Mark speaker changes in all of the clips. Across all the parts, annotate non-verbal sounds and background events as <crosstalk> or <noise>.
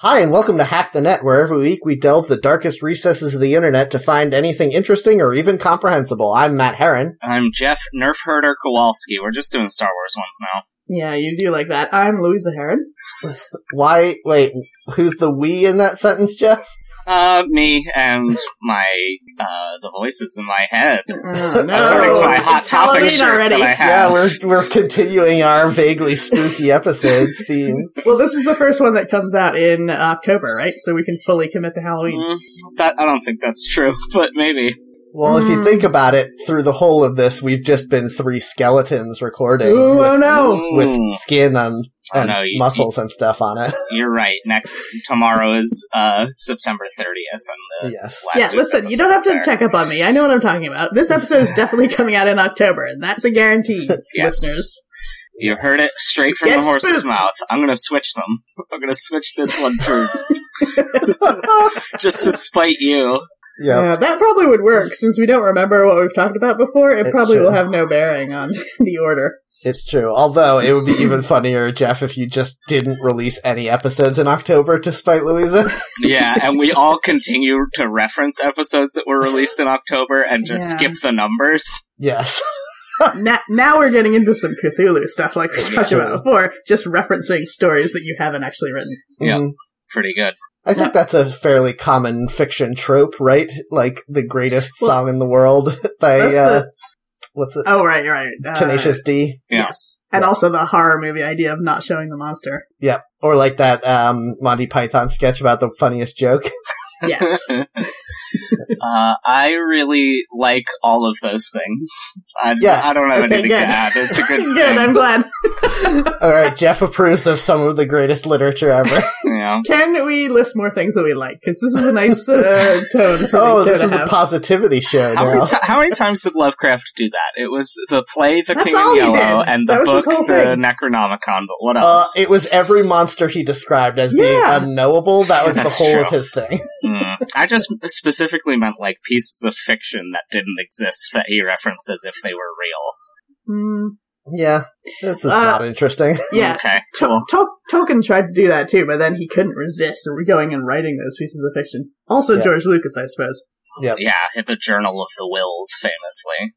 Speaker 1: Hi, and welcome to Hack the Net, where every week we delve the darkest recesses of the internet to find anything interesting or even comprehensible. I'm Matt Herron.
Speaker 2: I'm Jeff Nerfherder Kowalski. We're just doing Star Wars ones now.
Speaker 3: Yeah, you do like that. I'm Louisa Heron.
Speaker 1: Why, wait, who's the we in that sentence, Jeff?
Speaker 2: Uh, me and my, uh, the voices in my head.
Speaker 3: Oh, <laughs> no.
Speaker 2: According to my hot
Speaker 3: It's
Speaker 2: topic
Speaker 3: Halloween
Speaker 2: shirt
Speaker 3: already.
Speaker 2: that I
Speaker 1: Yeah,
Speaker 2: have.
Speaker 1: we're, we're continuing our vaguely spooky episodes theme.
Speaker 3: Well, this is the first one that comes out in October, right? So we can fully commit to Halloween.
Speaker 2: Mm, that, I don't think that's true, <laughs> but maybe.
Speaker 1: Well, if you
Speaker 3: Hmm.
Speaker 1: think about it, through the whole of this, we've just been three skeletons recording
Speaker 3: Ooh,
Speaker 1: with,
Speaker 3: oh no!
Speaker 2: Mm-hmm. Ooh,
Speaker 1: with skin on,
Speaker 2: Oh,
Speaker 1: and
Speaker 2: no, you-
Speaker 1: muscles and stuff on it. <laughs>
Speaker 2: you're right. Next, tomorrow is, uh, September 30th and the
Speaker 1: yes.
Speaker 2: last
Speaker 3: Yeah,
Speaker 2: week's
Speaker 3: listen, you don't have
Speaker 2: episode
Speaker 3: to
Speaker 2: is there.
Speaker 3: check up on me. I know what I'm talking about. This episode is definitely coming out in October, and that's a guarantee,
Speaker 2: <laughs> Yes.
Speaker 3: listeners.
Speaker 2: You heard it straight from
Speaker 3: Get
Speaker 2: the horse's
Speaker 3: spooked.
Speaker 2: mouth. I'm gonna switch them. I'm gonna switch this one through <laughs>
Speaker 1: <laughs>
Speaker 2: just to spite you.
Speaker 1: Yep.
Speaker 3: Uh, that probably would work since we don't remember what we've talked about before. It
Speaker 1: It's
Speaker 3: probably
Speaker 1: true.
Speaker 3: will have no bearing on <laughs> the order.
Speaker 1: It's true. Although it would be even funnier, Jeff, if you just didn't release any episodes in October, despite Louisa. <laughs>
Speaker 2: Yeah, and
Speaker 3: <laughs>
Speaker 2: we all continue to reference episodes that were released in October and just
Speaker 3: Yeah.
Speaker 2: skip the numbers.
Speaker 1: yes.
Speaker 3: Oh, now, now we're getting into some Cthulhu stuff like we talked
Speaker 1: Sure.
Speaker 3: about before, just referencing stories that you haven't actually written.
Speaker 2: Yeah.
Speaker 1: Mhm.
Speaker 2: Pretty good. <laughs>
Speaker 1: I think that's a fairly common fiction trope, right? Like the greatest
Speaker 3: Well,
Speaker 1: song in the world <laughs> by
Speaker 3: that's
Speaker 1: uh,
Speaker 3: the-
Speaker 1: what's it?
Speaker 3: Oh, right, right. Uh,
Speaker 1: Tenacious D,
Speaker 2: Yeah.
Speaker 3: Yes. And
Speaker 1: Yeah.
Speaker 3: also the horror movie idea of not showing the monster.
Speaker 1: or like that um, Monty Python sketch about the funniest joke. <laughs>
Speaker 3: Yes.
Speaker 2: uh, I really like all of those things. I,
Speaker 1: Yeah.
Speaker 2: I don't have
Speaker 3: Okay,
Speaker 2: anything
Speaker 3: good.
Speaker 2: to add. It's a
Speaker 3: <laughs>
Speaker 2: good
Speaker 3: Good, I'm
Speaker 2: thing.
Speaker 3: glad.
Speaker 1: All right, Jeff approves of some of the greatest literature
Speaker 3: <laughs>
Speaker 1: ever.
Speaker 2: Yeah.
Speaker 3: Can we list more things that we like? Because this is a
Speaker 1: <laughs>
Speaker 3: nice uh, tone for
Speaker 1: oh,
Speaker 3: the show
Speaker 1: this
Speaker 3: to
Speaker 1: is a
Speaker 3: have.
Speaker 1: positivity show
Speaker 2: How
Speaker 1: now.
Speaker 2: many, ti how many times did Lovecraft do that? It was the play The
Speaker 3: That's
Speaker 2: King
Speaker 3: all
Speaker 2: in
Speaker 3: he
Speaker 2: Yellow
Speaker 3: did.
Speaker 2: and
Speaker 3: That
Speaker 2: the
Speaker 3: was his
Speaker 2: book
Speaker 3: whole
Speaker 2: The
Speaker 3: thing.
Speaker 2: Necronomicon, but what
Speaker 1: Uh,
Speaker 2: else?
Speaker 1: it was every monster he described as
Speaker 3: Yeah.
Speaker 1: being unknowable. That was the
Speaker 2: That's
Speaker 1: whole of
Speaker 2: true.
Speaker 1: his thing.
Speaker 2: Mm. I just specifically meant like pieces of fiction that didn't exist that he referenced as if they were real.
Speaker 3: Mm,
Speaker 1: Yeah, this is
Speaker 3: Uh,
Speaker 1: not interesting. <laughs>
Speaker 3: yeah.
Speaker 2: Okay.
Speaker 3: To- to- Tolkien tried to do that too, but then he couldn't resist going and writing those pieces of fiction. Also,
Speaker 1: Yeah.
Speaker 3: George Lucas, I suppose.
Speaker 2: Yeah, hit the Journal of the Wills famously.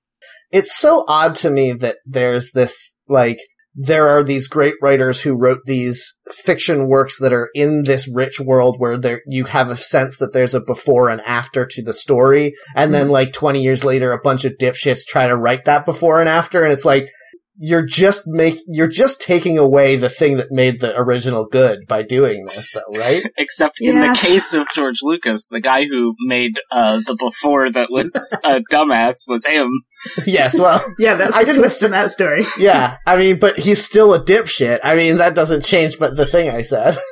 Speaker 1: It's so odd to me that there's this like there are these great writers who wrote these fiction works that are in this rich world where there you have a sense that there's a before and after to the story, and then like 20 years later, a bunch of dipshits try to write that before and after, and it's like. You're just make you're just taking away the thing that made the original good by doing this, though, right?
Speaker 2: Except in the
Speaker 3: Yeah.
Speaker 2: case of George Lucas, the guy who made uh, the before that was a dumbass was him.
Speaker 1: yes. Well,
Speaker 3: Yeah, that's
Speaker 1: I
Speaker 3: the
Speaker 1: didn't-
Speaker 3: twist in that story.
Speaker 1: yeah. I mean, but he's still a dipshit. I mean, that doesn't change. But the thing I said. <laughs>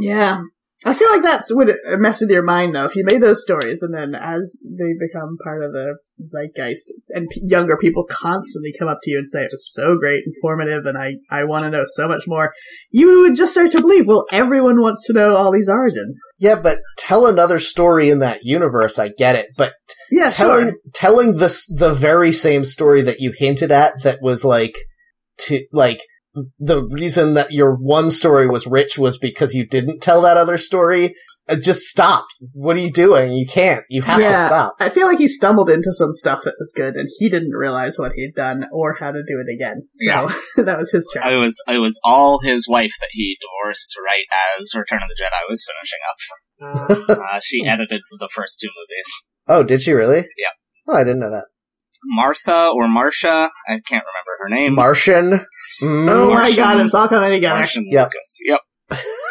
Speaker 3: Yeah. I feel like that's would mess with your mind though. If you made those stories and then as they become part of the zeitgeist and p- younger people constantly come up to you and say it was so great, informative, and I, I want to know so much more, you would just start to believe, well, everyone wants to know all these origins.
Speaker 1: Yeah, but tell another story in that universe. I get it, but
Speaker 3: Yeah,
Speaker 1: telling
Speaker 3: sure.
Speaker 1: telling the s- the very same story that you hinted at that was like to like the reason that your one story was rich was because you didn't tell that other story. Uh, Just stop. What are you doing? You can't. You have to
Speaker 3: Yeah.
Speaker 1: stop.
Speaker 3: I feel like he stumbled into some stuff that was good and he didn't realize what he'd done or how to do it again. So
Speaker 2: Yeah.
Speaker 3: <laughs> that was his trap.
Speaker 2: It was it was all his wife that he divorced right as Return of the Jedi was finishing up. Uh, she edited the first two movies.
Speaker 1: Oh, did she really?
Speaker 2: Yeah.
Speaker 1: Oh, I didn't know that.
Speaker 2: Martha or Marcia, I can't remember her name.
Speaker 1: Martian. Mm. <laughs>
Speaker 3: Oh my
Speaker 2: Martian-
Speaker 3: god, it's all coming together.
Speaker 2: Martian
Speaker 1: Yep.
Speaker 2: Lucas. Yep.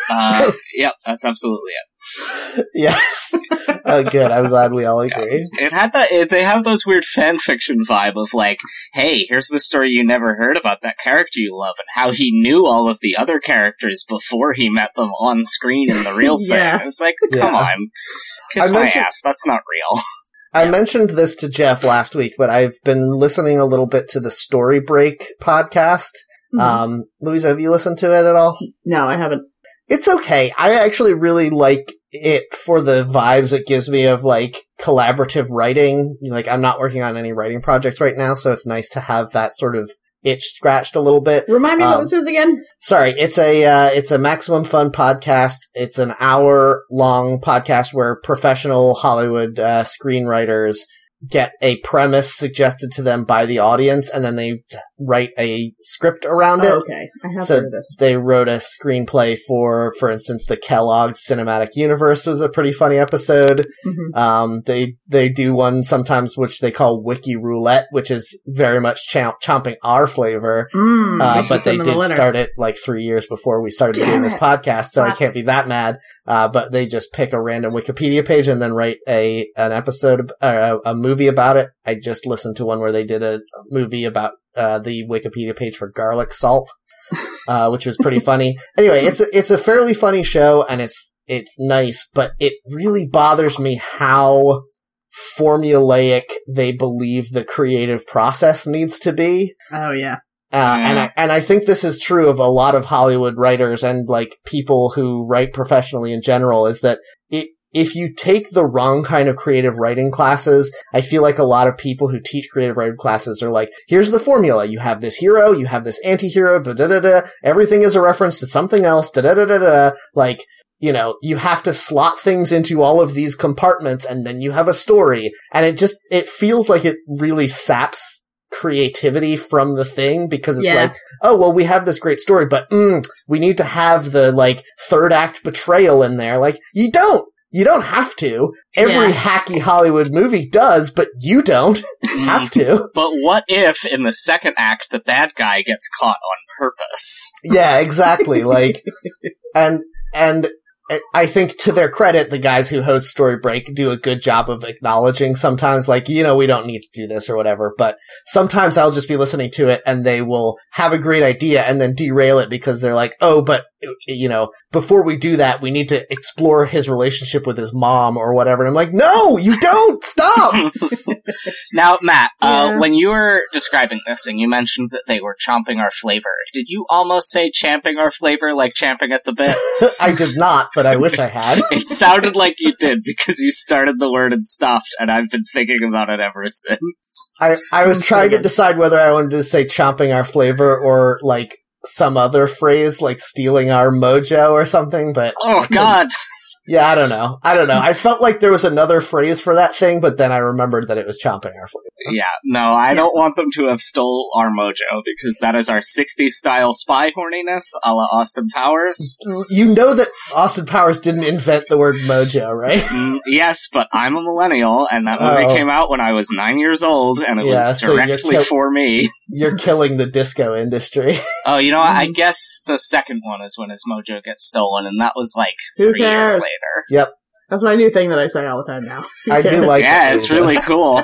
Speaker 2: Uh, yep, that's absolutely it.
Speaker 1: Yes. oh, good. I'm glad we all agree.
Speaker 2: It had that. It, they have those weird fan fiction vibe of like, hey, here's the story you never heard about that character you love and how he knew all of the other characters before he met them on screen in the real thing.
Speaker 3: <laughs> Yeah.
Speaker 2: It's like, come
Speaker 1: Yeah.
Speaker 2: on, kiss
Speaker 1: I
Speaker 2: my
Speaker 1: mentioned-
Speaker 2: ass. That's not real.
Speaker 1: I mentioned this to Jeff last week, but I've been listening a little bit to the Story Break podcast.
Speaker 3: Mhm.
Speaker 2: Uh,
Speaker 1: Um, Louisa, have you listened to it at all?
Speaker 3: no, I haven't.
Speaker 1: It's okay. I actually really like it for the vibes it gives me of like collaborative writing. Like I'm not working on any writing projects right now, so it's nice to have that sort of itch scratched a little bit.
Speaker 3: Remind me what
Speaker 1: Um,
Speaker 3: this is again.
Speaker 1: Sorry, it's a uh, it's a maximum fun podcast. It's an hour long podcast where professional Hollywood uh, screenwriters get a premise suggested to them by the audience, and then they write a script around
Speaker 3: Oh,
Speaker 1: it.
Speaker 3: okay, I have
Speaker 1: so-
Speaker 3: heard of this.
Speaker 1: They wrote a screenplay for, for instance, the Kellogg Cinematic Universe was a pretty funny episode.
Speaker 3: Mhm.
Speaker 1: Um, they they do one sometimes which they call Wiki Roulette, which is very much chomp- chomping our flavor.
Speaker 3: Mm, we
Speaker 1: Uh,
Speaker 3: should
Speaker 1: but they
Speaker 3: send them a
Speaker 1: did
Speaker 3: letter.
Speaker 1: start it like three years before we started
Speaker 3: Damn
Speaker 1: doing this
Speaker 3: it.
Speaker 1: podcast, so I
Speaker 3: Fuck.
Speaker 1: can't be that mad. Uh, but they just pick a random Wikipedia page and then write a an episode ab- or a, a movie about it. I just listened to one where they did a movie about uh, the Wikipedia page for garlic
Speaker 3: <laughs>
Speaker 1: salt, uh, which was pretty funny. Anyway, it's a, it's a fairly funny show and it's it's nice, but it really bothers me how formulaic they believe the creative process needs to be.
Speaker 3: Oh yeah,
Speaker 1: Uh, and I, and I think this is true of a lot of Hollywood writers and like people who write professionally in general is that it, if you take the wrong kind of creative writing classes, I feel like a lot of people who teach creative writing classes are like, here's the formula. You have this hero, you have this anti-hero, da da da da. Everything is a reference to something else, da da da da da. Like, you know, you have to slot things into all of these compartments and then you have a story. And it just, it feels like it really saps creativity from the thing because it's
Speaker 3: Yeah.
Speaker 1: like, oh, well, we have this great story, but mm, we need to have the like third act betrayal in there. Like, you don't. You don't have to. Every
Speaker 3: Yeah.
Speaker 1: hacky Hollywood movie does, but you don't
Speaker 3: Mm.
Speaker 2: Mm.
Speaker 1: have to.
Speaker 2: <laughs> But what if in the second act the bad guy gets caught on purpose? <laughs>
Speaker 1: Yeah, exactly. Like, and, and I think to their credit, the guys who host Story Break do a good job of acknowledging sometimes, like, you know, we don't need to do this or whatever, but sometimes I'll just be listening to it and they will have a great idea and then derail it because they're like, oh, but, you know, before we do that, we need to explore his relationship with his mom or whatever. And I'm like, no, you don't! Stop! <laughs>
Speaker 2: Now, Matt, uh,
Speaker 3: Yeah.
Speaker 2: when you were describing this and you mentioned that they were chomping our flavor, did you almost say champing our flavor like champing at the bit?
Speaker 1: I did not, but I wish I had.
Speaker 2: it sounded like you did because you started the word and stopped, and I've been thinking about it ever since.
Speaker 1: I, I was trying
Speaker 3: Mm,
Speaker 1: to
Speaker 3: pretty good.
Speaker 1: decide whether I wanted to say chomping our flavor or like some other phrase like stealing our mojo or something, but
Speaker 2: Oh, <laughs>
Speaker 1: <laughs>
Speaker 2: God.
Speaker 1: yeah, I don't know. I don't know. I felt like there was another phrase for that thing, but then I remembered that it was chomping our flavor.
Speaker 2: Yeah, no, I don't want them to have stole our mojo because that is our 60s style spy horniness a la Austin Powers.
Speaker 1: You know that Austin Powers didn't invent the word mojo, right? <laughs>
Speaker 2: Mm, yes, but I'm a millennial, and that movie
Speaker 1: Oh.
Speaker 2: came out when I was nine years old, and it
Speaker 1: Yeah,
Speaker 2: was
Speaker 1: so you're
Speaker 2: directly
Speaker 1: so-
Speaker 2: for me.
Speaker 1: You're killing the disco industry. <laughs>
Speaker 2: Oh, you know, what? I guess the second one is when his mojo gets stolen, and that was like
Speaker 3: Who
Speaker 2: three years
Speaker 3: cares?
Speaker 2: later.
Speaker 3: that's my new thing that I say all the time now.
Speaker 1: <laughs> I do like
Speaker 2: yeah,
Speaker 1: that
Speaker 2: it's
Speaker 1: movie.
Speaker 3: <laughs>
Speaker 2: really cool.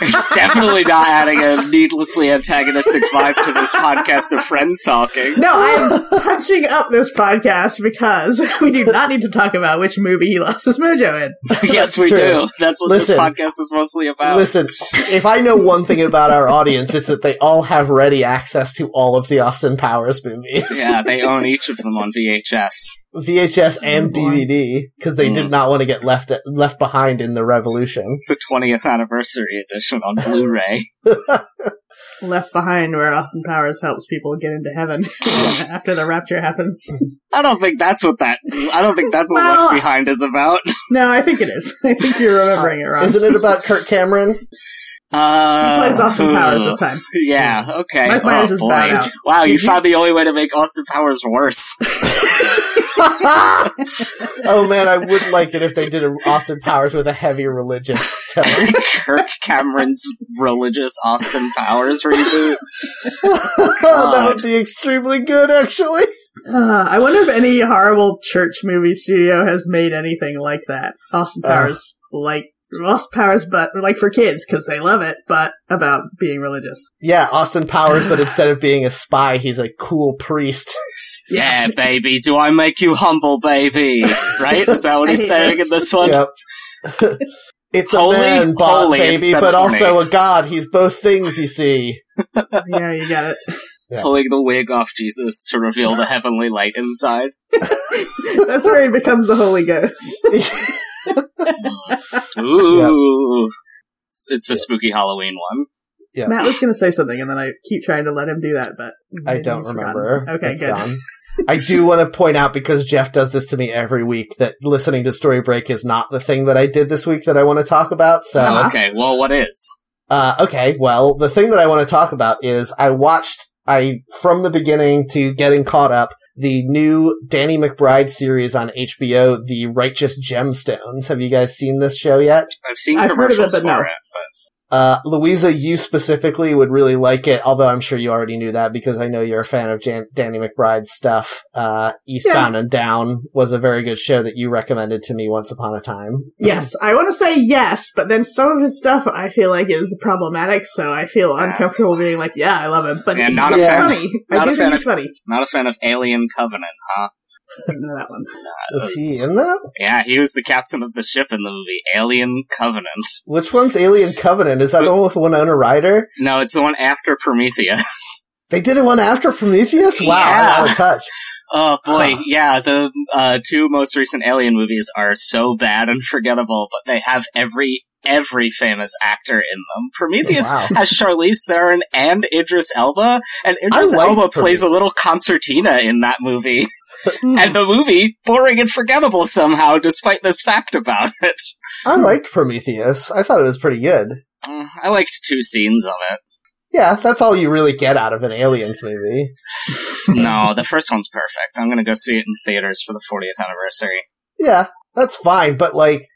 Speaker 2: it's definitely not adding a needlessly antagonistic vibe to this podcast of friends
Speaker 3: <laughs>
Speaker 2: talking.
Speaker 3: No, I am punching up this podcast because <laughs> we do not need to talk about which movie he lost his mojo in.
Speaker 2: yes, we
Speaker 1: true.
Speaker 2: do. That's what
Speaker 1: Listen.
Speaker 2: this podcast is mostly about.
Speaker 1: Listen, if I know one thing about our audience, it's that they all have ready access to all of the Austin Powers movies.
Speaker 2: Yeah, they own each of them on VHS.
Speaker 1: VHS
Speaker 3: Oh,
Speaker 1: and
Speaker 3: boy.
Speaker 1: DVD because they did not want to get left left behind in the revolution.
Speaker 2: The 20th anniversary edition on Blu-ray.
Speaker 3: Left Behind, where Austin Powers helps people get into heaven <laughs> after the rapture happens.
Speaker 2: I don't think that's what that. I don't think that's what
Speaker 3: Well-
Speaker 2: Left Behind is about.
Speaker 3: No, I think it is. <laughs> I think you're remembering it wrong.
Speaker 1: Isn't it
Speaker 2: <laughs>
Speaker 1: about Kurt Cameron? <laughs>
Speaker 2: Uh,
Speaker 3: he plays
Speaker 1: Uh,
Speaker 3: Austin Powers this time.
Speaker 2: Yeah. Okay. Oh,
Speaker 3: Mike Myers is
Speaker 2: boy.
Speaker 3: bad out.
Speaker 2: Wow, you,
Speaker 3: Did you-
Speaker 2: found the only way to make Austin Powers worse.
Speaker 1: oh man, I would like it if they did an Austin Powers with a heavy religious tone. <laughs>
Speaker 2: Kirk Cameron's religious Austin Powers reboot.
Speaker 1: that would be extremely good, actually.
Speaker 3: Uh, I wonder if any horrible church movie studio has made anything like that. Austin
Speaker 1: Uh.
Speaker 3: Powers, like Austin Powers, but like for kids because they love it, but about being religious.
Speaker 1: Yeah, Austin Powers, but instead of being a spy, he's a cool priest.
Speaker 2: Yeah, baby, do I make you humble, baby? Right? Is that <laughs> what
Speaker 3: I
Speaker 2: he's
Speaker 3: hate <laughs>
Speaker 2: saying
Speaker 3: this.
Speaker 2: in this one?
Speaker 1: Yep. <laughs> It's a
Speaker 2: Holy-
Speaker 1: man bot,
Speaker 2: holy
Speaker 1: baby,
Speaker 2: instead of
Speaker 1: but
Speaker 2: horny.
Speaker 1: also a god. He's both things, you see. <laughs>
Speaker 3: yeah, you got
Speaker 1: Yeah.
Speaker 2: Pulling the wig off Jesus to reveal the heavenly light inside.
Speaker 3: it. <laughs> That's where he becomes the Holy Ghost.
Speaker 2: Ooh. It's, it's a spooky Halloween one.
Speaker 1: Yeah.
Speaker 3: Matt was going to say something, and then I keep trying to let him do that, but
Speaker 1: I
Speaker 3: he's
Speaker 1: don't
Speaker 3: forgotten.
Speaker 1: remember.
Speaker 3: Okay,
Speaker 1: It's
Speaker 3: good. <laughs>
Speaker 1: gone. I do want to point out because Jeff does this to me every week that listening to Story Break is not the thing that I did this week that I want to talk about. So,
Speaker 3: Uh-huh.
Speaker 2: Okay, well, what is?
Speaker 1: uh, okay, well, the thing that I want to talk about is I watched I from the beginning to getting caught up the new Danny McBride series on HBO, The Righteous Gemstones. Have you guys seen this show yet?
Speaker 2: I've seen
Speaker 3: I've heard of it,
Speaker 2: commercials
Speaker 3: but no.
Speaker 2: for it.
Speaker 1: Uh, Louisa, you specifically would really like it, although I'm sure you already knew that because I know you're a fan of Jan- Danny McBride's stuff. Uh, Eastbound and Down was a very good show that you recommended to me once upon a time.
Speaker 3: Yes, I want to say yes, but then some of his stuff I feel like is problematic, so I feel
Speaker 2: Yeah.
Speaker 3: uncomfortable being like, yeah, I love him, but
Speaker 2: Yeah,
Speaker 3: he's
Speaker 2: not
Speaker 1: a fan.
Speaker 3: funny.
Speaker 2: Not
Speaker 3: I
Speaker 2: a
Speaker 3: do
Speaker 2: fan
Speaker 3: think he's funny. <laughs>
Speaker 2: Not a fan of Alien Covenant, huh?
Speaker 3: No, that one.
Speaker 1: Was he in that?
Speaker 2: Yeah, he was the captain of the ship in the movie Alien Covenant.
Speaker 1: Which one's Alien Covenant? Is that the one with Winona Ryder?
Speaker 2: No, it's the one after Prometheus.
Speaker 1: They did one after Prometheus? Wow, I'm out of touch.
Speaker 2: Oh boy,
Speaker 1: Huh.
Speaker 2: yeah, the uh, two most recent Alien movies are so bad and <laughs> forgettable, but they have every every famous actor in them. Prometheus
Speaker 1: Oh, Wow.
Speaker 2: has Charlize Theron and Idris Elba, and Idris
Speaker 1: like
Speaker 2: Elba plays
Speaker 1: Prometheus.
Speaker 2: a little concertina in that movie.
Speaker 1: <laughs>
Speaker 2: and the movie boring and forgettable somehow, despite this fact about it.
Speaker 1: I liked Prometheus. I thought it was pretty good.
Speaker 2: Mm, I liked two scenes of
Speaker 1: <laughs>
Speaker 2: it.
Speaker 1: Yeah, that's all you really get out of an Aliens movie.
Speaker 2: No, the first one's perfect. I'm gonna go see it in theaters for the 40th anniversary.
Speaker 1: Yeah, that's fine, but like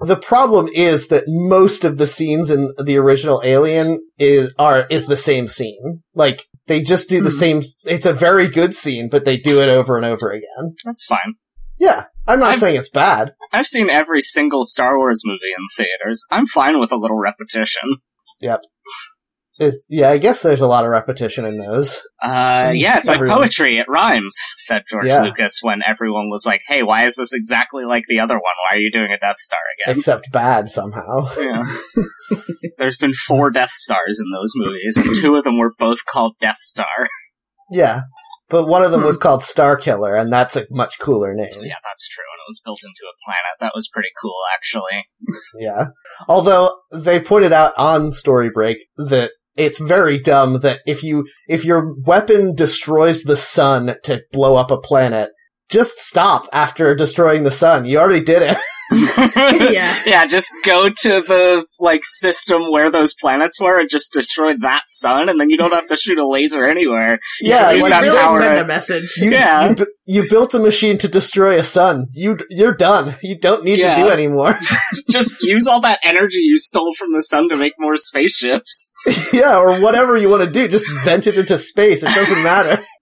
Speaker 1: the problem is that most of the scenes in the original Alien is are is the same scene. Like they just do the
Speaker 3: Hmm.
Speaker 1: same it's a very good scene, but they do it over and over again.
Speaker 2: That's fine.
Speaker 1: Yeah. I'm not
Speaker 2: I've-
Speaker 1: saying it's bad.
Speaker 2: I've seen every single Star Wars movie in theaters. I'm fine with a little repetition.
Speaker 1: It's, yeah, I guess there's a lot of repetition in those.
Speaker 2: Uh,
Speaker 1: Mm,
Speaker 2: yeah, it's like
Speaker 1: everyone.
Speaker 2: poetry. It rhymes, said George
Speaker 1: Yeah.
Speaker 2: Lucas when everyone was like, hey, why is this exactly like the other one? Why are you doing a Death Star again?
Speaker 1: Except bad somehow.
Speaker 2: Yeah.
Speaker 1: <laughs>
Speaker 2: There's been four Death Stars in those movies, and two of them were both called Death Star.
Speaker 1: Yeah. But one of them
Speaker 3: Hmm.
Speaker 1: was called Star Killer, and that's a much cooler name.
Speaker 2: Yeah, that's true. And it was built into a planet. That was pretty cool, actually.
Speaker 1: Yeah. Although they pointed out on Story Break that it's very dumb that if you if your weapon destroys the sun to blow up a planet, just stop after destroying the sun. You already did it. <laughs>
Speaker 3: Yeah.
Speaker 2: <laughs> yeah, just go to the like system where those planets were and just destroy that sun, and then you don't have to shoot a laser anywhere.
Speaker 1: yeah,
Speaker 2: use
Speaker 1: like,
Speaker 2: that
Speaker 3: like, really
Speaker 2: power
Speaker 3: send
Speaker 2: to-
Speaker 3: a message.
Speaker 1: <sighs> you,
Speaker 2: yeah.
Speaker 1: you bu- you built a machine to destroy a sun. You you're done. You don't need
Speaker 2: Yeah.
Speaker 1: to do anymore. <laughs>
Speaker 2: just use all that energy you stole from the sun to make more spaceships.
Speaker 1: yeah, or whatever you want to do, just vent it into space. It doesn't matter. <laughs>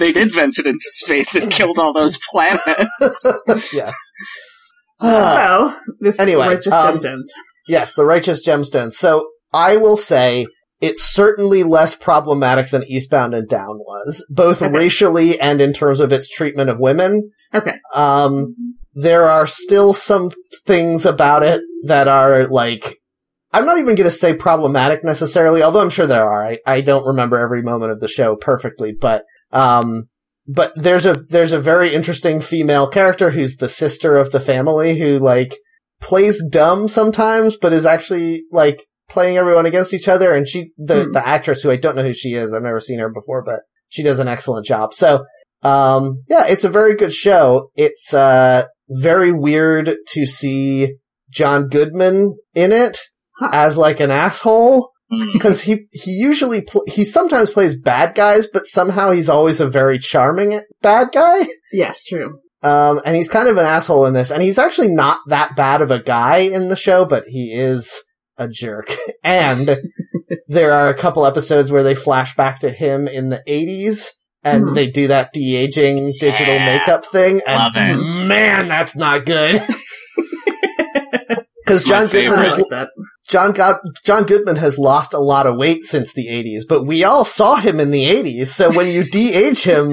Speaker 2: They did vent it into space and killed all those
Speaker 1: <laughs>
Speaker 2: planets.
Speaker 1: yeah.
Speaker 3: so, this
Speaker 1: anyway,
Speaker 3: Righteous
Speaker 1: um,
Speaker 3: Gemstones.
Speaker 1: Yes, the righteous gemstone. So I will say it's certainly less problematic than Eastbound and Down was, both
Speaker 3: Okay.
Speaker 1: racially and in terms of its treatment of women.
Speaker 3: Okay.
Speaker 1: Um, there are still some things about it that are like, I'm not even going to say problematic necessarily, although I'm sure there are. I, I don't remember every moment of the show perfectly, but, um, but there's a, there's a very interesting female character who's the sister of the family who like plays dumb sometimes, but is actually like playing everyone against each other. And she, the,
Speaker 3: Hmm.
Speaker 1: the actress who I don't know who she is, I've never seen her before, but she does an excellent job. So, um, yeah, it's a very good show. It's, uh, very weird to see John Goodman in it
Speaker 3: Huh. Hmm.
Speaker 1: as like an asshole
Speaker 2: Mm.
Speaker 1: because he he usually pl- he sometimes plays bad guys, but somehow he's always a very charming bad guy.
Speaker 3: Yes, true.
Speaker 1: Um, and he's kind of an asshole in this, and he's actually not that bad of a guy in the show, but he is a jerk. <laughs>
Speaker 2: <laughs>
Speaker 1: And there are a couple episodes where they flash back to him in the '80s, and
Speaker 3: Mhm.
Speaker 1: they do that de aging digital
Speaker 2: Mm-hmm. Yeah.
Speaker 1: makeup thing. And
Speaker 2: Love it.
Speaker 1: man, that's not
Speaker 2: <laughs>
Speaker 1: good. <laughs> Because
Speaker 2: my
Speaker 1: John Goodman
Speaker 2: favorite.
Speaker 3: I
Speaker 1: has
Speaker 3: like that.
Speaker 1: John God- John Goodman has lost a lot of weight since the 80s, but we all saw him in the 80s. So when
Speaker 2: <laughs>
Speaker 1: you de-age him,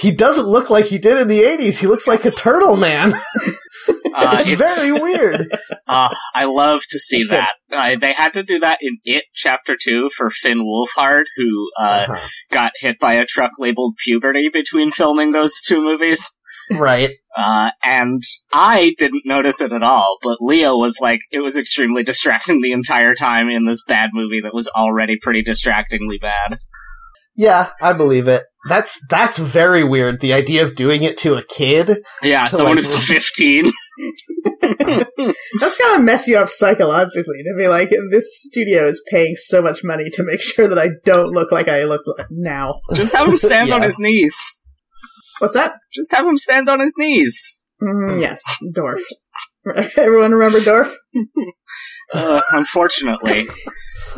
Speaker 1: he doesn't look like he did in the 80s. He looks like a turtle man.
Speaker 2: Uh,
Speaker 1: <laughs> it's, very weird.
Speaker 2: uh, I love to see
Speaker 1: It's good.
Speaker 2: that. Uh, they had to do that in It Chapter 2 for Finn Wolfhard, who <laughs> uh,
Speaker 1: Uh-huh.
Speaker 2: got hit by a truck labeled puberty between filming those two movies.
Speaker 1: <laughs> right.
Speaker 2: Uh, and I didn't notice it at all, but Leo was like, it was extremely <laughs> distracting the entire time in this bad movie that was already pretty distractingly bad.
Speaker 1: Yeah, I believe it. That's that's very weird. The idea of doing it to a kid.
Speaker 2: Yeah,
Speaker 1: So, <laughs>
Speaker 2: someone
Speaker 1: like,
Speaker 2: who's 15.
Speaker 3: That's gotta mess you up psychologically to be like, this studio is paying so much money to make <laughs> sure that I don't look like I look like now.
Speaker 2: Just have him stand on
Speaker 1: Yeah.
Speaker 2: his knees.
Speaker 3: What's that?
Speaker 2: Just have him stand on his knees.
Speaker 3: Mm, yes, Dorf. <laughs> Everyone remember Dorf? <laughs>
Speaker 2: Uh,
Speaker 1: <laughs>
Speaker 2: unfortunately,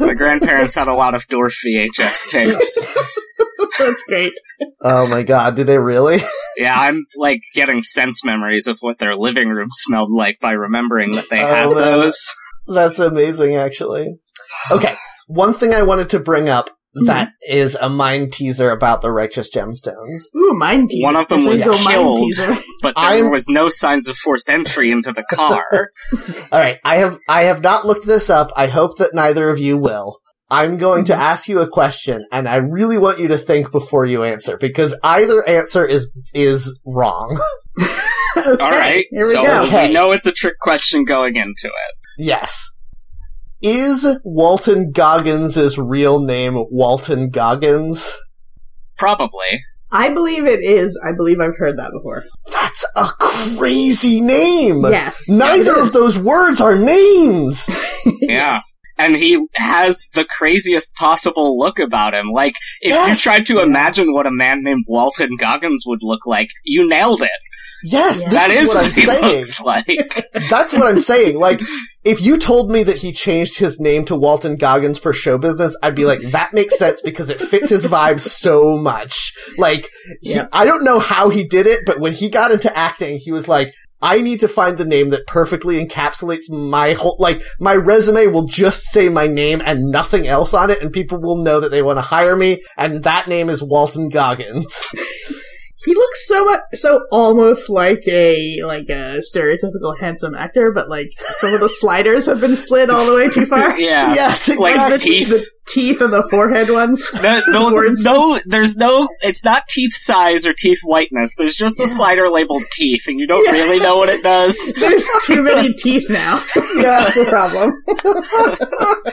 Speaker 2: my grandparents had a lot of Dorf VHS
Speaker 1: <laughs>
Speaker 2: tapes.
Speaker 3: That's great.
Speaker 1: Oh my god, do they really? <laughs>
Speaker 2: Yeah, I'm like getting sense memories of what their living room smelled like by remembering that they had
Speaker 1: Oh, man.
Speaker 2: those.
Speaker 1: That's amazing actually. Okay, one thing I wanted to bring up that
Speaker 2: Mm-hmm.
Speaker 1: is a mind teaser about the righteous gemstones.
Speaker 3: Ooh, mind teaser.
Speaker 2: One of them
Speaker 3: There's
Speaker 2: was
Speaker 3: a mind
Speaker 2: killed.
Speaker 3: teaser. <laughs>
Speaker 2: but there
Speaker 1: I'm-
Speaker 2: was no signs of forced entry into the car.
Speaker 1: All right, I have I have not looked this up. I hope that neither of you will. I'm going
Speaker 3: Mhm.
Speaker 1: to ask you a question and I really want you to think before you answer because either answer is is wrong. <laughs>
Speaker 3: Okay,
Speaker 2: All right,
Speaker 3: Here we
Speaker 2: so
Speaker 3: go.
Speaker 1: Okay.
Speaker 2: we know it's a trick question going into it.
Speaker 1: Yes. Is Walton Goggins' real name Walton Goggins?
Speaker 2: Probably.
Speaker 3: I believe it is. I believe I've heard that before.
Speaker 1: That's a crazy name.
Speaker 3: Yes.
Speaker 1: Neither
Speaker 3: Yes.
Speaker 1: of those words are names.
Speaker 2: Yeah. And he has the craziest possible look about him. Like, if
Speaker 1: Yes.
Speaker 2: you tried to imagine what a man named Walton Goggins would look like, you nailed it.
Speaker 1: Yes, this
Speaker 2: that
Speaker 1: is
Speaker 2: is,
Speaker 1: what I'm
Speaker 2: what, he
Speaker 1: saying.
Speaker 2: looks <laughs> like.
Speaker 1: That's what I'm saying. Like, if you told me that he changed his name to Walton Goggins for show business, I'd be like, that makes sense because it fits his vibe so much. Like, he,
Speaker 3: Yep.
Speaker 1: I don't know how he did it, but when he got into acting, he was like, I need to find the name that perfectly encapsulates my whole, like, my resume will just say my name and nothing else on it, and people will know that they want to hire me, and that name is Walton Goggins.
Speaker 3: He looks so much, so almost like a like a stereotypical handsome actor, but like some of the sliders have been slid all the way too
Speaker 2: <laughs>
Speaker 3: far.
Speaker 1: <laughs>
Speaker 2: yeah.
Speaker 1: yes, exactly.
Speaker 2: Like,
Speaker 3: the,
Speaker 2: teeth.
Speaker 3: the teeth and the forehead ones.
Speaker 2: No, no,
Speaker 3: For instance.
Speaker 2: no, there's no, it's not teeth size or teeth whiteness. There's just a slider labeled teeth, and you don't
Speaker 3: Yeah.
Speaker 2: really know what it does.
Speaker 3: <laughs> There's too
Speaker 2: <laughs>
Speaker 3: many teeth now. yeah, <laughs> that's the problem.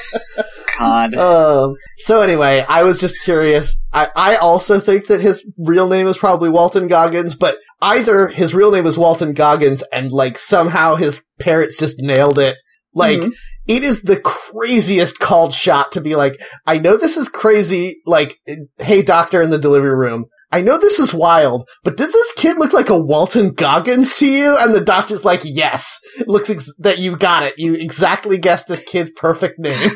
Speaker 2: God.
Speaker 1: Um, so anyway, I was just curious. I, I also think that his real name is probably Walton Goggins, but either his real name is Walton Goggins and like somehow his parents just nailed it. Like,
Speaker 3: Mhm.
Speaker 1: it is the craziest called shot to be like, I know this is crazy. Like, hey, doctor in the delivery room. I know this is wild, but does this kid look like a Walton Goggins to you? And the doctor's like, yes, looks ex- that you got it. You exactly guessed this kid's perfect name.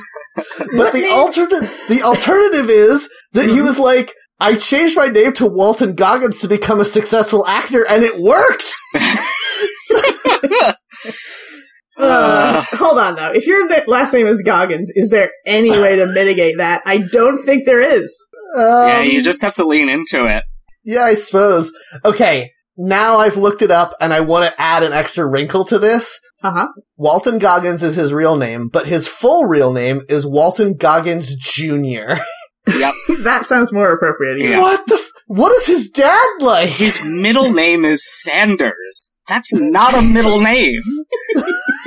Speaker 1: but the
Speaker 3: name?
Speaker 1: alternate, the alternative is that he was like, I changed my name to Walton Goggins to become a successful actor and it worked.
Speaker 3: Uh, hold on though. If your na- last name is Goggins, is there any way to mitigate that? I don't think there is.
Speaker 2: yeah,
Speaker 1: Um,
Speaker 2: you just have to lean into it.
Speaker 1: Yeah, I suppose. Okay, now I've looked it up and I want to add an extra wrinkle to this.
Speaker 3: Uh huh.
Speaker 1: Walton Goggins is his real name, but his full real name is Walton Goggins Jr.
Speaker 3: <laughs> That sounds more appropriate.
Speaker 2: Yeah.
Speaker 1: What the f- What is his dad like?
Speaker 2: His middle name is Sanders. That's not a middle name.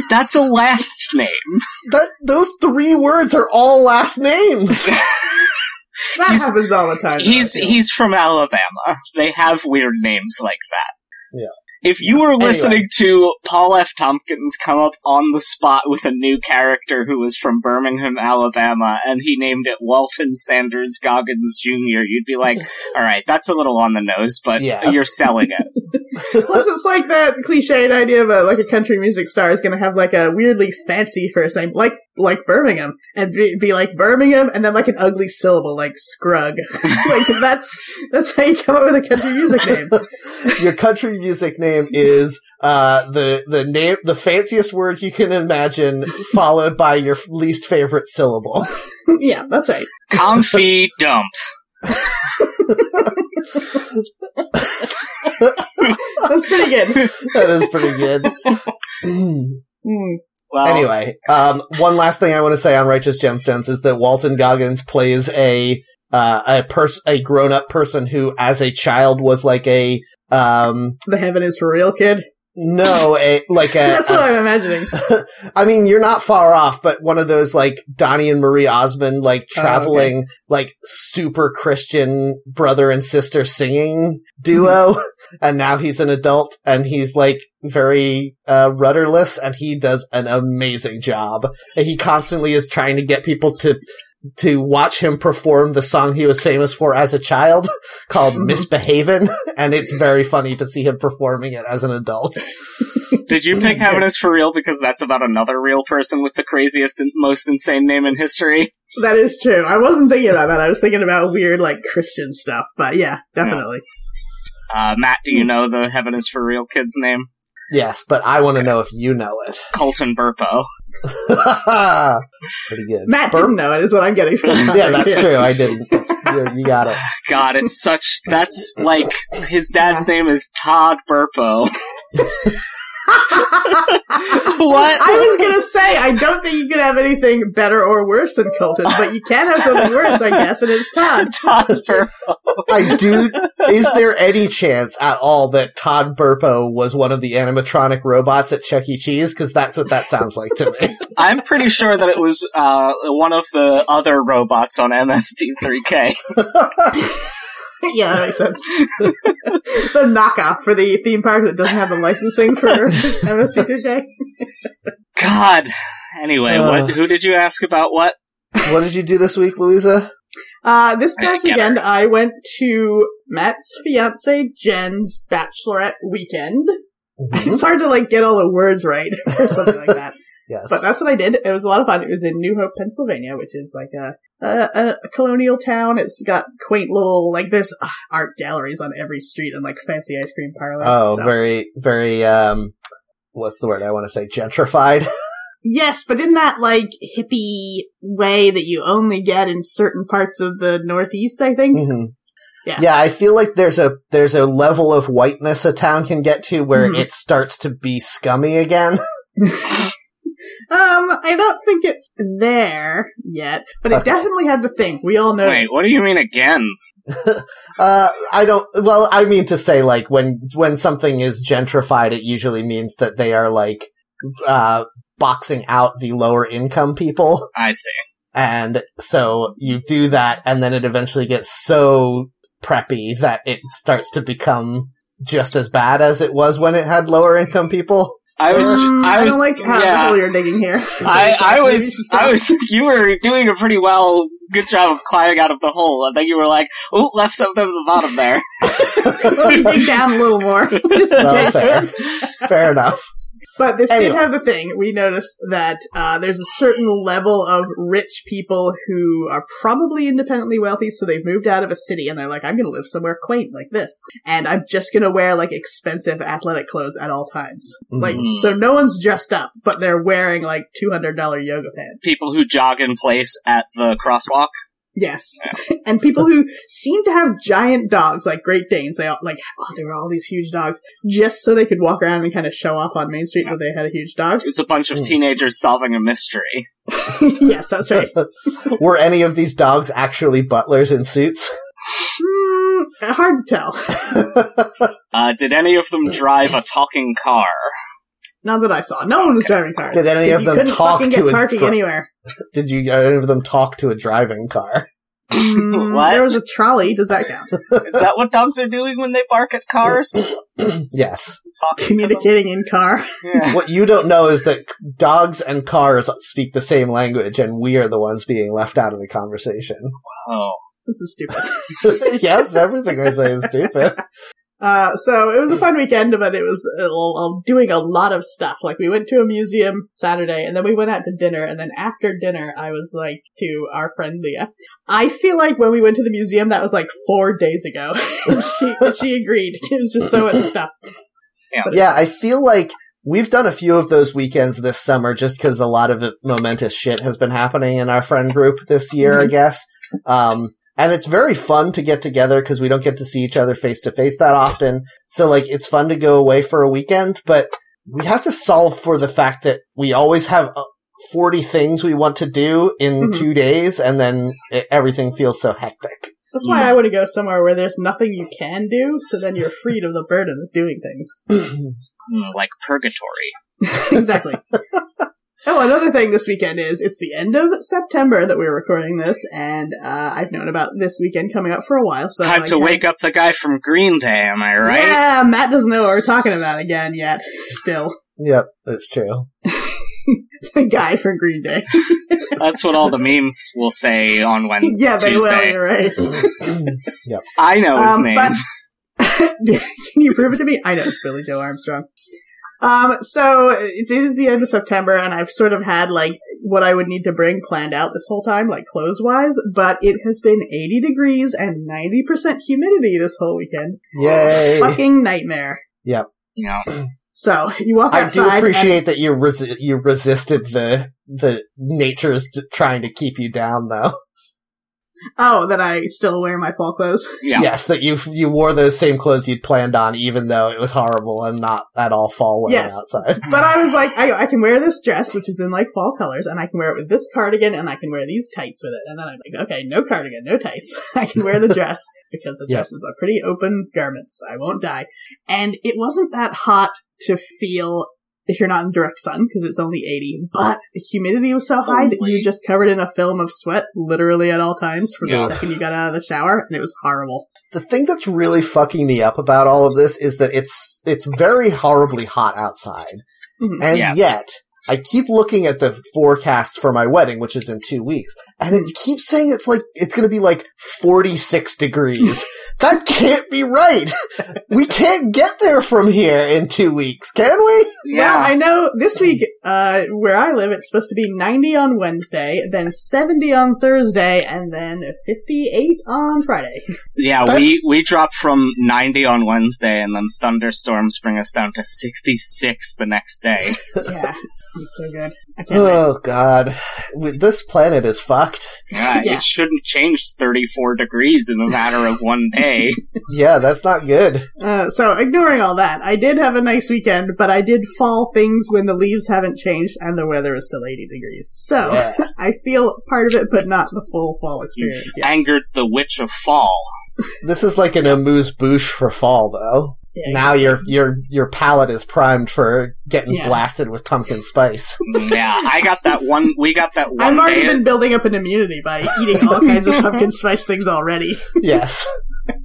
Speaker 2: That's a last name.
Speaker 1: <laughs> That those three words are all last
Speaker 3: <laughs>
Speaker 1: names.
Speaker 3: That
Speaker 2: He's-
Speaker 3: happens all the time. though,
Speaker 2: He's
Speaker 3: too.
Speaker 2: he's from Alabama. They have weird names like that. Yeah. If you were listening to Paul F. Tompkins come up on the spot with a new character who was from Birmingham, Alabama, and he named it Walton Sanders Goggins Jr., you'd be like, all right, that's a little on the nose, but
Speaker 1: Yeah.
Speaker 2: you're selling it.
Speaker 3: Plus, it's like that cliched idea of a, like a country music star is going to have like a weirdly fancy first name, like like Birmingham, and be, be like Birmingham, and then like an ugly syllable like Scrug. <laughs> like that's that's how you come up with a country music name. <laughs>
Speaker 1: Your country music name is uh, the the name the fanciest word you can imagine, followed by your f- least favorite syllable. <laughs>
Speaker 3: yeah, that's right.
Speaker 2: Comfy dump.
Speaker 3: That's pretty good.
Speaker 1: That is pretty
Speaker 3: <laughs>
Speaker 1: Mm. good.
Speaker 3: Hmm.
Speaker 2: Well,
Speaker 1: Anyway, um, one last thing I want to say on Righteous Gemstones is that Walton Goggins plays a uh, a person, a grown up person who, as a child, was like a um,
Speaker 3: The heaven is for real, kid.
Speaker 1: no, a like a.
Speaker 3: <laughs> That's what
Speaker 1: a-
Speaker 3: I'm imagining.
Speaker 1: I mean, you're not far off, but one of those like Donnie and Marie Osmond, like
Speaker 3: Oh, okay.
Speaker 1: traveling, like super Christian brother and sister singing duo.
Speaker 3: Mm-hmm.
Speaker 1: <laughs> And now he's an adult and he's like very uh, rudderless and he does an amazing job. And he constantly is trying to get people to, to watch him perform the song he was famous for as a child <laughs> called
Speaker 3: Mhm.
Speaker 1: Misbehavin'. And it's very funny to see him performing it as an adult.
Speaker 2: Did you pick Heaven is for Real because that's about another real person with the craziest and most insane name in history?
Speaker 3: That is true. I wasn't thinking about that. I was thinking about weird, like, Christian stuff. But yeah, definitely.
Speaker 2: Uh, Matt, do you know the Heaven is for Real kid's name?
Speaker 1: Yes, but I want to know if you know it.
Speaker 2: Colton Burpo.
Speaker 1: Pretty good.
Speaker 3: Matt didn't know it, is what I'm getting from
Speaker 1: <laughs>
Speaker 3: that.
Speaker 1: Yeah, that's
Speaker 3: <laughs>
Speaker 1: true. <laughs> I didn't. You- You got it.
Speaker 2: God, it's such. That's like. His dad's name is Todd Burpo. <laughs>
Speaker 1: What?
Speaker 3: I was gonna say I don't think you could have anything better or worse than Colton, but you can have something worse, I guess, and it's Todd.
Speaker 2: Todd Burpo.
Speaker 1: <laughs> I do. Is there any chance at all that Todd Burpo was one of the animatronic robots at Chuck E. Cheese? Because that's what that sounds like to me.
Speaker 2: I'm pretty sure that it was uh, one of the other robots on MSD3K.
Speaker 3: <laughs> yeah, that makes sense. <laughs> the knockoff for the theme park that doesn't have the licensing <laughs> for MSC Day.
Speaker 2: God. Anyway, what?
Speaker 1: Ugh.
Speaker 2: Who did you ask about what?
Speaker 1: <laughs> what did you do this week, Louisa?
Speaker 3: Uh, this
Speaker 2: Yeah,
Speaker 3: past
Speaker 2: get her.
Speaker 3: weekend, I went to Matt's fiance Jen's bachelorette weekend.
Speaker 1: <laughs> Mhm.
Speaker 3: It's hard to like get all the words right or something like that.
Speaker 1: Yes.
Speaker 3: But that's what I did. It was a lot of fun. It was in New Hope, Pennsylvania, which is like a a, a colonial town. It's got quaint little like there's ah, art galleries on every street and like fancy ice cream parlors.
Speaker 1: Oh,
Speaker 3: so-
Speaker 1: very, very. um What's the word I want to say? <laughs> Gentrified.
Speaker 3: yes, but in that like hippie way that you only get in certain parts of the Northeast, I think.
Speaker 1: hmm
Speaker 3: Yeah.
Speaker 1: yeah, I feel like there's a there's a level of whiteness a town can get to where
Speaker 3: Mhm.
Speaker 1: it starts to be scummy again.
Speaker 2: Mm.
Speaker 3: <laughs> Um, I don't think it's there yet, but it
Speaker 1: Okay.
Speaker 3: definitely had the thing we all know.
Speaker 2: Wait, what do you mean again?
Speaker 1: Uh, I don't. Well, I mean to say, like when when something is gentrified, it usually means that they are like uh, boxing out the lower income people,
Speaker 2: I see.
Speaker 1: and so you do that, and then it eventually gets so preppy that it starts to become just as bad as it was when it had lower income people. <laughs>
Speaker 2: I was.
Speaker 3: Um,
Speaker 2: I was.
Speaker 3: don't like how
Speaker 2: yeah.
Speaker 3: little you're digging here.
Speaker 2: I, <laughs> I
Speaker 3: Maybe
Speaker 2: was,
Speaker 3: stop.
Speaker 2: I was, you were doing a pretty well, good job of climbing out of the hole. And then you were like, oh, left something at the bottom
Speaker 3: <laughs>
Speaker 2: there.
Speaker 1: <laughs>
Speaker 3: Let me dig down a little more. <laughs>
Speaker 1: Well, fair, fair enough.
Speaker 3: But this did
Speaker 1: Anyway.
Speaker 3: have the thing. We noticed that uh, there's a certain level of rich people who are probably independently wealthy, so they've moved out of a city and they're like, I'm going to live somewhere quaint like this. And I'm just going to wear like expensive athletic clothes at all times. Like,
Speaker 2: Mhm.
Speaker 1: Mm-hmm.
Speaker 3: so no one's dressed up, but they're wearing like $200 yoga pants.
Speaker 2: People who jog in place at the crosswalk.
Speaker 3: Yes. <laughs> and people who seem to have giant dogs, like Great Danes, they all, like, oh, they were all these huge dogs, just so they could walk around and kind of show off on Main Street that they had a huge
Speaker 2: <laughs>
Speaker 3: dog.
Speaker 2: It's a bunch
Speaker 3: Hmm.
Speaker 2: of
Speaker 1: Mm.
Speaker 2: teenagers solving a mystery.
Speaker 3: yes, that's right.
Speaker 1: Mm-hmm. <laughs> Were any of these dogs actually butlers in suits? <laughs>
Speaker 3: Hmm, hard to tell.
Speaker 2: Uh, did any of
Speaker 3: Hmm.
Speaker 2: them drive a talking car?
Speaker 3: Not that I saw. No one was driving cars.
Speaker 1: Did any of
Speaker 3: You
Speaker 1: them
Speaker 3: couldn't
Speaker 1: talk
Speaker 3: fucking
Speaker 1: to
Speaker 3: get
Speaker 1: a
Speaker 3: parking
Speaker 1: dri-
Speaker 3: anywhere?
Speaker 1: Did you any of them talk to a driving car?
Speaker 3: Hmm,
Speaker 2: What?
Speaker 3: There was a trolley. Does that count?
Speaker 2: Is that what dogs are doing when they bark at cars?
Speaker 3: Hmm.
Speaker 1: yes.
Speaker 2: Talking to them?
Speaker 3: Communicating in car. <laughs>
Speaker 2: Yeah.
Speaker 1: What you don't know is that dogs and cars speak the same language, and we are the ones being left out of the conversation. <laughs>
Speaker 2: Oh.
Speaker 3: This is stupid.
Speaker 1: yes, everything I say is stupid.
Speaker 3: Uh, so it was a fun weekend, but it was a little- doing a lot of stuff. Like we went to a museum Saturday, and then we went out to dinner, and then after dinner, I was like to our friend Leah, "I feel like when we went to the museum, that was like four days ago." <laughs> And she she agreed. It was just so much stuff.
Speaker 1: Yeah, I feel like we've done a few of those weekends this summer just because a lot of momentous shit has been happening in our friend group this year, I guess. Um, and it's very fun to get together because we don't get to see each other face to face that often. So, like, it's fun to go away for a weekend, but we have to solve for the fact that we always have uh, 40 things we want to do in
Speaker 3: Mhm.
Speaker 1: two days, and then it, everything feels so hectic.
Speaker 3: That's why I want to go somewhere where there's nothing you can do, so then you're freed of the burden of doing things.
Speaker 2: Mm, like purgatory. <laughs>
Speaker 3: exactly. oh, another thing this weekend is it's the end of September that we're recording this, and uh, I've known about this weekend coming up for a while.
Speaker 2: It's
Speaker 3: So
Speaker 2: time
Speaker 3: like,
Speaker 2: to wake up the guy from Green Day, am I right?
Speaker 3: Yeah, Matt doesn't know what we're talking about again yet. Still, <laughs>
Speaker 1: yep, that's true.
Speaker 3: the guy from Green Day. <laughs>
Speaker 2: That's what all the memes will say on Wednesday.
Speaker 3: yeah, Um, they will.
Speaker 2: Tuesday.
Speaker 3: You're right.
Speaker 2: I know his name.
Speaker 3: <laughs> But can you prove it to me? I know it's Billy Joe Armstrong. Um, so it is the end of September, and I've sort of had like what I would need to bring planned out this whole time, like clothes wise. But it has been 80 degrees and 90 percent humidity this whole weekend.
Speaker 1: Yay!
Speaker 3: Fucking nightmare.
Speaker 2: you know,
Speaker 3: So you walk
Speaker 1: I
Speaker 3: outside.
Speaker 1: do
Speaker 3: and-
Speaker 1: appreciate that you resi- you resisted the the nature's t- trying to keep you down, though.
Speaker 3: oh, that I still wear my fall clothes.
Speaker 2: yeah.
Speaker 1: Yes, that you you wore those same clothes you'd planned on, even though it was horrible and not at all fall weather
Speaker 3: Yes.
Speaker 1: outside.
Speaker 3: But I was like, I, I can wear this dress, which is in like fall colors, and I can wear it with this cardigan, and I can wear these tights with it. And then I'm like, okay, no cardigan, no tights. <laughs> I can wear the dress because the
Speaker 1: Yeah.
Speaker 3: dress is a pretty open garment, so I won't die. And it wasn't that hot to feel if you're not in direct sun because it's only 80, but the humidity was so high that you were just covered in a film of sweat literally at all times from
Speaker 2: Yeah.
Speaker 3: the second you got out of the shower, and it was horrible.
Speaker 1: The thing that's really fucking me up about all of this is that it's it's very horribly hot outside,
Speaker 3: Mhm.
Speaker 1: and
Speaker 2: Yes.
Speaker 1: yet I keep looking at the forecast for my wedding, which is in two weeks, and it keeps saying it's like it's going to be like forty six
Speaker 3: <laughs>
Speaker 1: degrees. that can't be right. we can't get there from here in two weeks, can we?
Speaker 3: Well,
Speaker 2: yeah.
Speaker 3: I know this week, uh, where I live, it's supposed to be 90 on Wednesday, then 70 on Thursday, and then 58 on
Speaker 1: <laughs>
Speaker 3: Friday.
Speaker 2: yeah,
Speaker 1: That's-
Speaker 2: we, we drop from 90 on Wednesday, and then thunderstorms bring us down to 66 the next day.
Speaker 3: yeah. It's so good. I can't wait.
Speaker 1: Oh god, With- this planet is fucked.
Speaker 2: Yeah,
Speaker 3: Yeah.
Speaker 2: It shouldn't change 34 degrees in a matter of one day.
Speaker 1: Yeah, that's not good.
Speaker 3: Uh, so ignoring all that, I did have a nice weekend, but I did fall things when the leaves haven't changed and the weather is still 80 degrees. So
Speaker 1: Yeah.
Speaker 3: <laughs> I feel part of it, but not the full fall experience
Speaker 1: <laughs>
Speaker 3: yet.
Speaker 2: Angered the Witch of Fall.
Speaker 1: This is like an amuse bouche for fall, though.
Speaker 3: Yeah.
Speaker 1: Now your your your palate is primed for getting
Speaker 3: Yeah.
Speaker 1: blasted with pumpkin spice. <laughs>
Speaker 2: Yeah, I got that one. We got that one.
Speaker 3: I've already
Speaker 2: day-
Speaker 3: been building up an immunity by eating
Speaker 1: <laughs>
Speaker 3: all kinds of pumpkin spice things already.
Speaker 1: yes.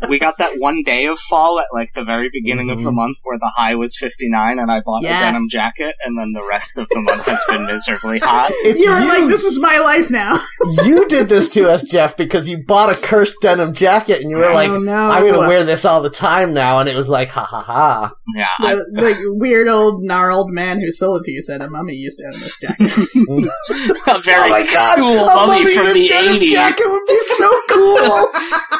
Speaker 2: we got that one day of fall at like the very beginning of the
Speaker 1: Mhm.
Speaker 2: month where the high was 59 and I bought
Speaker 3: Yes.
Speaker 2: a denim jacket and then the rest of the month has been miserably hot.
Speaker 1: It's
Speaker 3: You're
Speaker 1: you.
Speaker 3: like, this is my life now.
Speaker 1: you did this to us, Jeff, because you bought a cursed denim jacket and you were
Speaker 2: Oh,
Speaker 1: like,
Speaker 3: oh, no.
Speaker 1: I'm gonna wear this all the time now, and it was like, ha ha ha.
Speaker 2: Yeah. I,
Speaker 3: the, the weird old gnarled man who sold it to you said, "A mummy used to own this
Speaker 1: <laughs>
Speaker 3: jacket."
Speaker 2: a very
Speaker 1: oh my god,
Speaker 2: cool
Speaker 1: a
Speaker 2: mummy
Speaker 1: mummy in
Speaker 2: from
Speaker 1: a
Speaker 2: the
Speaker 1: denim
Speaker 2: 80s.
Speaker 1: jacket would be so cool.
Speaker 3: <laughs>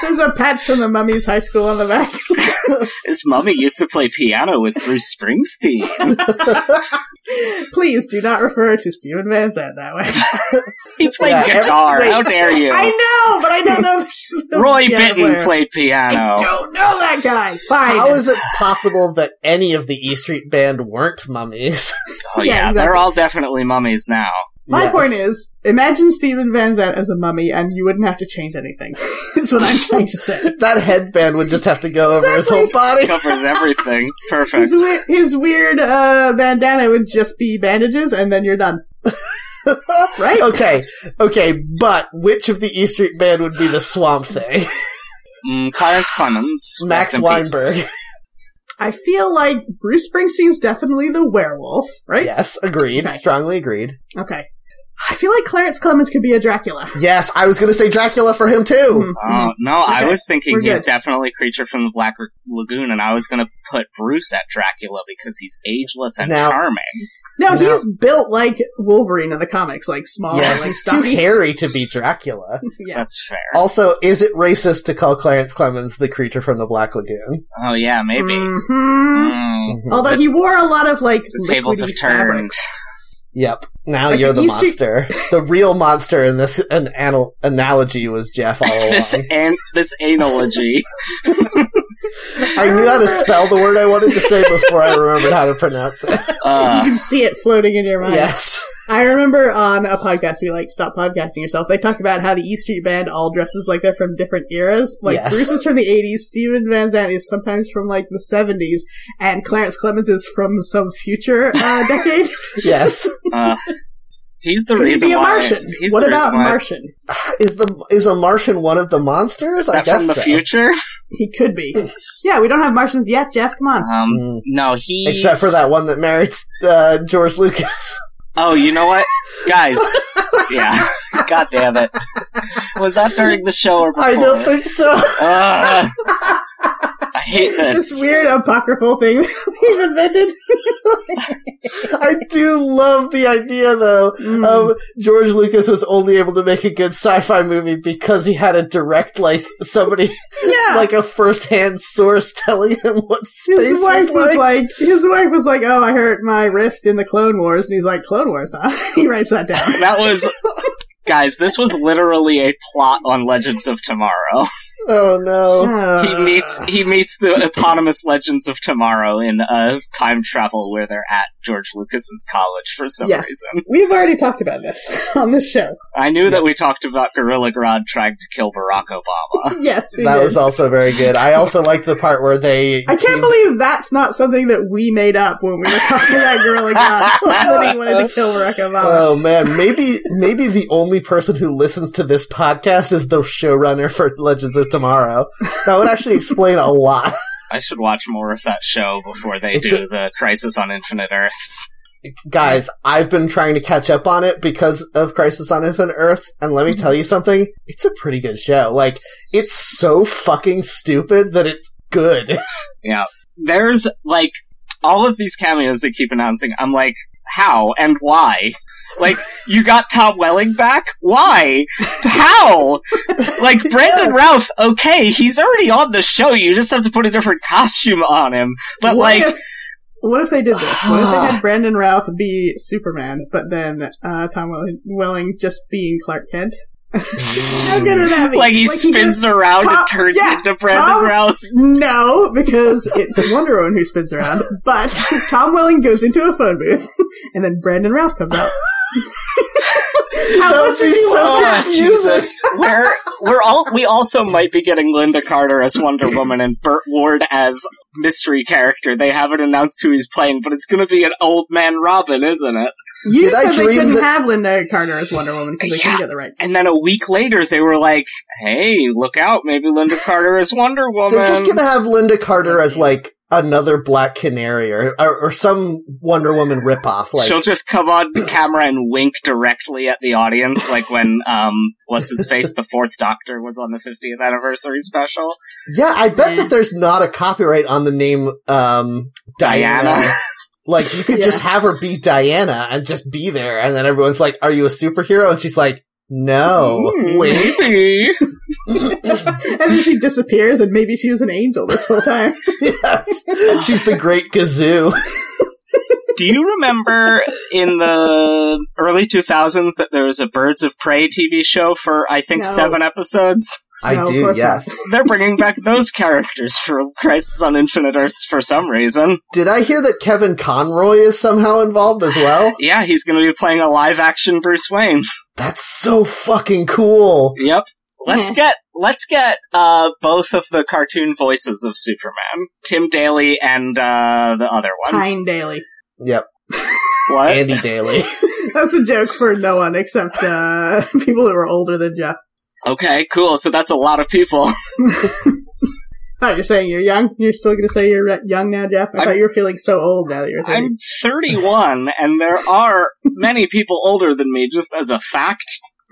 Speaker 3: There's a patch from the mummy's high school on the back. <laughs>
Speaker 2: His mummy used to play piano with Bruce
Speaker 3: <laughs>
Speaker 2: Springsteen.
Speaker 3: Please do not refer to Stephen Van Zandt
Speaker 1: <laughs>
Speaker 3: that way.
Speaker 2: He played
Speaker 1: Yeah, every-
Speaker 2: guitar.
Speaker 1: wait.
Speaker 2: How dare you?
Speaker 3: I know, but I don't know.
Speaker 1: <laughs>
Speaker 3: the
Speaker 2: Roy Bittan
Speaker 3: piano player.
Speaker 2: played
Speaker 3: I
Speaker 2: piano.
Speaker 3: don't know that guy. Fine.
Speaker 1: How is it possible that any of the E Street Band weren't mummies?
Speaker 2: Oh,
Speaker 3: Yeah,
Speaker 2: yeah, they're
Speaker 3: exactly.
Speaker 2: all definitely mummies now.
Speaker 3: <laughs> My
Speaker 1: Yes.
Speaker 3: point is, imagine Stephen Van Zandt as a mummy, and you wouldn't have to change anything. <laughs> is what I'm trying to say.
Speaker 1: that headband would just have to go over his whole
Speaker 3: Exactly.
Speaker 1: body.
Speaker 2: <laughs> Covers
Speaker 3: <laughs>
Speaker 2: everything.
Speaker 3: His,
Speaker 2: Perfect.
Speaker 3: weir- his weird uh, bandana would just be bandages, and then you're done. <laughs> Right?
Speaker 1: okay, okay, but which of the E Street Band would be the Swamp Thing?
Speaker 2: Mm, Clarence Clemens.
Speaker 1: Max
Speaker 2: rest in peace.
Speaker 1: Weinberg.
Speaker 3: I feel like Bruce Springsteen's definitely the werewolf, right?
Speaker 1: Yes, agreed.
Speaker 3: Okay.
Speaker 1: Strongly agreed.
Speaker 3: Okay. I feel like Clarence Clemens could be a Dracula.
Speaker 1: Yes, I was going to say Dracula for him too.
Speaker 3: Mhm, mhm.
Speaker 2: Oh no! I
Speaker 3: Okay,
Speaker 2: was
Speaker 3: we're
Speaker 2: thinking he's
Speaker 3: good.
Speaker 2: definitely creature from the Black Lagoon, and I was going to put Bruce at Dracula because he's ageless and
Speaker 1: Now-
Speaker 2: charming.
Speaker 3: No,
Speaker 1: No.
Speaker 3: he's built like Wolverine in the comics, like small,
Speaker 1: Yeah,
Speaker 3: like
Speaker 1: he's too
Speaker 3: stocky.
Speaker 1: hairy to be Dracula.
Speaker 3: <laughs> yeah.
Speaker 2: That's fair. Oh,
Speaker 1: Also, is it racist to call Clarence Clemens the creature from the Black Lagoon?
Speaker 2: Oh, yeah, maybe.
Speaker 3: Mhm.
Speaker 2: Mm.
Speaker 1: Mhm.
Speaker 3: Although he wore a lot of like
Speaker 2: The tables have
Speaker 3: liquidy
Speaker 2: turned.
Speaker 3: fabric.
Speaker 1: Yep. Now
Speaker 3: Like
Speaker 1: you're
Speaker 3: the
Speaker 1: the
Speaker 3: E Street-
Speaker 2: <laughs>
Speaker 1: monster. the real monster in this an anal-
Speaker 2: <laughs>
Speaker 1: analogy was Jeff all
Speaker 2: This
Speaker 1: along.
Speaker 2: and this analogy.
Speaker 1: I knew
Speaker 2: <laughs>
Speaker 1: how to spell the word I wanted to say before I remembered how to pronounce it.
Speaker 2: Uh,
Speaker 3: <laughs> you can see it floating in your mind.
Speaker 1: Yes.
Speaker 3: I remember on a podcast we like stop podcasting yourself. They talked about how the E Street Band all dresses like they're from different eras. Like
Speaker 1: Yes.
Speaker 3: Bruce is from the '80s, Steven Van Zandt is sometimes from like the '70s, and Clarence Clemens is from some future uh, decade.
Speaker 1: Yes.
Speaker 2: uh, he's the
Speaker 3: Could he
Speaker 2: reason
Speaker 3: be a
Speaker 2: why.
Speaker 3: Martian?
Speaker 2: He's
Speaker 3: What
Speaker 2: the
Speaker 3: about
Speaker 2: reason why-
Speaker 3: Martian?
Speaker 1: Is the is a Martian one of the monsters?
Speaker 2: Is
Speaker 1: I
Speaker 2: that
Speaker 1: guess
Speaker 2: from the
Speaker 1: so.
Speaker 2: future?
Speaker 3: He could be. Yeah, we don't have Martians yet, Jeff. Come on.
Speaker 2: Um,
Speaker 1: Mm.
Speaker 2: no, he.
Speaker 1: Except for that one that married uh, George Lucas. <laughs>
Speaker 2: Oh, you know
Speaker 3: <laughs>
Speaker 2: what, guys? yeah. God damn it. Was that during the show or before?
Speaker 1: I don't
Speaker 2: it?
Speaker 1: think so.
Speaker 2: Ugh. I hate
Speaker 3: <laughs> This
Speaker 2: this.
Speaker 3: weird apocryphal thing <laughs> we've invented.
Speaker 1: I do love the idea though
Speaker 3: Mm.
Speaker 1: of Um, George Lucas was only able to make a good sci-fi movie because he had a direct like somebody
Speaker 3: <laughs> yeah.
Speaker 1: like a first-hand source telling him what space
Speaker 3: his wife
Speaker 1: was like.
Speaker 3: was like, his wife was like, "Oh, I hurt my wrist in the Clone Wars," and he's like, "Clone Wars, huh?" <laughs> he writes that down.
Speaker 2: That was. Guys, this was literally a plot on Legends of Tomorrow.
Speaker 1: oh no.
Speaker 3: Uh,
Speaker 2: He meets he meets the eponymous Legends of Tomorrow in uh, time travel where they're at George Lucas's college for some
Speaker 3: Yes.
Speaker 2: reason.
Speaker 3: We've already talked about this <laughs> on this show.
Speaker 2: I knew that we talked about Gorilla Grodd trying to kill Barack <laughs> Obama.
Speaker 3: Yes, we
Speaker 1: That
Speaker 3: did.
Speaker 1: was also very good. I also liked the part where they
Speaker 3: I can't
Speaker 1: teamed-
Speaker 3: believe that's not something that we made up when we were talking about Gorilla
Speaker 2: <laughs>
Speaker 3: God that he wanted to kill Barack
Speaker 2: Uh,
Speaker 3: Obama.
Speaker 1: Oh man, maybe maybe the only person who listens to this podcast is the showrunner for Legends of Tomorrow. That would actually explain a lot.
Speaker 2: I should watch more of that show before they
Speaker 1: It's
Speaker 2: do the Crisis on Infinite Earths.
Speaker 1: Guys, I've been trying to catch up on it because of Crisis on Infinite Earths, and let me tell you something, it's a pretty good show. Like, it's so fucking stupid that it's good.
Speaker 2: Yeah. There's like all of these cameos they keep announcing. I'm like, how and why? Like, you got Tom Welling back? Why? How? Like, <laughs> Brandon Routh, okay, he's already on the show. You just have to put a different costume on him. But,
Speaker 3: What
Speaker 2: like,
Speaker 3: if- what if they did this? What
Speaker 2: <sighs>
Speaker 3: if they had Brandon Routh be Superman, but then uh, Tom Welling, Welling just being Clark Kent? <laughs> How good would that be?
Speaker 2: like he
Speaker 3: just-
Speaker 2: spins around
Speaker 3: Tom-
Speaker 2: and turns
Speaker 3: yeah,
Speaker 2: into Brandon
Speaker 3: Tom-
Speaker 2: Routh.
Speaker 3: No, because it's Wonder Woman who spins around. But Tom Welling goes into a phone booth, and then Brandon Routh comes out. How
Speaker 1: That would
Speaker 3: much
Speaker 1: be
Speaker 3: would you
Speaker 1: so
Speaker 2: <laughs>
Speaker 3: love that?
Speaker 1: much. Jesus.
Speaker 2: we're we're all we also might be getting Linda Carter as Wonder Woman and Burt Ward as mystery character. They haven't announced who he's playing, but it's going to be an old man Robin, isn't it?
Speaker 3: You
Speaker 1: Did I
Speaker 3: said they
Speaker 1: dream
Speaker 3: couldn't
Speaker 1: that-
Speaker 3: have Linda Carter as Wonder Woman because they
Speaker 2: Yeah.
Speaker 3: couldn't get the rights.
Speaker 2: And then a week later, they were like, "Hey, look out! Maybe Linda Carter is Wonder Woman."
Speaker 1: They're just gonna have Linda Carter as, like, another Black Canary or, or, or some Wonder Woman ripoff. Like,
Speaker 2: She'll just come on camera and wink directly at the audience, like when um, what's his face, the Fourth Doctor was on the 50th anniversary special.
Speaker 1: Yeah, I bet
Speaker 3: Yeah.
Speaker 1: that there's not a copyright on the name um, Diana.
Speaker 2: Diana.
Speaker 1: like you could just have her be Diana and just be there, and then everyone's like, "Are you a superhero?" And she's like, "No,
Speaker 2: Hmm,
Speaker 1: wait."
Speaker 2: maybe.
Speaker 3: <laughs> and then she disappears, and maybe she was an angel this whole time.
Speaker 1: yes, she's the Great Gazoo.
Speaker 2: Do you remember in the early 2000s that there was a Birds of Prey TV show for, I think,
Speaker 3: No.
Speaker 2: seven episodes?
Speaker 1: I
Speaker 3: No, of
Speaker 1: do.
Speaker 3: course
Speaker 1: Yes.
Speaker 3: not.
Speaker 2: They're bringing back those characters for Crisis on Infinite Earths for some reason.
Speaker 1: Did I hear that Kevin Conroy is somehow involved as well?
Speaker 2: Yeah, he's going to be playing a live action Bruce Wayne.
Speaker 1: That's so fucking cool.
Speaker 2: Yep. Let's
Speaker 3: Mhm.
Speaker 2: get let's get uh, both of the cartoon voices of Superman, Tim Daly and uh, the other one.
Speaker 3: Tyne Daly.
Speaker 1: Yep,
Speaker 2: What?
Speaker 1: Andy <laughs> Daly.
Speaker 3: That's a joke for no one except uh, <laughs> people who are older than Jeff.
Speaker 2: Okay, cool. So that's a lot of people.
Speaker 3: I thought you're saying you're young. You're still going to say you're re- young now, Jeff. I
Speaker 2: I'm-
Speaker 3: thought you were feeling so old now that you're 30.
Speaker 2: I'm 31, and there are many people older than me, just as a fact.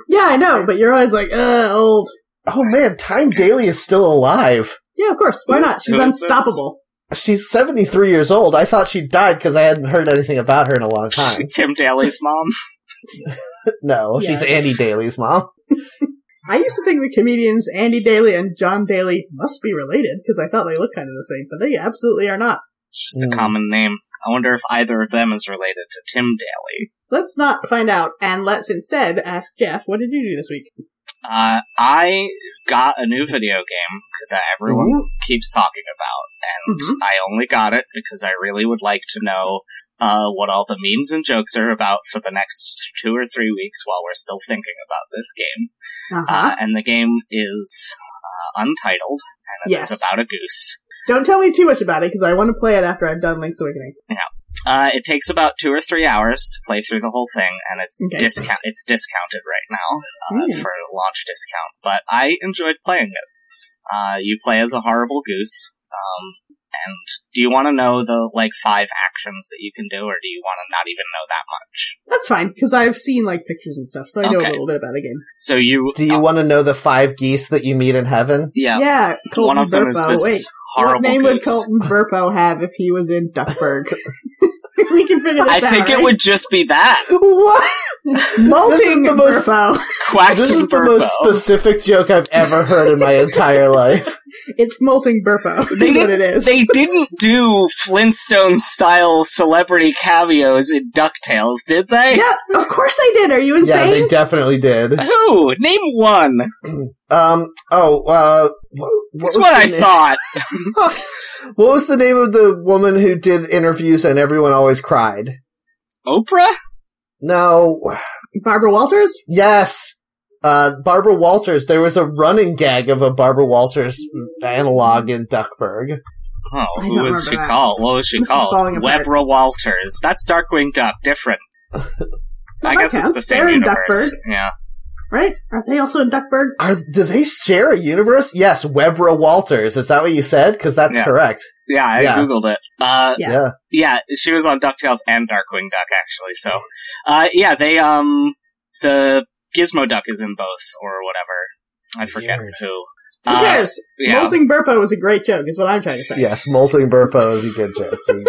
Speaker 3: Yeah, I know, but you're always like, uh, old.
Speaker 1: Oh man, Time Daly is still alive.
Speaker 3: Yeah, of course. Why
Speaker 2: Who's-
Speaker 3: not? She's
Speaker 2: who is this?
Speaker 3: unstoppable.
Speaker 1: She's 73 years old. I thought she died because I hadn't heard anything about her in a long time.
Speaker 2: <laughs> Tim Daly's mom.
Speaker 1: No,
Speaker 3: Yeah.
Speaker 1: she's Andy Daly's mom.
Speaker 3: I used to think the comedians Andy Daly and John Daly must be related because I thought they looked kind of the same, but they absolutely are not.
Speaker 2: It's just a
Speaker 1: Mm.
Speaker 2: common name. I wonder if either of them is related to Tim Daly.
Speaker 3: Let's not find out, and let's instead ask Jeff, what did you do this week?
Speaker 2: Uh, I got a new video game that everyone keeps talking about, and
Speaker 3: Mhm.
Speaker 2: I only got it because I really would like to know uh, what all the memes and jokes are about for the next two or three weeks while we're still thinking about this game.
Speaker 3: Uh
Speaker 2: Uh,
Speaker 3: huh.
Speaker 2: and the game is uh, untitled, and it's
Speaker 3: Yes.
Speaker 2: about a goose.
Speaker 3: Don't tell me too much about it because I want to play it after I've done Link's Awakening.
Speaker 2: Uh, it takes about two or three hours to play through the whole thing, and it's
Speaker 3: Okay.
Speaker 2: discount. It's discounted right now uh,
Speaker 3: Hmm.
Speaker 2: for launch discount. But I enjoyed playing it. Uh, you play as a horrible goose. Um, and do you want to know the like five actions that you can do, or do you want to not even know that much?
Speaker 3: That's fine because I've seen like pictures and stuff, so I know
Speaker 2: Okay.
Speaker 3: a little bit about the game.
Speaker 2: So you, uh,
Speaker 1: Do you want to know the five geese that you meet in heaven?
Speaker 2: yeah,
Speaker 3: Yeah, Colton
Speaker 2: one of them is
Speaker 3: Burpo.
Speaker 2: this
Speaker 3: Wait,
Speaker 2: horrible
Speaker 3: what name would
Speaker 2: goose.
Speaker 3: Colton Burpo have if he was in Duckburg? <laughs> we can figure this
Speaker 2: I
Speaker 3: out.
Speaker 2: think it
Speaker 3: right?
Speaker 2: would just be that
Speaker 1: What?
Speaker 3: molting
Speaker 1: This is the most-
Speaker 3: Burpo.
Speaker 1: <laughs>
Speaker 2: quack
Speaker 1: This is the most specific joke I've ever heard in my entire life.
Speaker 3: <laughs>
Speaker 1: <laughs>
Speaker 3: It's molting Burpo.
Speaker 2: They
Speaker 3: That's what it is. <laughs>
Speaker 2: They didn't do Flintstone style celebrity cameos in DuckTales, did they?
Speaker 3: yeah, of course they did. Are you
Speaker 1: Yeah,
Speaker 3: insane?
Speaker 1: they definitely did.
Speaker 2: Who? Name one.
Speaker 1: Um. Oh. Uh. What, what
Speaker 2: That's
Speaker 1: was
Speaker 2: what
Speaker 1: the
Speaker 2: I
Speaker 1: name-
Speaker 2: thought.
Speaker 1: What was the name of the woman who did interviews and everyone always cried?
Speaker 2: Oprah?
Speaker 1: No.
Speaker 3: Barbara Walters?
Speaker 1: Yes. Uh, Barbara Walters. There was a running gag of a Barbara Walters analog in Duckburg.
Speaker 2: Oh,
Speaker 3: I
Speaker 2: who
Speaker 3: don't
Speaker 2: was
Speaker 3: remember
Speaker 2: she
Speaker 3: that.
Speaker 2: called? What was she
Speaker 3: This is
Speaker 2: called?
Speaker 3: falling apart.
Speaker 2: Webra Walters. That's Darkwing Duck.
Speaker 3: <laughs>
Speaker 2: Different. I
Speaker 3: that
Speaker 2: guess it's
Speaker 3: counts.
Speaker 2: the same
Speaker 3: They're in
Speaker 2: universe.
Speaker 3: Duckburg.
Speaker 2: Yeah.
Speaker 3: Right? Aren't they also in Duckburg?
Speaker 1: Are do they share a universe? Yes, Webra Walters. Is that what you said? Because that's
Speaker 2: Yeah.
Speaker 1: correct.
Speaker 2: Yeah, I
Speaker 1: Yeah.
Speaker 2: googled it. Uh,
Speaker 3: Yeah.
Speaker 1: Yeah.
Speaker 2: yeah, she was on DuckTales and Darkwing Duck actually. So, uh, yeah, they um the Gizmo Duck is in both or whatever. I forget
Speaker 1: Weird.
Speaker 2: who.
Speaker 3: Who
Speaker 2: Uh,
Speaker 3: cares?
Speaker 2: yeah,
Speaker 3: Molting Burpo was a great joke, is what I'm trying to say.
Speaker 1: Yes, molting burpo is a good
Speaker 2: <laughs>
Speaker 1: joke.
Speaker 2: no.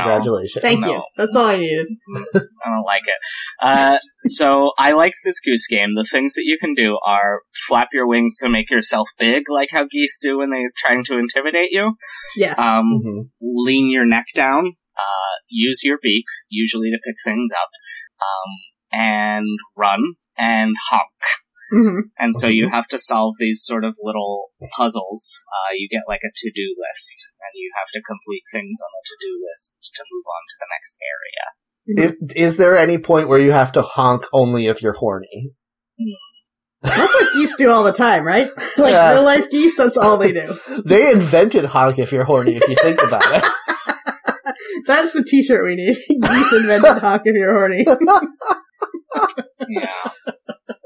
Speaker 1: Congratulations.
Speaker 3: Thank
Speaker 2: No.
Speaker 3: you. That's all I needed.
Speaker 2: I don't like it. Uh, so I liked this goose game. The things that you can do are flap your wings to make yourself big, like how geese do when they're trying to intimidate you.
Speaker 3: Yes.
Speaker 2: Um,
Speaker 1: Mhm.
Speaker 2: lean your neck down. Uh, use your beak, usually to pick things up, um, and run and honk.
Speaker 3: hmm
Speaker 2: And so you have to solve these sort of little puzzles. Uh, you get like a to do list, and you have to complete things on the to do list to move on to the next area.
Speaker 1: If, is there any point where you have to honk only if you're horny?
Speaker 3: That's what geese do all the time, right? <laughs> Like
Speaker 1: Yeah.
Speaker 3: real life geese, that's all they do.
Speaker 1: They invented honk if you're horny. If you think about it. <laughs>
Speaker 3: That's the t shirt we need. <laughs>
Speaker 1: <laughs>
Speaker 3: geese invented honk if you're horny.
Speaker 2: Yeah.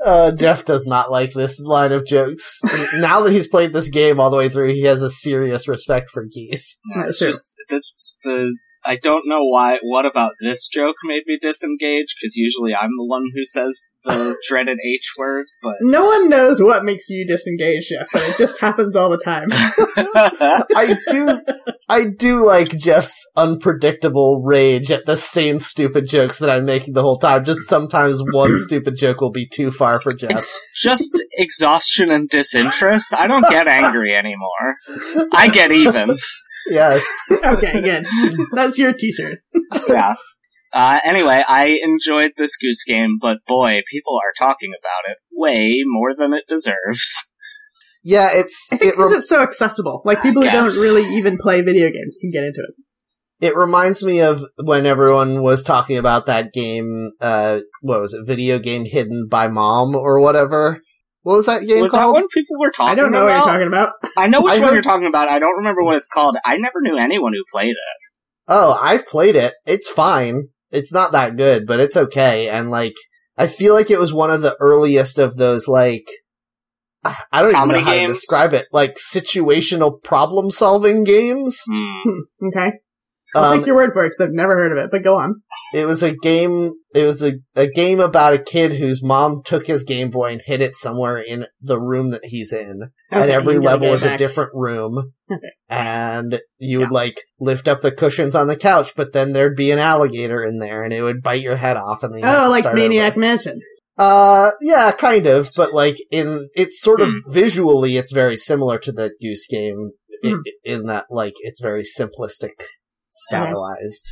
Speaker 1: Uh, Jeff does not like this line of jokes. now that he's played this game all the way through, he has a serious respect for geese.
Speaker 2: Yeah, It's
Speaker 3: That's true.
Speaker 2: just the, the I don't know why. What about this joke made me disengage? Because usually I'm the one who says the dreaded H word,
Speaker 3: No one knows what makes you disengage, Jeff, but it just happens all the time. <laughs>
Speaker 1: <laughs>
Speaker 2: but <laughs>
Speaker 1: I do, I do like Jeff's unpredictable rage at the same stupid jokes that I'm making the whole time. Just sometimes
Speaker 3: <clears throat>
Speaker 1: one stupid joke will be too far for Jeff.
Speaker 2: it's just exhaustion and disinterest. I don't get angry anymore. I get even.
Speaker 1: Yes.
Speaker 3: okay, good. That's your t shirt.
Speaker 2: Yeah. Uh, anyway, I enjoyed this goose game, but boy, people are talking about it way more than it deserves.
Speaker 1: Yeah, it's,
Speaker 3: I think
Speaker 1: it,
Speaker 3: because
Speaker 1: re-
Speaker 3: it's so accessible. Like
Speaker 2: I
Speaker 3: people who
Speaker 2: guess.
Speaker 3: don't really even play video games can get into it.
Speaker 1: it reminds me of when everyone was talking about that game, uh, what was it? Video game hidden by mom or whatever. What was that game
Speaker 2: Was that
Speaker 1: called?
Speaker 2: when people were talking?
Speaker 3: I don't know what
Speaker 2: about?
Speaker 3: you're talking about.
Speaker 2: I know which
Speaker 1: I
Speaker 2: one
Speaker 1: heard-
Speaker 2: you're talking about. I don't remember what it's called. I never knew anyone who played it.
Speaker 1: oh, I've played it. It's fine. It's not that good, but it's okay. And like, I feel like it was one of the earliest of those like, I don't
Speaker 2: Comedy
Speaker 1: even know how
Speaker 2: games?
Speaker 1: to describe it, like situational problem solving games.
Speaker 2: Hmm.
Speaker 3: Okay, I'll
Speaker 1: Um,
Speaker 3: take your word for it because I've never heard of it. But go on.
Speaker 1: it was a game. It was a, a game about a kid whose mom took his Game Boy and hid it somewhere in the room that he's in. at
Speaker 3: Okay,
Speaker 1: every
Speaker 3: you gotta
Speaker 1: level
Speaker 3: get
Speaker 1: is a
Speaker 3: back.
Speaker 1: different room.
Speaker 3: Okay.
Speaker 1: And you would like lift up the cushions on the couch, but then there'd be an alligator in there and it would bite your head off and then you had
Speaker 3: Oh,
Speaker 1: to
Speaker 3: like
Speaker 1: start
Speaker 3: Maniac
Speaker 1: over.
Speaker 3: Mansion.
Speaker 1: Uh yeah, kind of, but like in it's sort of visually it's very similar to the goose game i-
Speaker 3: Hmm.
Speaker 1: in that like it's very simplistic stylized.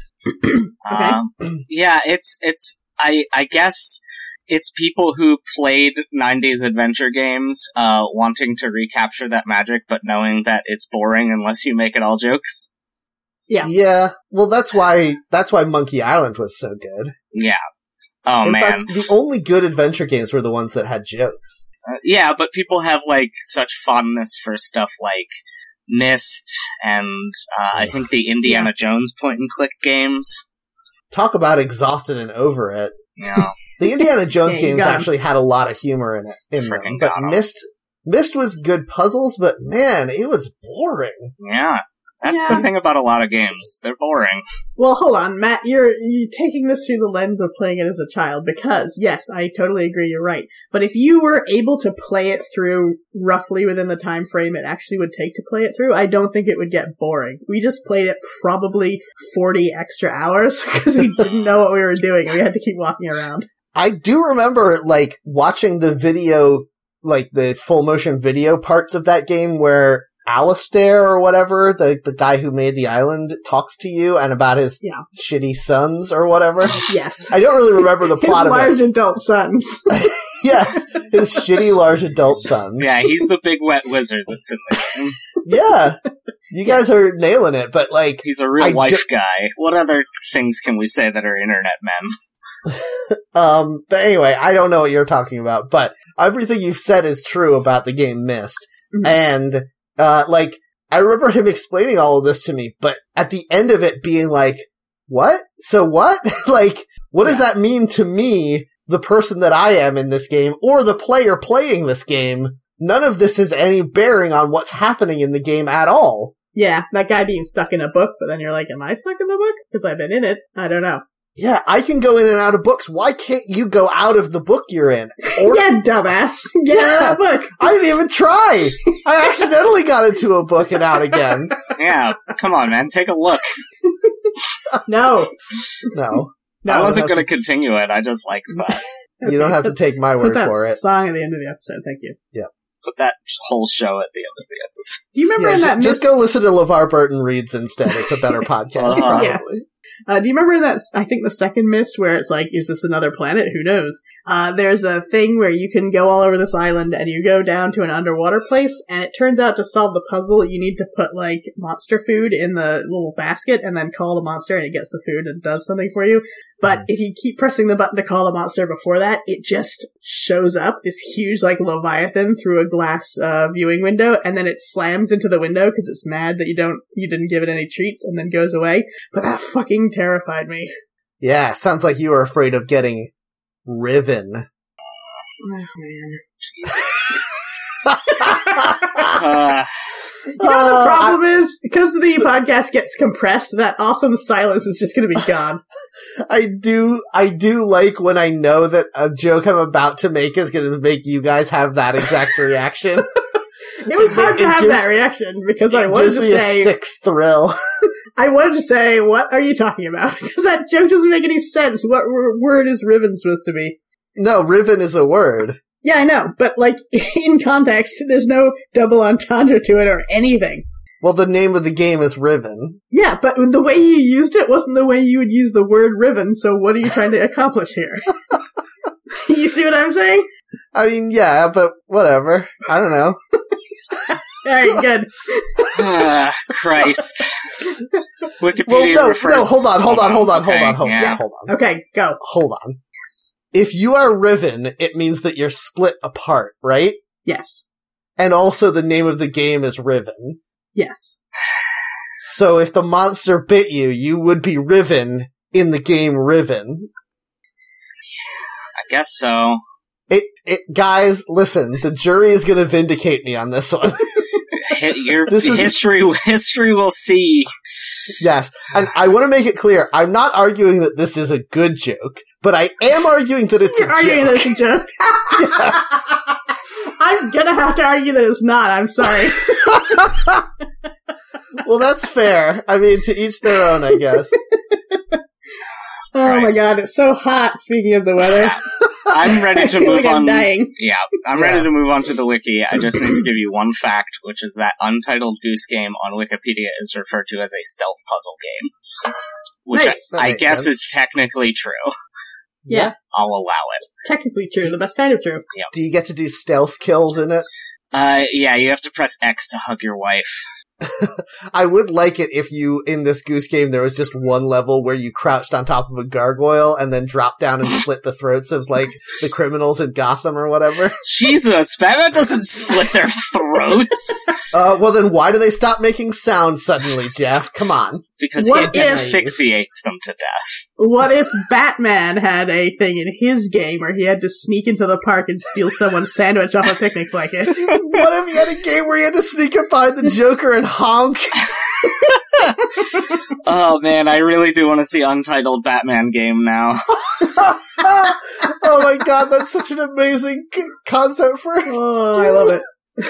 Speaker 3: Okay.
Speaker 2: Um, yeah, it's it's I I guess it's people who played 90s adventure games uh, wanting to recapture that magic, but knowing that it's boring unless you make it all jokes.
Speaker 3: Yeah.
Speaker 1: Yeah. Well, that's why that's why Monkey Island was so good.
Speaker 2: Yeah. Oh
Speaker 1: In
Speaker 2: man.
Speaker 1: fact, the only good adventure games were the ones that had jokes.
Speaker 2: Uh, yeah, but people have like such fondness for stuff like Myst and uh, I think the Indiana Jones point and click games.
Speaker 1: Talk about exhausted and over it.
Speaker 3: <laughs>
Speaker 2: Yeah,
Speaker 1: The Indiana Jones
Speaker 3: Yeah, you
Speaker 1: games
Speaker 3: got 'em.
Speaker 1: actually had a lot of humor in it in them,
Speaker 2: Frickin'
Speaker 1: but
Speaker 2: got 'em.
Speaker 1: Mist Mist was good puzzles, but man, it was boring.
Speaker 2: yeah. That's
Speaker 3: Yeah.
Speaker 2: the thing about a lot of games. They're boring.
Speaker 3: Well, hold on, Matt. You're, you taking this through the lens of playing it as a child because, yes, I totally agree. You're right. But if you were able to play it through roughly within the time frame it actually would take to play it through, I don't think it would get boring. We just played it probably 40 extra hours <laughs> because we didn't know what we were doing and we had to keep walking around.
Speaker 1: I do remember like watching the video, like the full motion video parts of that game where Alistair or whatever, the, the guy who made the island talks to you and about his
Speaker 3: Yeah.
Speaker 1: shitty sons or whatever.
Speaker 3: Yes.
Speaker 1: I don't really remember the
Speaker 3: <laughs> His
Speaker 1: plot of it.
Speaker 3: large adult sons.
Speaker 1: <laughs> Yes, his shitty large adult sons.
Speaker 2: Yeah, he's the big wet wizard that's in the game.
Speaker 1: Yeah. You guys are nailing it, but like,
Speaker 2: He's a real
Speaker 1: I
Speaker 2: life
Speaker 1: ju-
Speaker 2: guy. What other things can we say that are internet men?
Speaker 1: um, but anyway, I don't know what you're talking about, but everything you've said is true about the game Mist.
Speaker 3: Mhm.
Speaker 1: And, uh, like, I remember him explaining all of this to me, but at the end of it being like, what? So what? <laughs> like, what does that mean to me, the person that I am in this game, or the player playing this game? None of this has any bearing on what's happening in the game at all.
Speaker 3: Yeah, that guy being stuck in a book, but then you're like, am I stuck in the book? Because I've been in it. I don't know.
Speaker 1: Yeah, I can go in and out of books. Why can't you go out of the book you're in? Or
Speaker 3: yeah, dumbass. <laughs> Get out of that book.
Speaker 1: I didn't even try.
Speaker 3: <laughs>
Speaker 1: I accidentally got into a book and out again.
Speaker 2: Yeah, come on, man, take a look.
Speaker 1: <laughs>
Speaker 3: No.
Speaker 1: No,
Speaker 3: No.
Speaker 2: I wasn't
Speaker 1: that's-
Speaker 2: going to continue it. I just liked
Speaker 3: <laughs>
Speaker 2: that.
Speaker 1: you don't have to take my
Speaker 3: put
Speaker 1: word
Speaker 3: that
Speaker 1: for it.
Speaker 3: song at the end of the episode. Thank you.
Speaker 2: Put that whole show at the end of the episode.
Speaker 3: Do you remember
Speaker 1: Yeah,
Speaker 3: in
Speaker 1: ju-
Speaker 3: that
Speaker 1: just
Speaker 3: Miss-
Speaker 1: go listen to LeVar Burton reads instead. It's a
Speaker 3: <laughs>
Speaker 1: better podcast. <laughs>
Speaker 2: Uh-huh.
Speaker 1: probably.
Speaker 3: Yes. Uh, do you remember in that? s- I think the second mist where it's like, is this another planet? Who knows? Uh, there's a thing where you can go all over this island and you go down to an underwater place, and it turns out to solve the puzzle, you need to put like monster food in the little basket and then call the monster, and it gets the food and does something for you. But if you keep pressing the button to call the monster before that, it just shows up this huge like leviathan through a glass uh, viewing window, and then it slams into the window because it's mad that you don't you didn't give it any treats, and then goes away. But that fucking terrified me.
Speaker 1: Yeah, sounds like you were afraid of getting
Speaker 3: <laughs>
Speaker 1: riven.
Speaker 3: Oh, man.
Speaker 2: Uh,
Speaker 3: You know what the
Speaker 1: Uh,
Speaker 3: problem is? Because the podcast gets compressed, that awesome silence is just going to be
Speaker 1: <laughs>
Speaker 3: gone.
Speaker 1: I do, I do like when I know that a joke I'm about to make is going to make you guys have that
Speaker 3: <laughs>
Speaker 1: exact reaction.
Speaker 3: It was hard to
Speaker 1: It
Speaker 3: have
Speaker 1: gives-
Speaker 3: that reaction because I
Speaker 1: It
Speaker 3: wanted
Speaker 1: gives
Speaker 3: to
Speaker 1: me a
Speaker 3: say,
Speaker 1: sick thrill. <laughs>
Speaker 3: I wanted to say, what are you talking about? <laughs> Because that joke doesn't make any sense. What wor- word is ribbon supposed to be?
Speaker 1: No, riven is a word.
Speaker 3: Yeah, I know, but like <laughs> in context, there's no double entendre to it or anything.
Speaker 1: Well, the name of the game is Riven.
Speaker 3: Yeah, but the way you used it wasn't the way you would use the word ribbon, so what are you trying to accomplish here? <laughs> you see what I'm saying?
Speaker 1: I mean, yeah, but whatever. I don't know.
Speaker 3: Alright, good.
Speaker 2: ah, Christ. Wikipedia
Speaker 1: Well, no,
Speaker 2: refers
Speaker 1: no, hold on, hold on, hold on, hold
Speaker 2: Okay,
Speaker 1: on, hold on,
Speaker 2: yeah.
Speaker 1: hold on,
Speaker 3: Okay, go.
Speaker 1: hold on. If you are riven, it means that you're split apart, right?
Speaker 3: Yes.
Speaker 1: And also the name of the game is Riven.
Speaker 3: Yes.
Speaker 1: So if the monster bit you, you would be riven in the game Riven.
Speaker 2: I guess so.
Speaker 1: It, it, guys, listen, the jury is gonna vindicate me on this one. <laughs>
Speaker 2: Hi- Your
Speaker 1: This is-
Speaker 2: history, history will see.
Speaker 1: Yes. And I want to make it clear, I'm not arguing that this is a good joke, but I am arguing that it's
Speaker 3: You're
Speaker 1: a
Speaker 3: arguing
Speaker 1: joke.
Speaker 3: that it's a joke.
Speaker 1: Yes.
Speaker 3: I'm gonna have to argue that it's not, I'm sorry.
Speaker 1: Well, that's fair. I mean, to each their own, I
Speaker 2: <laughs>
Speaker 1: guess.
Speaker 3: Oh
Speaker 2: Christ.
Speaker 3: my god, it's so hot, speaking of the weather.
Speaker 2: I'm ready
Speaker 3: <laughs>
Speaker 1: <laughs>
Speaker 3: I
Speaker 2: to
Speaker 3: feel
Speaker 2: move
Speaker 3: like I'm
Speaker 2: on.
Speaker 3: dying.
Speaker 2: Yeah, I'm
Speaker 1: Yeah.
Speaker 2: ready to move on to the wiki. I just need to give you one fact, which is that Untitled Goose Game on Wikipedia is referred to as a stealth puzzle game, which
Speaker 3: Nice.
Speaker 1: That
Speaker 2: I, I
Speaker 1: makes
Speaker 2: guess
Speaker 1: sense.
Speaker 2: is technically true.
Speaker 3: Yeah.
Speaker 2: I'll allow it.
Speaker 3: Technically true, the best kind of true.
Speaker 1: Do you get to do stealth kills in it?
Speaker 2: Uh, yeah, you have to press X to hug your wife.
Speaker 1: I would like it if you, in this goose game, there was just one level where you crouched on top of a gargoyle and then dropped down and slit the throats of, like, the criminals in Gotham or whatever.
Speaker 2: Jesus, Batman doesn't slit their <laughs> throats
Speaker 1: Uh, well, then why do they stop making sound suddenly, Jeff? Come on.
Speaker 2: because
Speaker 3: What
Speaker 2: he
Speaker 1: if-
Speaker 2: asphyxiates them to death.
Speaker 3: What if Batman had a thing in his game where he had to sneak into the park and steal someone's sandwich off a picnic blanket?
Speaker 2: <laughs>
Speaker 1: What if you had a game where you had to sneak up behind the Joker and honk? <laughs>
Speaker 2: Oh man, I really do want to see Untitled Batman game now. <laughs>
Speaker 1: oh my god, that's such an amazing c- concept for.
Speaker 3: Oh, I love it.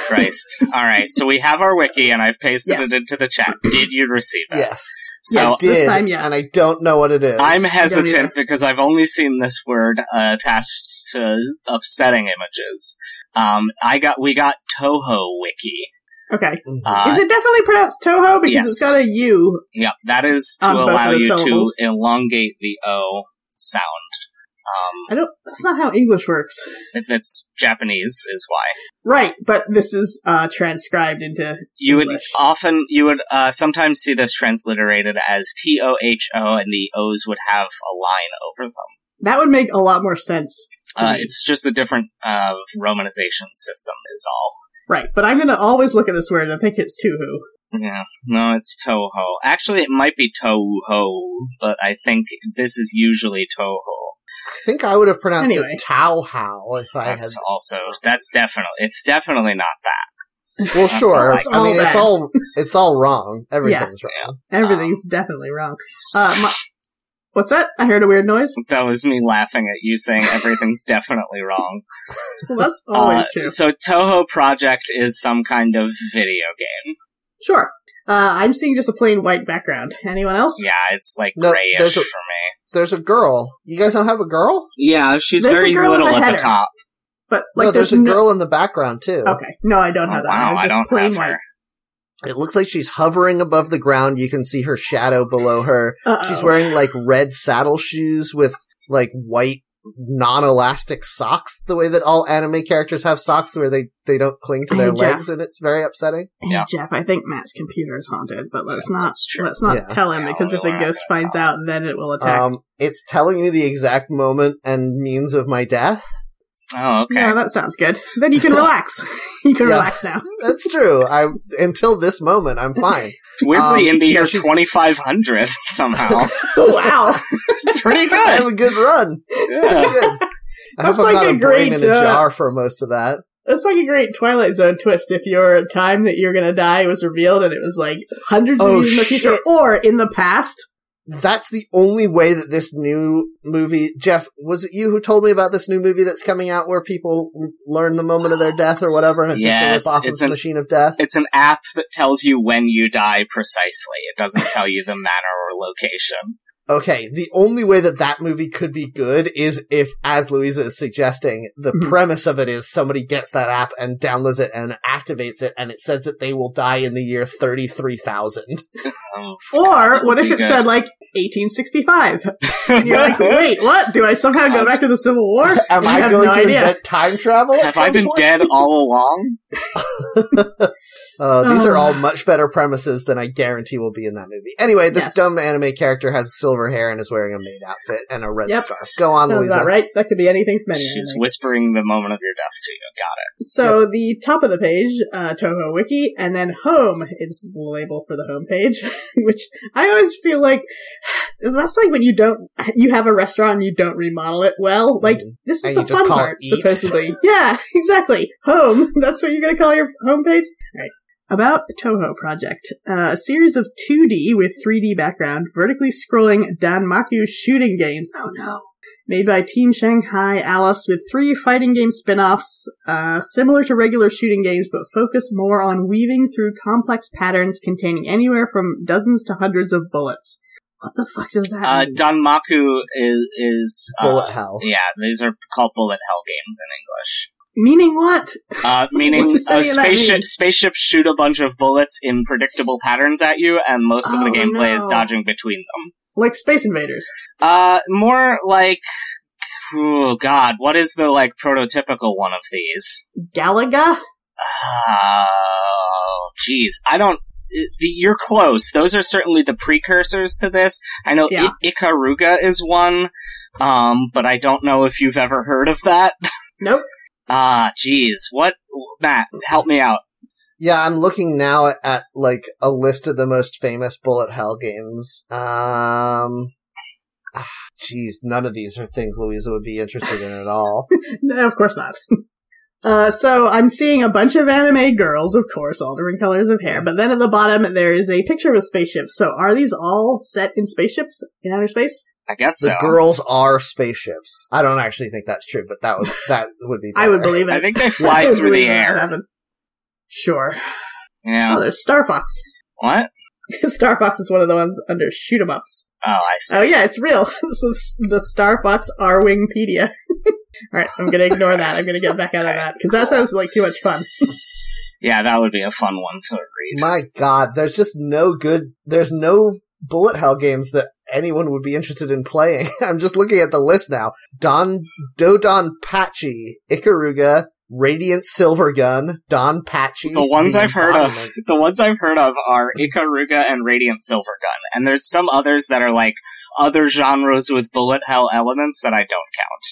Speaker 2: Christ. All right, so we have our wiki, and I've pasted
Speaker 3: Yes.
Speaker 2: it into the chat. Did you receive it?
Speaker 1: Yes.
Speaker 2: So
Speaker 1: I
Speaker 3: Yes, this
Speaker 1: did,
Speaker 3: time, yes.
Speaker 1: and I don't know what it is.
Speaker 2: I'm
Speaker 3: Don't either.
Speaker 2: hesitant because I've only seen this word uh, attached to upsetting images. Um, I got we got Toho Wiki.
Speaker 3: Okay.
Speaker 1: Mm-hmm.
Speaker 2: Uh,
Speaker 3: Is it definitely pronounced Toho? Because it's
Speaker 2: yes.
Speaker 3: got a U.
Speaker 2: yeah, that is to
Speaker 3: Um, both of
Speaker 2: allow
Speaker 3: the
Speaker 2: you
Speaker 3: syllables.
Speaker 2: to elongate the O sound. Um,
Speaker 3: I don't, that's not how English works.
Speaker 2: it- that's Japanese is why
Speaker 3: Right, but this is uh, transcribed into
Speaker 2: you would
Speaker 3: English.
Speaker 2: often you would uh, sometimes see this transliterated as T O H O, and the O's would have a line over them.
Speaker 3: That would make a lot more sense. to
Speaker 2: Uh,
Speaker 3: me.
Speaker 2: it's just a different uh, romanization system is all.
Speaker 3: right, but I'm going to always look at this word and I think it's Tuhu.
Speaker 2: Yeah, no, it's Toho. Actually, it might be Toho, but I think this is usually Toho.
Speaker 1: I think I would have pronounced
Speaker 3: Anyway.
Speaker 1: it Tao How if I had.
Speaker 2: That's also that's definitely it's definitely not that.
Speaker 1: Well,
Speaker 2: that's
Speaker 1: sure.
Speaker 2: all
Speaker 1: I,
Speaker 2: I
Speaker 3: can
Speaker 1: mean,
Speaker 3: say.
Speaker 1: it's all it's all
Speaker 3: <laughs>
Speaker 1: wrong. Everything's wrong.
Speaker 2: Oh.
Speaker 3: Everything's definitely wrong. Uh, my, what's that? I heard a weird noise.
Speaker 2: that was me laughing at you saying everything's definitely wrong.
Speaker 3: Well, that's
Speaker 2: <laughs>
Speaker 3: always
Speaker 2: Uh,
Speaker 3: true.
Speaker 2: So Toho Project is some kind of video game.
Speaker 3: Sure. Uh, I'm seeing just a plain white background. Anyone else?
Speaker 2: Yeah, it's like
Speaker 1: No,
Speaker 2: grayish
Speaker 1: there's
Speaker 2: for
Speaker 1: a-
Speaker 2: me.
Speaker 1: There's a girl. You guys don't have a girl?
Speaker 2: Yeah, she's
Speaker 3: There's a
Speaker 2: very
Speaker 3: girl in
Speaker 2: little
Speaker 3: the
Speaker 2: at
Speaker 3: header.
Speaker 2: the top.
Speaker 3: But like,
Speaker 1: no, there's, a girl in the background too.
Speaker 3: No- okay, no, I don't
Speaker 2: Oh,
Speaker 3: have that.
Speaker 2: wow,
Speaker 3: I'm
Speaker 2: I
Speaker 3: just
Speaker 2: don't
Speaker 3: plain
Speaker 2: have
Speaker 3: white.
Speaker 2: her.
Speaker 1: It looks like she's hovering above the ground. You can see her shadow below her.
Speaker 3: Uh-oh.
Speaker 1: She's wearing like red saddle shoes with like white non-elastic socks the way that all anime characters have socks where they they don't cling to
Speaker 3: Hey, <laughs>
Speaker 1: their
Speaker 3: Jeff.
Speaker 1: legs and it's very upsetting
Speaker 3: Hey,
Speaker 2: Yeah.
Speaker 3: Jeff, I think Matt's computer is haunted, but let's
Speaker 2: Yeah,
Speaker 3: not
Speaker 2: that's true.
Speaker 3: let's not
Speaker 1: Yeah.
Speaker 3: tell him
Speaker 2: Yeah,
Speaker 3: because if
Speaker 2: we're
Speaker 3: the
Speaker 2: not
Speaker 3: ghost
Speaker 2: gonna
Speaker 3: finds
Speaker 2: tell
Speaker 3: out, then it will attack.
Speaker 1: um it's telling you the exact moment and means of my death
Speaker 2: Oh, okay.
Speaker 3: Yeah, that sounds good. Then
Speaker 1: <laughs>
Speaker 3: you can relax. <laughs> you can
Speaker 1: Yeah.
Speaker 3: relax now.
Speaker 1: that's true i until this moment i'm fine
Speaker 2: It's weirdly
Speaker 1: Um,
Speaker 2: in the
Speaker 1: no,
Speaker 2: year
Speaker 1: she's-
Speaker 2: 2500 <laughs>
Speaker 3: <laughs>
Speaker 2: somehow.
Speaker 1: <laughs>
Speaker 3: wow,
Speaker 2: <laughs> <laughs> Pretty
Speaker 1: i have
Speaker 2: good.
Speaker 1: a good run
Speaker 2: Yeah.
Speaker 1: Good.
Speaker 2: <laughs>
Speaker 1: i hope i'm
Speaker 3: That's like
Speaker 1: not
Speaker 3: a
Speaker 1: a brain in a
Speaker 3: great, uh,
Speaker 1: jar for most of that
Speaker 3: that's like a great Twilight Zone twist. If your time that you're gonna die was revealed, and it was like hundreds
Speaker 1: Oh,
Speaker 3: of years in the
Speaker 1: shit.
Speaker 3: future or in the past,
Speaker 1: that's the only way that this new movie jeff was it you who told me about this new movie that's coming out where people l- learn the moment of their death or whatever and it's
Speaker 2: Yes,
Speaker 1: just a rip off of
Speaker 2: it's
Speaker 1: the
Speaker 2: an-
Speaker 1: machine of death
Speaker 2: It's an app that tells you when you die precisely. It doesn't tell you the manner or location.
Speaker 1: okay the only way that that movie could be good is if as louisa is suggesting the
Speaker 3: Mhm.
Speaker 1: premise of it is somebody gets that app and downloads it and activates it and it says that they will die in the year
Speaker 3: <laughs>
Speaker 1: 33000
Speaker 2: Oh,
Speaker 3: Or what
Speaker 2: would
Speaker 3: if
Speaker 2: be
Speaker 3: it
Speaker 2: good.
Speaker 3: said like 1865? <laughs> And
Speaker 1: <laughs>
Speaker 3: you're like, wait, what? Do I somehow go back to the Civil War?
Speaker 1: am
Speaker 3: You
Speaker 1: i
Speaker 3: have
Speaker 1: going
Speaker 3: no
Speaker 1: to
Speaker 3: idea.
Speaker 1: invent time travel at
Speaker 2: <laughs> Have I
Speaker 1: some
Speaker 2: been
Speaker 1: point?
Speaker 2: dead all
Speaker 3: <laughs>
Speaker 2: along?
Speaker 1: Uh, these are all
Speaker 3: Ah.
Speaker 1: much better premises than I guarantee will be in that movie. Anyway, this
Speaker 3: Yes.
Speaker 1: dumb anime character has silver hair and is wearing a maid outfit and a red
Speaker 3: Yep.
Speaker 1: scarf. Go on,
Speaker 3: Sounds
Speaker 1: Louisa.
Speaker 3: about right. That could be anything from anyone.
Speaker 2: She's whispering the moment of your death to you. Got it.
Speaker 3: So the top of the page, uh, Toho Wiki, and then home is the label for the home page, <laughs> which I always feel like <sighs> that's like when you don't, you have a restaurant and you don't remodel it well. Like,
Speaker 1: Mhm.
Speaker 3: this is
Speaker 1: And
Speaker 3: the
Speaker 1: you just
Speaker 3: fun
Speaker 1: call it
Speaker 3: part,
Speaker 1: eat. <laughs>
Speaker 3: supposedly. yeah, <laughs> exactly. Home. <laughs> That's what you're going to call your home page? Right. About Toho Project, uh, a series of 2D with 3D background, vertically scrolling Danmaku shooting games. Oh no. Made by Team Shanghai Alice with three fighting game spin offs, uh, similar to regular shooting games, but focus more on weaving through complex patterns containing anywhere from dozens to hundreds of bullets. What the fuck does that
Speaker 2: Uh,
Speaker 3: mean?
Speaker 2: Danmaku is. is uh,
Speaker 1: Bullet hell.
Speaker 2: Yeah, these are called bullet hell games in English.
Speaker 3: Meaning what?
Speaker 2: Uh, meaning
Speaker 3: What's any
Speaker 2: a
Speaker 3: of that mean?
Speaker 2: spaceship spaceship shoot a bunch of bullets in predictable patterns at you, and most of the
Speaker 3: Oh,
Speaker 2: gameplay is
Speaker 3: no.
Speaker 2: dodging between them.
Speaker 3: Like Space Invaders.
Speaker 2: Uh, more like Oh God, what is the like prototypical one of these?
Speaker 3: Galaga?
Speaker 2: Oh, jeez, I don't. the- You're close. Those are certainly the precursors to this. I know
Speaker 3: Yeah.
Speaker 2: I- Ikaruga is one, um, but I don't know if you've ever heard of that. <laughs>
Speaker 3: Nope.
Speaker 2: Ah, jeez, what, Matt? Help me out.
Speaker 1: Yeah, I'm looking now at, at like a list of the most famous bullet hell games. Um, ah, jeez, none of these are things Louisa would be interested in at
Speaker 3: <laughs>
Speaker 1: all.
Speaker 3: No, of course not. <laughs> Uh, so I'm seeing a bunch of anime girls, of course, all different colors of hair. But then at the bottom, there is a picture of a spaceship. So are these all set in spaceships in outer space?
Speaker 2: I guess
Speaker 1: The
Speaker 2: so.
Speaker 1: girls are spaceships. I don't actually think that's true, but that would that would be.
Speaker 3: I would
Speaker 1: better.
Speaker 2: <laughs>
Speaker 3: believe it.
Speaker 2: I think they fly
Speaker 3: I would
Speaker 2: through
Speaker 3: believe
Speaker 2: the
Speaker 3: that
Speaker 2: air.
Speaker 3: would happen. Sure.
Speaker 2: Yeah.
Speaker 3: Oh, there's Star Fox. <laughs>
Speaker 2: What?
Speaker 3: Star Fox is one of the ones under shoot 'em ups.
Speaker 2: Oh, I see.
Speaker 3: Oh yeah, it's real. <laughs> this is the Star Fox R Wingpedia. <laughs> All right, I'm gonna ignore that. I'm gonna get back out of that because that sounds like too much fun.
Speaker 2: Yeah, that would be a fun one to read.
Speaker 1: My God, there's just no good. There's no bullet hell games that anyone would be interested in playing. <laughs> I'm just looking at the list now. Don Dodon Pachi, Ikaruga, Radiant Silver Gun, Don Pachi.
Speaker 2: The ones
Speaker 1: the
Speaker 2: I've heard of.
Speaker 1: embodiment-
Speaker 2: The ones I've heard of are Ikaruga and Radiant Silvergun, and there's some others that are like other genres with bullet hell elements that I don't count.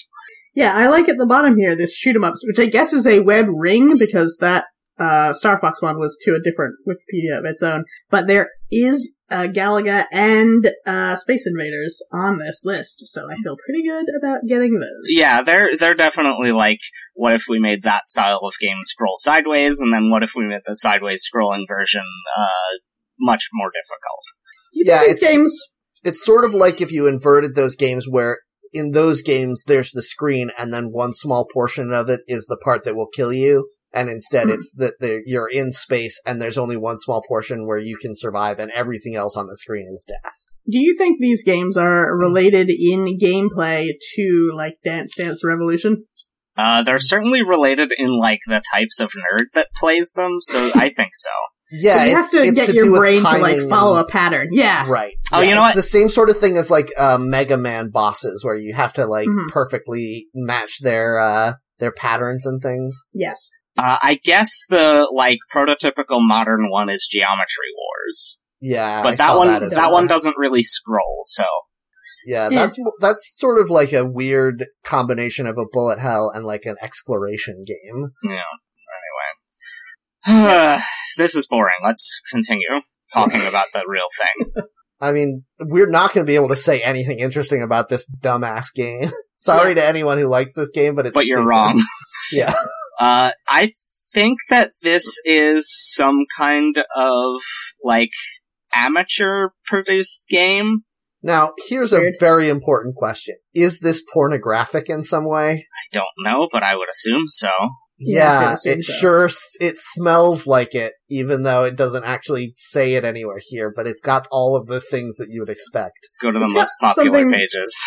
Speaker 3: Yeah, I like at the bottom here this shoot 'em ups, which I guess is a web ring because that uh, Star Fox one was to a different Wikipedia of its own. But there is uh, Galaga and uh, Space Invaders on this list, so I feel pretty good about getting those.
Speaker 2: Yeah, they're they're definitely like, what if we made that style of game scroll sideways, and then what if we made the sideways scrolling version uh, much more difficult?
Speaker 3: you
Speaker 1: Yeah,
Speaker 3: yeah, these
Speaker 1: it's-
Speaker 3: games.
Speaker 1: It's sort of like if you inverted those games where in those games there's the screen and then one small portion of it is the part that will kill you. And instead,
Speaker 3: Hmm.
Speaker 1: it's that they're- you're in space, and there's only one small portion where you can survive, and everything else on the screen is death.
Speaker 3: Do you think these games are related in gameplay to like Dance Dance Revolution?
Speaker 2: Uh, they're certainly related in like the types of nerd that plays them, so I think so.
Speaker 1: Yeah,
Speaker 3: you
Speaker 1: it's,
Speaker 3: have to
Speaker 1: it's
Speaker 3: get
Speaker 1: to do
Speaker 3: your
Speaker 1: with
Speaker 3: brain to like
Speaker 1: timing
Speaker 3: follow
Speaker 1: and-
Speaker 3: a pattern. Yeah.
Speaker 1: Right.
Speaker 2: Oh, you know
Speaker 1: it's
Speaker 2: what?
Speaker 1: the same sort of thing as like uh, Mega Man bosses, where you have to like
Speaker 3: Mhm.
Speaker 1: perfectly match their uh, their patterns and things.
Speaker 3: Yes.
Speaker 2: Uh, I guess the like prototypical modern one is Geometry Wars,
Speaker 1: Yeah,
Speaker 2: but
Speaker 1: I
Speaker 2: that
Speaker 1: saw
Speaker 2: one
Speaker 1: that,
Speaker 2: that,
Speaker 1: as well.
Speaker 2: one doesn't really scroll. So
Speaker 1: Yeah,
Speaker 3: Yeah.
Speaker 1: that's mo- that's sort of like a weird combination of a bullet hell and like an exploration game.
Speaker 2: you know, anyway, <sighs> this is boring. Let's continue talking about the real
Speaker 1: <laughs>
Speaker 2: thing.
Speaker 1: I mean, we're not going to be able to say anything interesting about this dumbass game. <laughs> Sorry to anyone who likes this game, but it's
Speaker 2: But you're
Speaker 1: stupid.
Speaker 2: wrong.
Speaker 1: Yeah.
Speaker 2: <laughs> Uh, I think that this is some kind of like amateur produced game.
Speaker 1: Now, here's
Speaker 3: Weird.
Speaker 1: a very important question: Is this pornographic in some way?
Speaker 2: I don't know, but I would assume so.
Speaker 3: Yeah, I
Speaker 1: Yeah,
Speaker 3: assume
Speaker 1: it
Speaker 3: so.
Speaker 1: sure s- it smells like it, even though it doesn't actually say it anywhere here. But it's got all of the things that you would expect. <laughs>
Speaker 2: Let's go to the
Speaker 3: It's got
Speaker 2: most popular
Speaker 3: something-
Speaker 2: pages.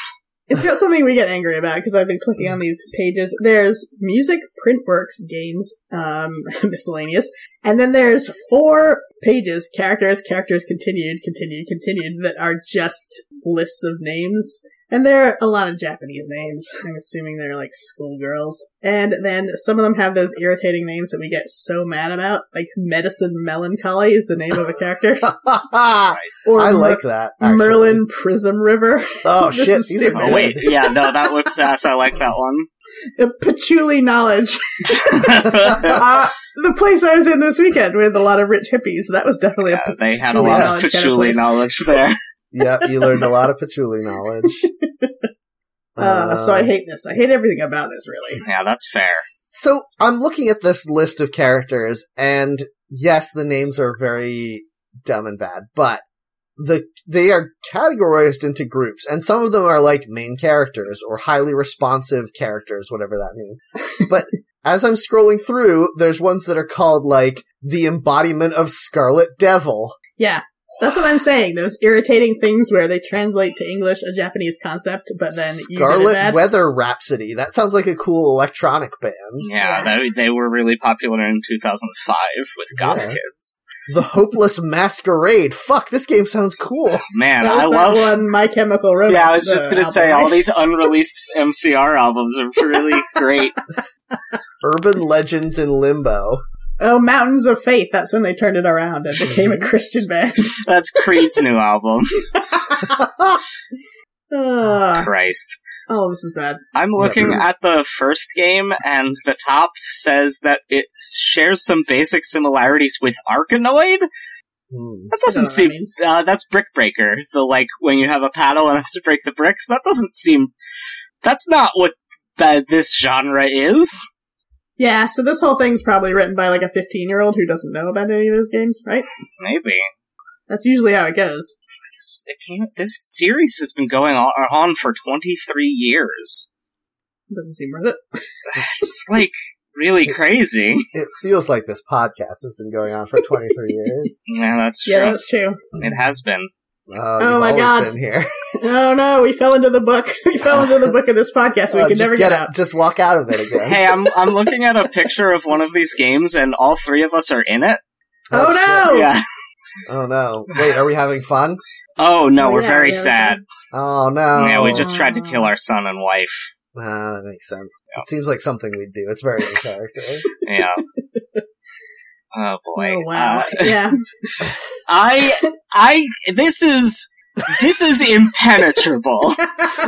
Speaker 3: It's got something we get angry about because I've been clicking on these pages. There's music, printworks, games, um, <laughs> miscellaneous, and then there's four pages: characters, characters continued, continued, continued, that are just lists of names. And there are a lot of Japanese names. I'm assuming they're like schoolgirls. And then some of them have those irritating names that we get so mad about, like Medicine Melancholy is the name of a character.
Speaker 1: I
Speaker 2: Nice.
Speaker 3: Or Mer-
Speaker 1: like that. <laughs> actually.
Speaker 3: Merlin Prism River. <laughs>
Speaker 1: Oh
Speaker 3: this
Speaker 1: shit!
Speaker 3: is
Speaker 1: These are
Speaker 3: stupid.
Speaker 2: Oh
Speaker 1: good.
Speaker 2: wait, yeah, no, that whips ass. I like that
Speaker 3: <laughs> Patchouli Knowledge.
Speaker 2: one.
Speaker 3: uh, the place I was in this weekend with a lot of rich hippies. That was definitely
Speaker 2: Yeah,
Speaker 3: a.
Speaker 2: they had a lot of
Speaker 3: Yeah.
Speaker 2: patchouli knowledge
Speaker 3: <laughs>
Speaker 2: there.
Speaker 1: <laughs> Yep, you learned a lot of patchouli knowledge.
Speaker 3: Uh, so I hate this. I hate everything about this. Really,
Speaker 2: Yeah, that's fair.
Speaker 1: So I'm looking at this list of characters, and yes, the names are very dumb and bad, but the they are categorized into groups, and some of them are like main characters or highly responsive characters, whatever that
Speaker 3: <laughs>
Speaker 1: means. But as I'm scrolling through, there's ones that are called like the embodiment of Scarlet Devil.
Speaker 3: yeah, that's what I'm saying. Those irritating things where they translate to English a Japanese concept, but then you did it
Speaker 1: Scarlet
Speaker 3: bad.
Speaker 1: Weather Rhapsody. That sounds like a cool electronic band.
Speaker 2: Yeah, They, they were really popular in 2005 with goth
Speaker 1: Yeah.
Speaker 2: kids.
Speaker 1: The Hopeless Masquerade. Fuck, this game sounds cool.
Speaker 2: Man,
Speaker 3: That
Speaker 2: I
Speaker 3: was that
Speaker 2: love.
Speaker 3: one, My Chemical
Speaker 2: <laughs>
Speaker 3: Romance.
Speaker 2: Yeah, I was just
Speaker 3: uh,
Speaker 2: gonna say
Speaker 3: album,
Speaker 2: all
Speaker 3: right?
Speaker 2: these unreleased MCR albums are
Speaker 3: <laughs>
Speaker 2: really great.
Speaker 1: Urban Legends in Limbo.
Speaker 3: Oh, Mountains of Faith. That's when they turned it around and
Speaker 2: <laughs>
Speaker 3: became a Christian band. <laughs>
Speaker 2: That's Creed's new album.
Speaker 3: Ah,
Speaker 2: Christ.
Speaker 3: oh, this is bad.
Speaker 2: I'm looking
Speaker 1: Mhm.
Speaker 2: at the first game, and the top says that it shares some basic similarities with
Speaker 1: Hmm.
Speaker 2: Arkanoid. That
Speaker 3: I don't know
Speaker 2: doesn't
Speaker 3: what that
Speaker 2: seem.
Speaker 3: means.
Speaker 2: Uh, that's Brick Breaker. The like when you have a paddle and have to break the bricks. That doesn't seem. That's not what that this genre is.
Speaker 3: Yeah, so this whole thing's probably written by like a 15 year old who doesn't know about any of those games, right?
Speaker 2: Maybe
Speaker 3: That's usually how it goes.
Speaker 2: this, it came, this series has been going on, on for 23 years. <laughs>
Speaker 3: Doesn't seem worth it.
Speaker 2: It's like really crazy.
Speaker 1: It feels like this podcast has been going on for 23
Speaker 3: <laughs>
Speaker 1: years.
Speaker 2: Yeah, that's true.
Speaker 3: Yeah, that's true.
Speaker 2: It has been.
Speaker 1: Oh,
Speaker 3: Oh
Speaker 1: you've
Speaker 3: my
Speaker 1: always
Speaker 3: God.
Speaker 1: been here.
Speaker 3: Oh no, we fell into the book. <laughs> We fell into the book of this podcast. We
Speaker 1: Uh,
Speaker 3: can
Speaker 1: just
Speaker 3: never get, out.
Speaker 1: Just walk out of it again.
Speaker 2: Hey, I'm I'm looking at a picture of one of these games, and all three of us are in it.
Speaker 3: <laughs> Oh, no!
Speaker 1: shit.
Speaker 2: Yeah.
Speaker 1: Oh no! Wait, are we having fun?
Speaker 2: Oh no,
Speaker 3: Oh,
Speaker 2: we're
Speaker 3: yeah,
Speaker 2: very
Speaker 3: yeah,
Speaker 2: sad.
Speaker 1: Oh no!
Speaker 2: Yeah, we just tried to kill our son and wife.
Speaker 1: Ah, that makes sense. It seems like something we'd do.
Speaker 3: <laughs>
Speaker 1: It's very in character.
Speaker 2: Yeah. oh boy.
Speaker 3: Oh wow.
Speaker 2: Uh, <laughs>
Speaker 3: yeah.
Speaker 2: I I this is this is impenetrable.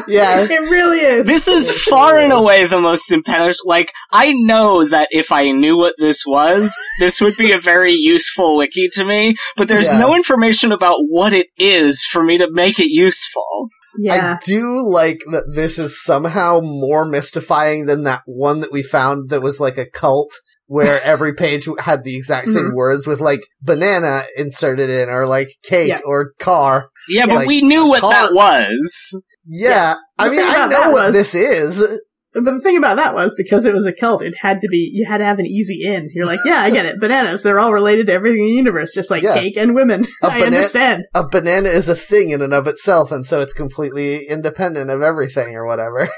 Speaker 1: yes.
Speaker 3: It really is.
Speaker 2: This is far and away the most impenetrable. Like, I know that if I knew what this was, this would be a very useful wiki to me, but there's no
Speaker 1: Yes.
Speaker 2: information about what it is for me to make it useful.
Speaker 3: yeah.
Speaker 1: I do like that this is somehow more mystifying than that one that we found that was like a cult
Speaker 3: <laughs>
Speaker 1: where every page had the exact same
Speaker 3: Mm-hmm.
Speaker 1: words with like banana inserted in or like cake
Speaker 3: Yeah.
Speaker 1: or car.
Speaker 2: Yeah, but
Speaker 1: Like,
Speaker 2: we knew what
Speaker 1: car-
Speaker 2: that was.
Speaker 1: Yeah. I
Speaker 3: The
Speaker 1: mean,
Speaker 3: thing
Speaker 1: I
Speaker 3: about
Speaker 1: know
Speaker 3: that
Speaker 1: what
Speaker 3: was-
Speaker 1: this is.
Speaker 3: but the thing about that was because it was a cult, it had to be you had to have an easy in. You're like, yeah, I
Speaker 1: <laughs>
Speaker 3: get it. Bananas, they're all related to everything in the universe, just like
Speaker 1: Yeah.
Speaker 3: cake and women. <laughs>
Speaker 1: A
Speaker 3: I
Speaker 1: bana-
Speaker 3: understand.
Speaker 1: A banana is a thing in and of itself, and so it's completely independent of everything or whatever.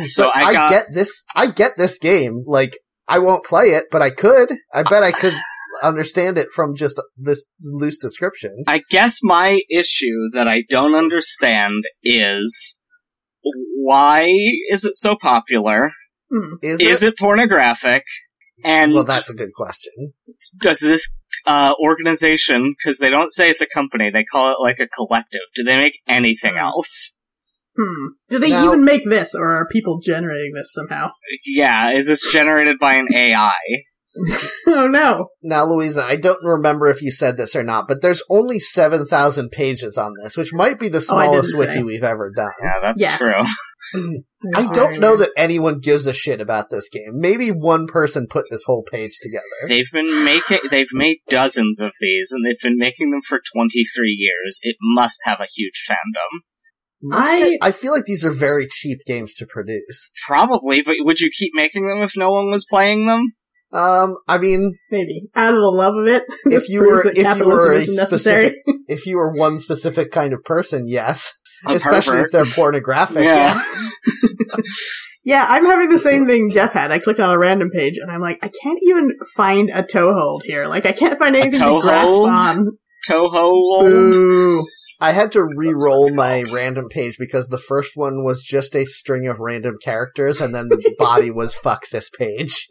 Speaker 2: So
Speaker 1: <laughs> But
Speaker 2: I got.
Speaker 1: get this. I get this game. Like I won't play it, but I could. I bet I
Speaker 3: <laughs>
Speaker 1: could understand it from just this loose description.
Speaker 2: I guess my issue that I don't understand is why is it so popular?
Speaker 3: Hmm,
Speaker 1: Is,
Speaker 2: Is it pornographic? And
Speaker 1: Well, that's a good question.
Speaker 2: does this uh, organization, because they don't say it's a company, they call it like a collective, do they make anything
Speaker 1: Mm.
Speaker 2: else?
Speaker 3: Hmm. Do they
Speaker 1: Now-
Speaker 3: even make this, or are people generating this somehow? <laughs>
Speaker 2: Yeah, is this generated by an AI?
Speaker 3: oh no.
Speaker 1: Now, Louisa, I don't remember if you said this or not, but there's only 7,000 pages on this, which might be the
Speaker 3: Oh, I didn't
Speaker 1: smallest wiki
Speaker 3: say.
Speaker 1: we've ever done.
Speaker 2: Yeah, that's
Speaker 3: Yes.
Speaker 2: true.
Speaker 1: I don't know that anyone gives a shit about this game. Maybe one person put this whole page together.
Speaker 2: They've been making, they've made dozens of these, and they've been making them for 23 years. It must have a huge fandom.
Speaker 1: Must
Speaker 3: I-
Speaker 1: it- I feel like these are very cheap games to produce.
Speaker 2: Probably, but would you keep making them if no one was playing them?
Speaker 1: Um, I mean,
Speaker 3: Maybe out of the love of it. <laughs> this
Speaker 1: you
Speaker 3: proves
Speaker 1: were-
Speaker 3: that
Speaker 1: if you
Speaker 3: capitalism
Speaker 1: were a
Speaker 3: isn't necessary.
Speaker 1: specific- if you were one specific kind of person, yes.
Speaker 2: A
Speaker 1: Especially
Speaker 2: pervert.
Speaker 1: if they're pornographic.
Speaker 2: Yeah.
Speaker 3: yeah, I'm having the same thing Jeff had. I clicked on a random page and I'm like, I can't even find a toehold here. Like, I can't find anything to grasp
Speaker 2: toehold?
Speaker 3: on.
Speaker 2: Toho old.
Speaker 3: Ooh.
Speaker 1: I had to
Speaker 2: what it's
Speaker 1: re-roll my
Speaker 2: called.
Speaker 1: random page because the first one was just a string of random characters, and then the body was "fuck this page."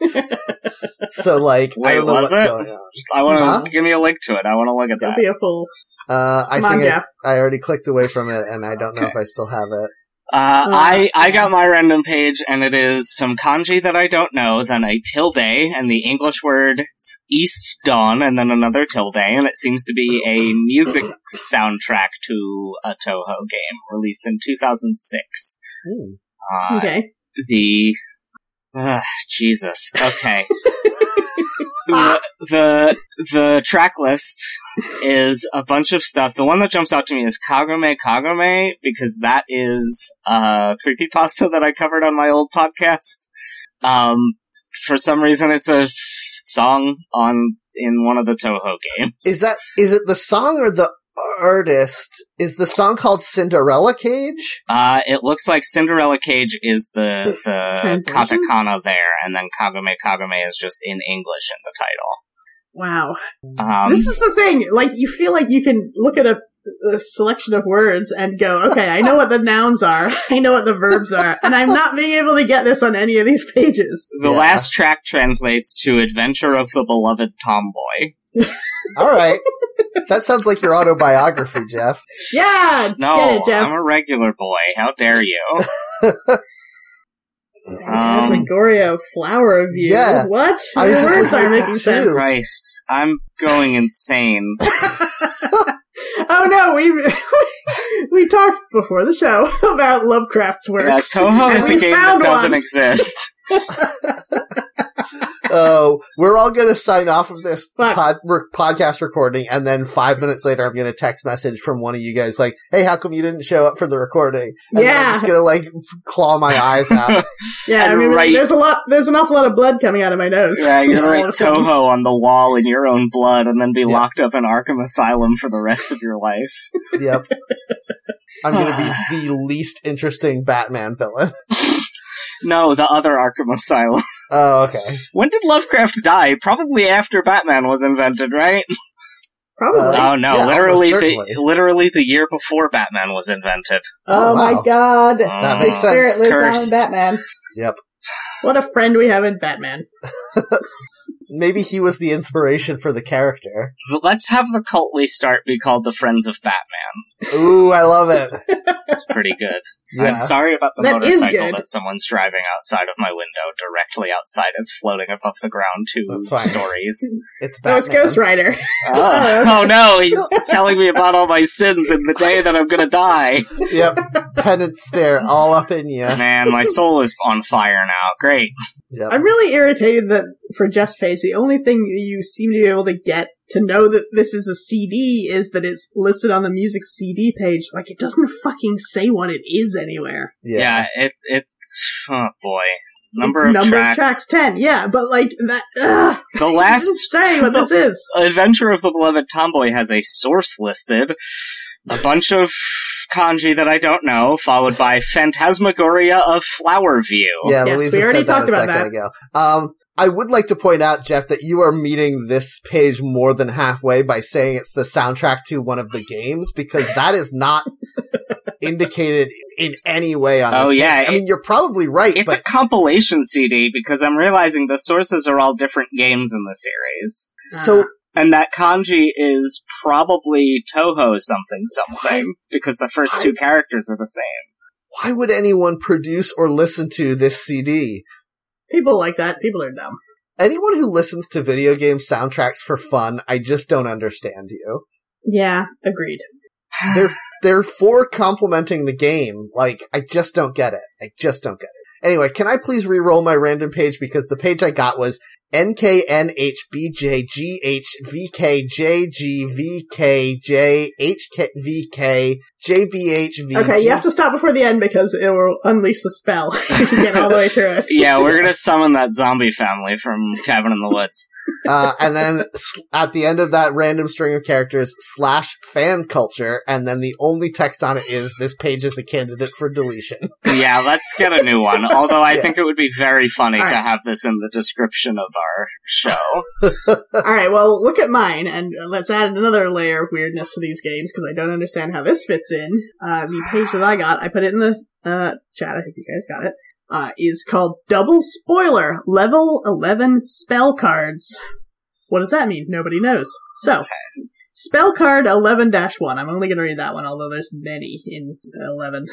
Speaker 1: so, like, I
Speaker 2: Wait,
Speaker 1: don't know
Speaker 2: was
Speaker 1: what's
Speaker 2: it?
Speaker 1: going on.
Speaker 2: I want to
Speaker 1: Huh?
Speaker 2: give me a link to it. I want to look at
Speaker 3: Don't
Speaker 2: that.
Speaker 3: be a fool.
Speaker 1: Uh, I
Speaker 3: Come on,
Speaker 1: think
Speaker 3: Jeff.
Speaker 1: I, I already clicked away from it, and I don't know if I still have it.
Speaker 2: Uh,
Speaker 3: Uh,
Speaker 2: I I got my random page, and it is some kanji that I don't know, then a tilde, and the English word s- East Dawn, and then another tilde, and it seems to be a music soundtrack to a Toho game released in 2006.
Speaker 1: Hmm.
Speaker 2: Uh,
Speaker 3: Okay.
Speaker 2: The Ugh, Jesus. Okay. the, the the track list is a bunch of stuff. The one that jumps out to me is Kagome Kagome because that is a creepypasta that I covered on my old podcast. Um, for some reason, it's a f- song on in one of the Toho games.
Speaker 1: Is that is it the song or the artist? Is the song called "Cinderella Cage"?
Speaker 2: Uh, it looks like Cinderella Cage is the the
Speaker 3: Translation?
Speaker 2: katakana there, and then Kagome Kagome is just in English in the title.
Speaker 3: Wow.
Speaker 2: Um,
Speaker 3: this is the thing. Like, you feel like you can look at a, a selection of words and go, okay, I know what the nouns are. <laughs> I know what the verbs are. And I'm not being able to get this on any of these pages.
Speaker 2: the
Speaker 1: Yeah.
Speaker 2: last track translates to Adventure of the Beloved Tomboy.
Speaker 1: All right. That sounds like your autobiography, Jeff.
Speaker 3: Yeah!
Speaker 2: No,
Speaker 3: get it, Jeff.
Speaker 2: I'm a regular boy. How dare
Speaker 3: <laughs>
Speaker 2: you?
Speaker 3: There's
Speaker 2: Um,
Speaker 3: Megorio, flower of you.
Speaker 1: Yeah.
Speaker 3: What?
Speaker 1: I
Speaker 3: Your
Speaker 1: was just
Speaker 3: words are
Speaker 1: thinking
Speaker 3: making
Speaker 1: too.
Speaker 3: sense.
Speaker 2: Christ, I'm going
Speaker 3: <laughs>
Speaker 2: insane.
Speaker 3: Oh no, <laughs> we we talked before the show <laughs> about Lovecraft's work.
Speaker 2: Yeah, Toho
Speaker 3: And
Speaker 2: is a
Speaker 3: we
Speaker 2: game
Speaker 3: found
Speaker 2: that doesn't
Speaker 3: one. <laughs>
Speaker 2: exist.
Speaker 1: Oh, we're all going to sign off of this
Speaker 3: Fuck.
Speaker 1: pod, re- podcast recording, and then five minutes later, I'm going to text message from one of you guys like, "Hey, how come you didn't show up for the recording?" And then I'm
Speaker 3: Yeah.
Speaker 1: just going to like claw my eyes out.
Speaker 3: <laughs> yeah, I
Speaker 2: and
Speaker 3: mean,
Speaker 2: right-
Speaker 3: there's a lot, there's an awful lot of blood coming out of my nose.
Speaker 2: Yeah, you're gonna write
Speaker 3: All of a sudden.
Speaker 2: Toho on the wall in your own blood and then be
Speaker 1: Yeah.
Speaker 2: locked up in Arkham Asylum for the rest of your life.
Speaker 1: yep, I'm going to
Speaker 3: <sighs>
Speaker 1: be the least interesting Batman villain.
Speaker 2: No, the other Arkham Asylum. <laughs>
Speaker 1: Oh, okay.
Speaker 2: When did Lovecraft die? Probably after Batman was invented, right?
Speaker 3: Probably.
Speaker 1: Uh,
Speaker 2: oh no,
Speaker 1: yeah, almost
Speaker 2: literally the
Speaker 1: certainly.
Speaker 2: literally the year before Batman was invented.
Speaker 1: wow.
Speaker 3: oh my god.
Speaker 1: That
Speaker 2: Mm.
Speaker 1: makes sense.
Speaker 3: Spirit lives
Speaker 2: Cursed.
Speaker 3: on in Batman.
Speaker 1: Yep.
Speaker 3: What a friend we have in Batman.
Speaker 1: Maybe he was the inspiration for the character.
Speaker 2: But let's have the cult we start be called the Friends of Batman.
Speaker 1: Ooh, I love
Speaker 3: <laughs>
Speaker 1: it.
Speaker 2: It's pretty good.
Speaker 1: <laughs> Yeah.
Speaker 2: I'm sorry about the
Speaker 3: That is
Speaker 2: motorcycle
Speaker 3: good.
Speaker 2: that someone's driving outside of my window, directly outside. It's floating above the ground two
Speaker 1: That's fine.
Speaker 3: <laughs>
Speaker 2: stories.
Speaker 1: It's
Speaker 3: Oh, it's
Speaker 1: Batman.
Speaker 3: Ghost Rider.
Speaker 2: oh. no, he's telling me about all my sins and the day that I'm gonna die.
Speaker 1: yep. Penance stare all up in you.
Speaker 2: Man, my soul is on fire now. Great.
Speaker 1: Yep.
Speaker 3: I'm really irritated that for Jeff's page, the only thing that you seem to be able to get to know that this is a CD is that it's listed on the music CD page. Like, it doesn't fucking say what it is anywhere.
Speaker 2: Yeah, it it oh boy. Number of tracks.
Speaker 3: 10 yeah but like that ugh, <laughs>
Speaker 2: <laughs> The
Speaker 3: it
Speaker 2: last
Speaker 3: doesn't say what this is
Speaker 2: Adventure of the Beloved Tomboy has a source listed, a bunch of kanji that I don't know, followed by Phantasmagoria of Flower View.
Speaker 1: Yeah,
Speaker 3: Yes,
Speaker 1: Louisa
Speaker 3: we already
Speaker 1: said that
Speaker 3: talked
Speaker 1: a
Speaker 3: about
Speaker 1: second ago. Um, I would like to point out, Jeff, that you are meeting this page more than halfway by saying it's the soundtrack to one of the games because that is
Speaker 3: <laughs>
Speaker 1: not indicated in any way on.
Speaker 2: Oh
Speaker 1: this
Speaker 2: yeah,
Speaker 1: page. I
Speaker 2: it-
Speaker 1: mean you're probably right,
Speaker 2: it's
Speaker 1: but
Speaker 2: a compilation CD because I'm realizing the sources are all different games in the series,
Speaker 1: so
Speaker 3: Ah,
Speaker 2: and that kanji is probably Toho something something because the first two characters are the same.
Speaker 1: why would anyone produce or listen to this CD?
Speaker 3: people like that people are dumb
Speaker 1: Anyone who listens to video game soundtracks for fun, I just don't understand you.
Speaker 3: yeah agreed
Speaker 1: they're for complimenting the game. Like, I just don't get it. I just don't get it. Anyway, can I please re-roll my random page because the page I got was NKNHBJGHVKJGVKJHVKJBHVG.
Speaker 3: okay you have to stop before the end because it will unleash the spell <laughs> if you get all the way
Speaker 2: <laughs>
Speaker 3: through it
Speaker 1: <laughs>
Speaker 2: Yeah, we're gonna summon that zombie family from Cabin in the Woods.
Speaker 1: uh, and then sl- at the end of that random string of characters, slash fan culture, and then the only text on it is this page is a candidate for deletion. <laughs>
Speaker 2: Yeah, let's get a new one. Although I
Speaker 1: Yeah.
Speaker 2: think it would be very funny
Speaker 3: All
Speaker 2: to
Speaker 3: right.
Speaker 2: have this in the description of our show.
Speaker 3: all right well look at mine and uh, let's add another layer of weirdness to these games because i don't understand how this fits in uh, the page that i got i put it in the uh, chat i hope you guys got it uh, is called double spoiler level 11 spell cards what does that mean nobody knows so Spell card 11 1. I'm only going to read that one, although there's many in 11.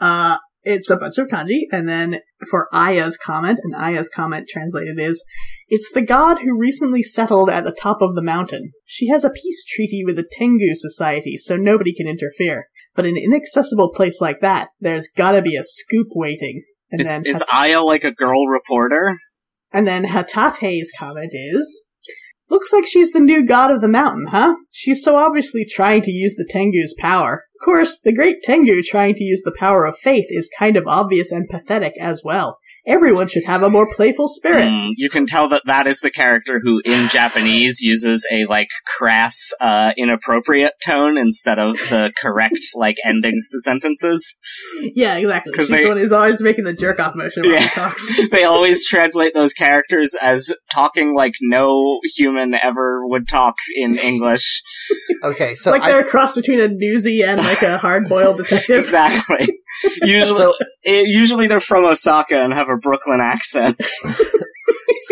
Speaker 3: Uh, it's a bunch of kanji, and then for Aya's comment, and Aya's comment translated is, It's the god who recently settled at the top of the mountain. She has a peace treaty with the Tengu society, so nobody can interfere. But in an inaccessible place like that, there's gotta be a scoop waiting. And
Speaker 2: is
Speaker 3: then
Speaker 2: is Aya like a girl reporter?
Speaker 3: and then Hatate's comment is Looks like she's the new god of the mountain, huh? She's so obviously trying to use the Tengu's power. Of course, the great Tengu trying to use the power of faith is kind of obvious and pathetic as well. Everyone should have a more playful spirit.
Speaker 2: Mm, you can tell that that is the character who, in Japanese, uses a like crass, uh, inappropriate tone instead of the correct like endings to sentences. <laughs>
Speaker 3: Yeah, exactly.
Speaker 2: Hmm. 'Cause
Speaker 3: She's
Speaker 2: they-
Speaker 3: the one who's always making the jerk off motion while
Speaker 2: Yeah.
Speaker 3: she
Speaker 2: <laughs>
Speaker 3: talks.
Speaker 2: They always translate those characters as talking like no human ever would talk in English.
Speaker 1: Okay, so
Speaker 3: like
Speaker 1: I,
Speaker 3: they're a cross between a newsie and like a hard boiled
Speaker 2: <laughs>
Speaker 3: detective.
Speaker 2: Exactly. Usually,
Speaker 1: so
Speaker 2: it- usually they're from Osaka and have a Brooklyn accent.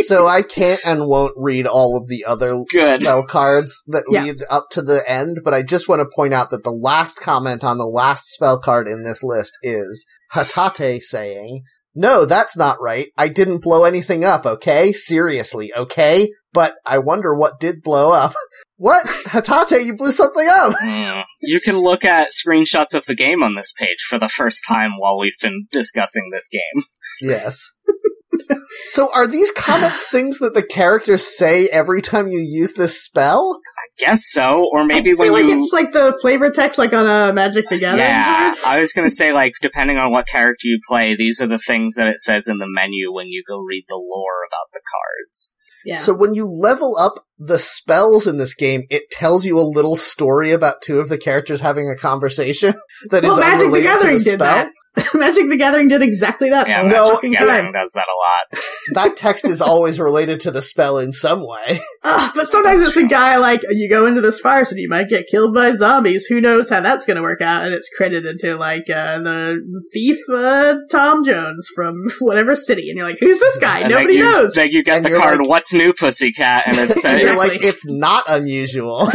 Speaker 1: so I can't and won't read all of the other
Speaker 2: Good.
Speaker 1: spell cards that
Speaker 3: Yeah.
Speaker 1: lead up to the end, but I just want to point out that the last comment on the last spell card in this list is Hatate saying, No, that's not right. I didn't blow anything up, okay? Seriously, okay? But I wonder what did blow up. <laughs> What? Hatate, you blew something up!
Speaker 2: Mm. You can look at screenshots of the game on this page for the first time while we've been discussing this game.
Speaker 1: Yes. <laughs> so are these comments things that the characters say every time you use this spell?
Speaker 2: Guess so, or maybe
Speaker 3: I feel
Speaker 2: when
Speaker 3: like
Speaker 2: you
Speaker 3: it's like the flavor text, like on a Magic the Gathering
Speaker 2: yeah,
Speaker 3: card.
Speaker 2: I was gonna say like depending on what character you play, these are the things that it says in the menu when you go read the lore about the cards.
Speaker 3: Yeah,
Speaker 1: So when you level up the spells in this game, it tells you a little story about two of the characters having a conversation <laughs> that is
Speaker 3: well, Magic the
Speaker 1: unrelated
Speaker 3: Gathering
Speaker 1: to the
Speaker 3: did
Speaker 1: spell.
Speaker 3: that. <laughs> Magic the Gathering did exactly that.
Speaker 2: Yeah,
Speaker 3: all the
Speaker 1: no,
Speaker 2: Magic the
Speaker 3: fucking time.
Speaker 2: Gathering does that a lot.
Speaker 1: <laughs> That text is always related to the spell in some way. <laughs>
Speaker 3: Ugh, but sometimes
Speaker 2: That's
Speaker 3: it's a
Speaker 2: true.
Speaker 3: guy like you go into this fire, so you might get killed by zombies. Who knows how that's going to work out? And it's credited to like uh, the thief uh, Tom Jones from <laughs> whatever city, and you're like, who's this guy?
Speaker 2: And then
Speaker 3: Nobody
Speaker 2: you, <laughs>
Speaker 3: knows. <laughs>
Speaker 2: Then you get
Speaker 1: And
Speaker 2: the
Speaker 1: you're
Speaker 2: card,
Speaker 1: like-
Speaker 2: "What's new, pussycat?" And it
Speaker 1: And
Speaker 2: says,
Speaker 1: you're
Speaker 3: Exactly.
Speaker 1: like, it's not unusual.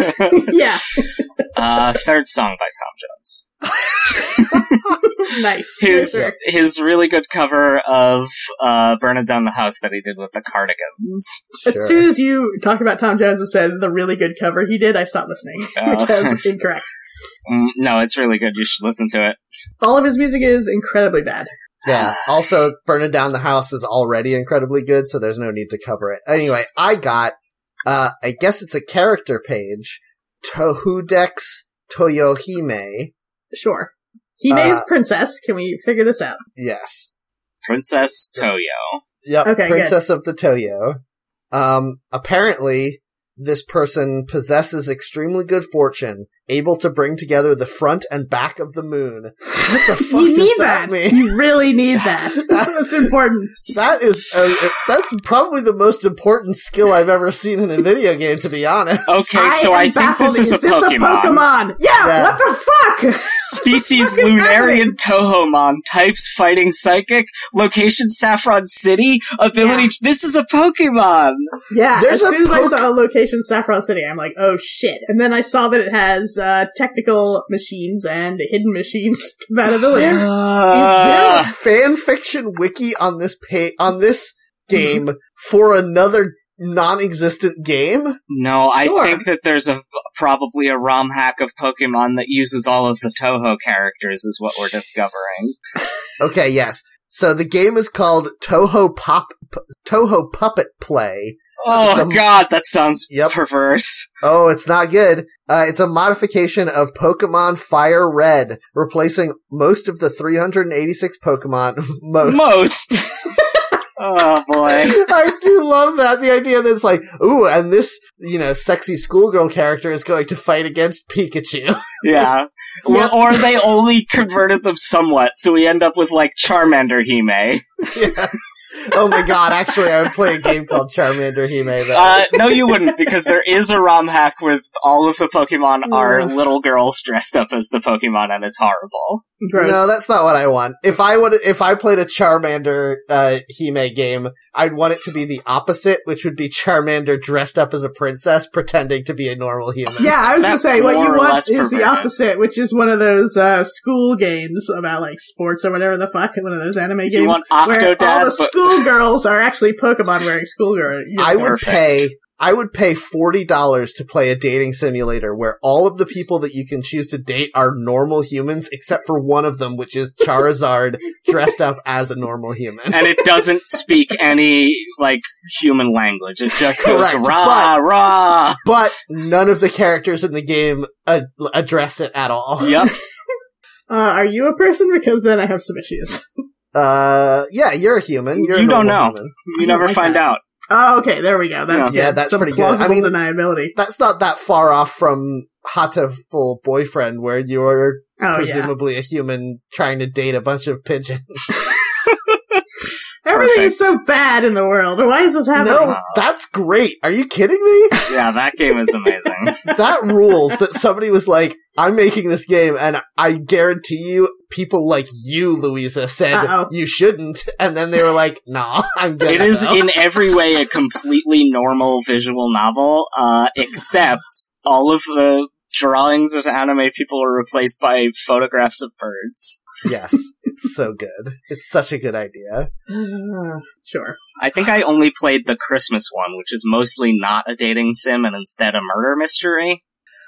Speaker 3: yeah,
Speaker 2: uh, third song by Tom Jones.
Speaker 3: nice.
Speaker 2: his his really good cover of uh, "Burn It Down the House" that he did with the Cardigans.
Speaker 3: <laughs> As soon as you talked about Tom Jones and said the really good cover he did, I stopped listening <laughs>
Speaker 2: Oh. <laughs>
Speaker 3: because it's incorrect.
Speaker 2: Mm, no, it's really good. You should listen to it.
Speaker 3: All of his music is incredibly bad.
Speaker 1: yeah. Also, burning down the house is already incredibly good, so there's no need to cover it. Anyway, I got, uh, I guess it's a character page. Tohudex Toyohime.
Speaker 3: Sure, he may is
Speaker 1: Uh,
Speaker 3: princess. Can we figure this out?
Speaker 1: Yes.
Speaker 2: Princess Toyo.
Speaker 1: Yep,
Speaker 3: Okay, good.
Speaker 1: Princess of the Toyo. Um, apparently, this person possesses extremely good fortune, able to bring together the front and back of the moon. What
Speaker 3: <laughs>
Speaker 1: the fuck
Speaker 3: You
Speaker 1: does
Speaker 3: need
Speaker 1: that,
Speaker 3: that.
Speaker 1: mean?
Speaker 3: You really need that.
Speaker 1: <laughs>
Speaker 3: That's important.
Speaker 1: That is a, that's probably the most important skill I've ever seen in a video game, to be honest.
Speaker 2: Okay, so
Speaker 3: am
Speaker 2: I think
Speaker 3: baffled.
Speaker 2: this is, a, Pokemon.
Speaker 3: Pokemon? Yeah,
Speaker 1: Yeah.
Speaker 3: what the fuck? <laughs>
Speaker 2: Species
Speaker 3: What the fuck is
Speaker 2: Lunarian Tohomon. Types Fighting Psychic. Location Saffron City. Ability.
Speaker 3: Yeah.
Speaker 2: This is a Pokemon.
Speaker 3: Yeah,
Speaker 1: There's
Speaker 3: as
Speaker 1: a
Speaker 3: soon as I
Speaker 1: poke-
Speaker 3: saw a location Saffron City, I'm like, oh shit. And then I saw that it has uh, technical machines and hidden machines <laughs> compatibility.
Speaker 1: Is there a
Speaker 2: Uh,
Speaker 1: fan fiction wiki on this pa- on this game
Speaker 3: Mm-hmm.
Speaker 1: for another non-existent game?
Speaker 2: no, I
Speaker 3: Sure.
Speaker 2: think that there's a probably a ROM hack of Pokemon that uses all of the Toho characters. Is what we're discovering.
Speaker 1: Okay, yes. So the game is called Toho Pop P- Toho Puppet Play.
Speaker 2: Oh
Speaker 1: Some-
Speaker 2: god, that sounds
Speaker 1: Yep.
Speaker 2: perverse.
Speaker 1: Oh, it's not good. Uh, it's a modification of Pokemon Fire Red, replacing most of the 386 Pokemon. <laughs> most.
Speaker 2: Most. <laughs> oh boy.
Speaker 1: I do love that the idea that it's like, ooh, and this you know sexy schoolgirl character is going to fight against Pikachu. <laughs>
Speaker 2: Yeah. Or,
Speaker 3: Yep.
Speaker 2: or they only converted them somewhat, so we end up with like Charmander Hime.
Speaker 1: yeah. Oh my god! Actually, I would play a game called Charmander Hime. But
Speaker 2: Uh, no, you
Speaker 3: <laughs>
Speaker 2: wouldn't, because there is a ROM hack with all of the Pokemon are little girls dressed up as the Pokemon, and it's horrible.
Speaker 3: Gross.
Speaker 1: No, that's not what I want. If I would, if I played a Charmander uh, Hime game, I'd want it to be the opposite, which would be Charmander dressed up as a princess, pretending to be a normal human.
Speaker 3: yeah,
Speaker 2: Is
Speaker 3: I was
Speaker 2: that
Speaker 3: gonna say what
Speaker 2: more
Speaker 3: you
Speaker 2: or
Speaker 3: want
Speaker 2: less
Speaker 3: is the
Speaker 2: perverted?
Speaker 3: opposite, which is one of those uh, school games about like sports or whatever the fuck, one of those anime games
Speaker 2: You want
Speaker 3: where all
Speaker 2: Octodad,
Speaker 3: the
Speaker 2: but
Speaker 3: schoolgirls are actually Pokemon wearing schoolgirl.
Speaker 2: <laughs>
Speaker 1: I would
Speaker 2: Perfect.
Speaker 1: pay. I would pay forty dollars to play a dating simulator where all of the people that you can choose to date are normal humans, except for one of them, which is
Speaker 3: <laughs>
Speaker 1: Charizard dressed up as a normal human.
Speaker 2: and it doesn't speak any like human language. It just goes
Speaker 1: Correct,
Speaker 2: rah
Speaker 3: <laughs>
Speaker 2: rah.
Speaker 1: But none of the characters in the game uh, address it at all.
Speaker 2: Yep.
Speaker 3: Uh, are you a person? Because then I have some issues. <laughs>
Speaker 1: Uh, yeah, you're a human. You're a
Speaker 2: You don't
Speaker 1: normal
Speaker 2: know.
Speaker 1: human.
Speaker 2: You never
Speaker 3: like
Speaker 2: find out.
Speaker 3: Oh, okay, there we go. That's
Speaker 1: Yeah. Yeah,
Speaker 3: good.
Speaker 1: that's
Speaker 3: some
Speaker 1: pretty good.
Speaker 3: plausible
Speaker 1: I mean-
Speaker 3: deniability.
Speaker 1: That's not that far off from Hatoful boyfriend, where you're
Speaker 3: Oh yeah,
Speaker 1: presumably a human trying to date a bunch of pigeons.
Speaker 3: <laughs> everything is
Speaker 2: Perfect.
Speaker 3: so bad in the world. Why is this happening?
Speaker 1: no, that's great. Are you kidding
Speaker 3: <laughs>
Speaker 1: me?
Speaker 2: Yeah, that game is amazing.
Speaker 1: that rules. That somebody was like, "I'm making this game, and I guarantee you, people like you, Louisa, said
Speaker 3: Uh-oh.
Speaker 1: you shouldn't." And then they were like, "Nah, I'm good."
Speaker 2: It is in every way a completely normal visual novel, uh, except all of the drawings of anime people are replaced by photographs of birds.
Speaker 1: yes, it's so good. It's such a good idea.
Speaker 3: Uh, sure.
Speaker 2: I think I only played the Christmas one, which is mostly not a dating sim and instead a murder mystery.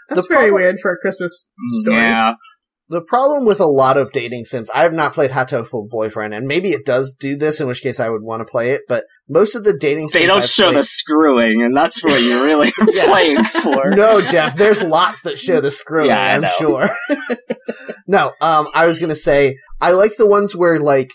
Speaker 3: That's
Speaker 1: The
Speaker 3: very
Speaker 1: problem-
Speaker 3: weird for a Christmas
Speaker 1: Mm-hmm.
Speaker 3: story.
Speaker 2: Mm, Yeah,
Speaker 1: The problem with a lot of dating sims, I have not played Hatoful Boyfriend, and maybe it does do this, in which case I would want to play it. But most of the dating sims
Speaker 2: they don't
Speaker 1: I've
Speaker 2: show
Speaker 1: played-
Speaker 2: the screwing, and that's what you're really
Speaker 1: <laughs> Yeah.
Speaker 2: playing for.
Speaker 1: No, Jeff, there's lots that show
Speaker 2: <laughs>
Speaker 1: the screw,
Speaker 2: Yeah, I
Speaker 1: I'm
Speaker 2: know.
Speaker 1: sure. <laughs> no, um, I was gonna say, I like the ones where, like,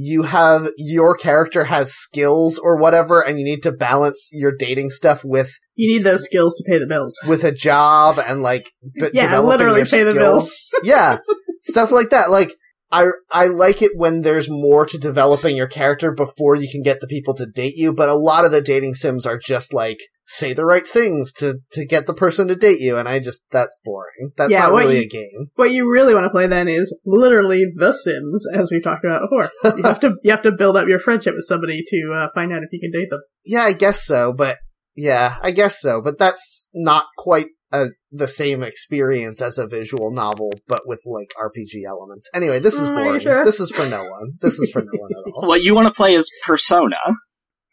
Speaker 1: you have, your character has skills or whatever, and you need to balance your dating stuff with,
Speaker 3: You need those skills to pay the bills.
Speaker 1: with a job and, like, b-
Speaker 3: yeah,
Speaker 1: developing
Speaker 3: literally
Speaker 1: your
Speaker 3: pay the
Speaker 1: skills.
Speaker 3: bills.
Speaker 1: yeah, stuff like that. Like, I, I like it when there's more to developing your character before you can get the people to date you, but a lot of the dating sims are just like, say the right things to, to get the person to date you, and I just, that's boring. That's
Speaker 3: Yeah,
Speaker 1: not
Speaker 3: what
Speaker 1: really
Speaker 3: you-
Speaker 1: a game.
Speaker 3: What you really want to play then is literally The Sims, as we've talked about
Speaker 1: <laughs>
Speaker 3: before. You have to you have to build up your friendship with somebody to uh, find out if you can date them.
Speaker 1: Yeah, I guess so, but yeah, I guess so, but that's not quite a, the same experience as a visual novel, but with like RPG elements. Anyway, this is
Speaker 3: Mm, are you
Speaker 1: boring.
Speaker 3: sure?
Speaker 1: This is for no one. This is for no one at all.
Speaker 3: <laughs>
Speaker 2: What you want to play is Persona.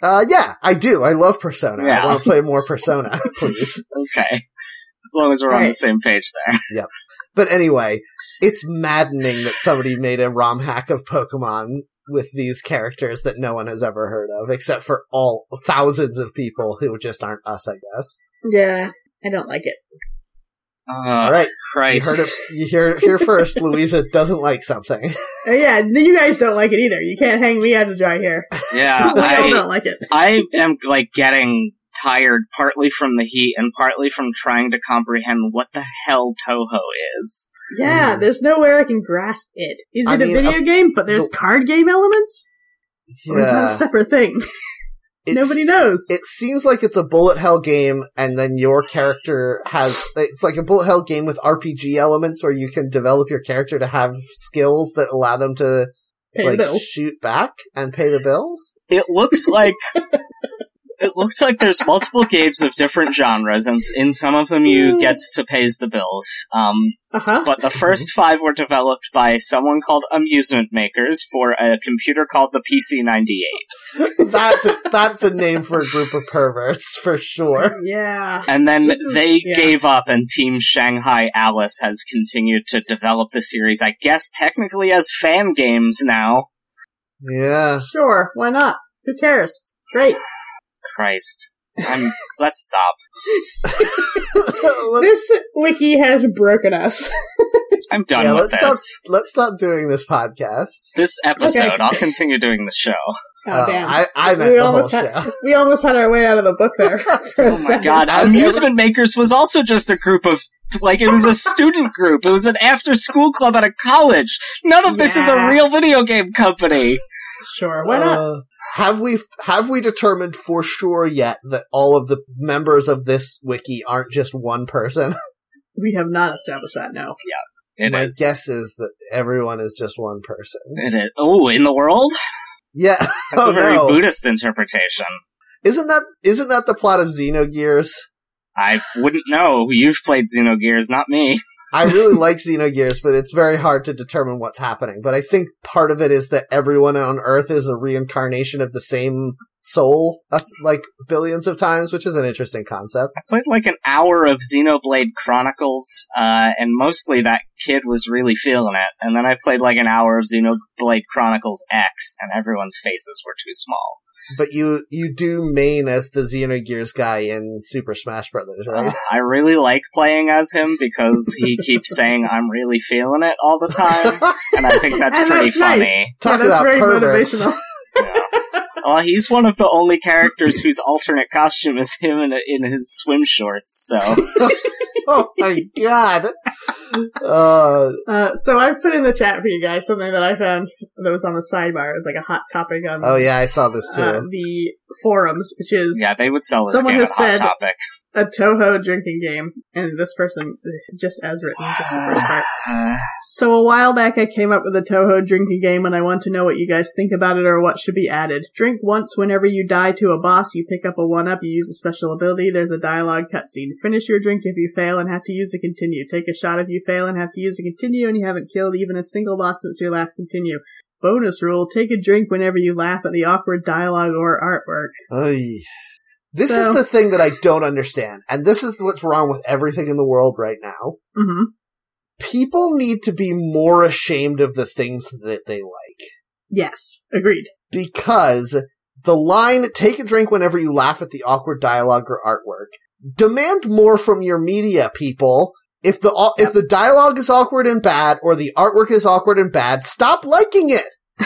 Speaker 1: Uh, yeah, I do. I love Persona. I
Speaker 2: Yeah.
Speaker 1: want to play more Persona, <laughs> please.
Speaker 2: Okay. As long as we're on the
Speaker 3: Right.
Speaker 2: same page there.
Speaker 1: But anyway, it's maddening that somebody made a ROM hack of Pokemon with these characters that no one has ever heard of, except for all thousands of people who just aren't us, I guess.
Speaker 3: Yeah, I don't like it.
Speaker 1: All
Speaker 2: Uh,
Speaker 1: right, you
Speaker 2: Christ.
Speaker 1: heard it. You hear here first. Louisa doesn't like something.
Speaker 2: <laughs>
Speaker 3: Uh, yeah, n- you guys don't like it either. You can't hang me out to dry here.
Speaker 1: <laughs>
Speaker 2: Yeah.
Speaker 3: we all
Speaker 2: Uh, I-
Speaker 3: don't like it.
Speaker 2: I am like getting tired partly from the heat and partly from trying to comprehend what the hell Toho is.
Speaker 3: Yeah, there's nowhere I can grasp it. Is
Speaker 1: Um, I
Speaker 3: it a
Speaker 1: mean,
Speaker 3: video game? But there's
Speaker 1: the-
Speaker 3: card game elements? Or is that
Speaker 1: Yeah,
Speaker 3: a separate thing? <laughs>
Speaker 1: it's-
Speaker 3: Nobody knows.
Speaker 1: It seems like it's a bullet hell game, and then your character has. It's like a bullet hell game with RPG elements where you can develop your character to have skills that allow them to
Speaker 3: Pay
Speaker 1: like
Speaker 3: the bills.
Speaker 1: shoot back and pay the bills.
Speaker 2: It looks like it looks like there's multiple games of different genres, and s- in some of them you gets to pays the bills. Um,
Speaker 3: Uh-huh.
Speaker 2: but the first five were developed by someone called Amusement Makers for a computer called the PC98,
Speaker 1: That's a, that's a name for a group of perverts for sure.
Speaker 3: Yeah.
Speaker 2: and then
Speaker 3: This is-
Speaker 2: they
Speaker 3: yeah.
Speaker 2: gave up, and Team Shanghai Alice has continued to develop the series. I guess technically as fan games now.
Speaker 1: Yeah, <laughs>
Speaker 3: Sure, why not? Who cares? Great.
Speaker 2: Christ. I'm, <laughs> let's stop.
Speaker 1: let's,
Speaker 3: This wiki has broken us. <laughs>
Speaker 2: I'm done
Speaker 1: yeah,
Speaker 2: with
Speaker 1: let's
Speaker 2: this.
Speaker 1: stop. Let's stop doing this podcast.
Speaker 2: This episode,
Speaker 3: Okay.
Speaker 2: I'll continue doing the
Speaker 1: <laughs>
Speaker 2: show.
Speaker 3: Oh,
Speaker 1: Uh,
Speaker 3: damn.
Speaker 1: I, I meant
Speaker 3: We
Speaker 1: the whole
Speaker 3: almost
Speaker 1: show.
Speaker 3: we almost had our way out of the book
Speaker 1: <laughs>
Speaker 3: there. for a
Speaker 2: Oh my
Speaker 3: second.
Speaker 2: god.
Speaker 1: As
Speaker 2: Amusement Makers was also just a group of, like, it was a student group. It was an after school club at a college. None of this is
Speaker 3: Yeah.
Speaker 2: a real video game company.
Speaker 3: Sure, why not?
Speaker 1: Uh, have we have we determined for sure yet that all of the members of this wiki aren't just one person? <laughs>
Speaker 3: We have not established that, no.
Speaker 2: It is.
Speaker 1: My guess is that everyone is just one person.
Speaker 2: It is. Oh, in the world?
Speaker 1: Yeah. <laughs>
Speaker 2: That's
Speaker 1: oh
Speaker 2: a very
Speaker 1: no.
Speaker 2: Buddhist interpretation.
Speaker 1: Isn't that isn't that the plot of Xenogears?
Speaker 2: I wouldn't know. You've played Xenogears, not me. <laughs>
Speaker 1: I really like Xenogears, but it's very hard to determine what's happening. But I think part of it is that everyone on Earth is a reincarnation of the same soul, uh, like billions of times, which is an interesting concept.
Speaker 2: I played like an hour of Xenoblade Chronicles, uh, and mostly that kid was really feeling it. And then I played like an hour of Xenoblade Chronicles X, and everyone's faces were too small.
Speaker 1: but you you do main as the Xenogears guy in Super Smash Brothers, right?
Speaker 2: Uh, I really like playing as him because
Speaker 3: <laughs>
Speaker 2: he keeps saying I'm really feeling it all the time, and I think
Speaker 3: <laughs>
Speaker 2: that's
Speaker 3: And
Speaker 2: pretty
Speaker 3: that's nice.
Speaker 2: funny.
Speaker 1: <laughs> Talk
Speaker 3: yeah, that's
Speaker 1: about
Speaker 3: very
Speaker 1: perverts.
Speaker 3: motivational. <laughs>
Speaker 2: Yeah. Well, he's one of the only characters whose alternate costume is him in, in his swim shorts. So
Speaker 3: <laughs>
Speaker 1: <laughs> oh my god. Uh,
Speaker 3: Uh, so I've put in the chat for you guys something that I found that was on the sidebar. It was like a hot topic on
Speaker 1: oh yeah, I saw this too.
Speaker 3: uh, the forums, which is
Speaker 2: yeah, they would sell this
Speaker 3: Someone
Speaker 2: game at
Speaker 3: has
Speaker 2: Hot
Speaker 3: said-
Speaker 2: Topic.
Speaker 3: a Toho drinking game. And this person just as written, just the first part.
Speaker 2: Uh,
Speaker 3: So a while back, I came up with a Toho drinking game, and I want to know what you guys think about it or what should be added. Drink once whenever you die to a boss. You pick up a one up. You use a special ability. There's a dialogue cutscene. Finish your drink if you fail and have to use a continue. Take a shot if you fail and have to use a continue, and you haven't killed even a single boss since your last continue. Bonus rule: Take a drink whenever you laugh at the awkward dialogue or artwork.
Speaker 1: Oy. This
Speaker 3: So-
Speaker 1: is the thing that I don't understand, and this is what's wrong with everything in the world right now.
Speaker 3: hmm
Speaker 1: People need to be more ashamed of the things that they like.
Speaker 3: Yes, agreed.
Speaker 1: because the line take a drink whenever you laugh at the awkward dialogue or artwork demand more from your media people if the au- if the dialogue is awkward and bad or the artwork is awkward and bad stop liking it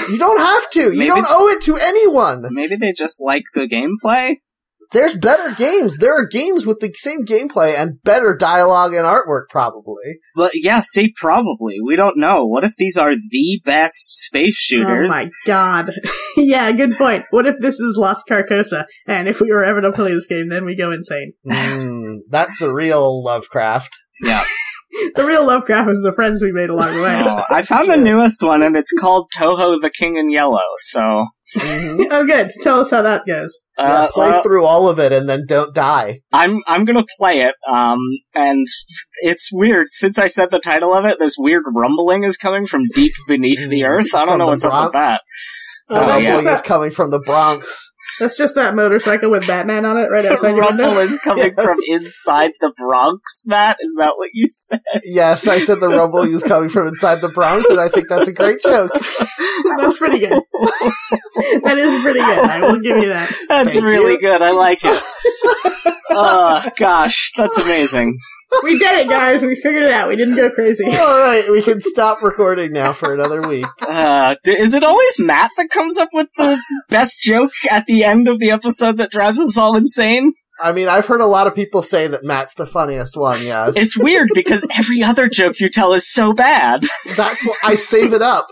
Speaker 1: you don't have to you
Speaker 2: Maybe-
Speaker 1: don't owe it to anyone
Speaker 2: maybe they just like the gameplay.
Speaker 1: there's better games there are games with the same gameplay and better dialogue and artwork probably
Speaker 2: Well, yeah, see, probably. We don't know. What if these are the best space shooters?
Speaker 3: Oh my god. <laughs> yeah, good point. What if this is Lost Carcosa? And if we were ever to play this game, then we go insane.
Speaker 2: <laughs>
Speaker 1: Mm, that's the real lovecraft
Speaker 3: The real Lovecraft was the friends we made along
Speaker 1: <laughs>
Speaker 3: the way.
Speaker 2: Oh, I found the
Speaker 1: Sure.
Speaker 2: newest one, and it's called Toho the King in Yellow. So,
Speaker 1: Mhm.
Speaker 3: oh, good. Tell us how that goes.
Speaker 1: Yeah,
Speaker 2: Mm-hmm. uh,
Speaker 1: play
Speaker 2: well,
Speaker 1: through all of it and then don't die
Speaker 2: I'm I'm gonna play it. Um, and it's weird since I said the title of it. This weird rumbling is coming from deep beneath the earth. I don't
Speaker 1: Mm, From
Speaker 2: know
Speaker 1: the
Speaker 2: what's up with
Speaker 1: Bronx? <laughs>
Speaker 2: that.
Speaker 1: the
Speaker 3: Oh, that's,
Speaker 1: rumbling
Speaker 3: just
Speaker 1: is
Speaker 3: that,
Speaker 1: coming from the bronx
Speaker 3: that's just that motorcycle with Batman
Speaker 1: <laughs>
Speaker 3: on it right outside
Speaker 2: The
Speaker 3: your window.
Speaker 2: rumble is coming
Speaker 1: Yes.
Speaker 2: from inside the Bronx. Matt, is that what you said?
Speaker 1: Yes, I said the rumble is coming from inside the Bronx, and I think that's a great joke.
Speaker 3: <laughs> that's pretty good. <laughs> that is pretty good. I will give you that.
Speaker 2: That's
Speaker 3: Thank
Speaker 2: really
Speaker 3: you.
Speaker 2: good. I like
Speaker 3: <laughs>
Speaker 2: it. oh gosh, that's amazing.
Speaker 3: We did it, guys. We figured it out. We didn't
Speaker 1: <laughs>
Speaker 3: go crazy.
Speaker 1: <laughs> All right, we can stop recording now for another week.
Speaker 2: Uh, d- is it always Matt that comes up with the best joke at the end of the episode that drives us all insane?
Speaker 1: I mean, I've heard a lot of people say that Matt's the funniest one. Yes,
Speaker 2: It's weird because every other joke you tell is so bad. <laughs>
Speaker 1: that's what I save it up.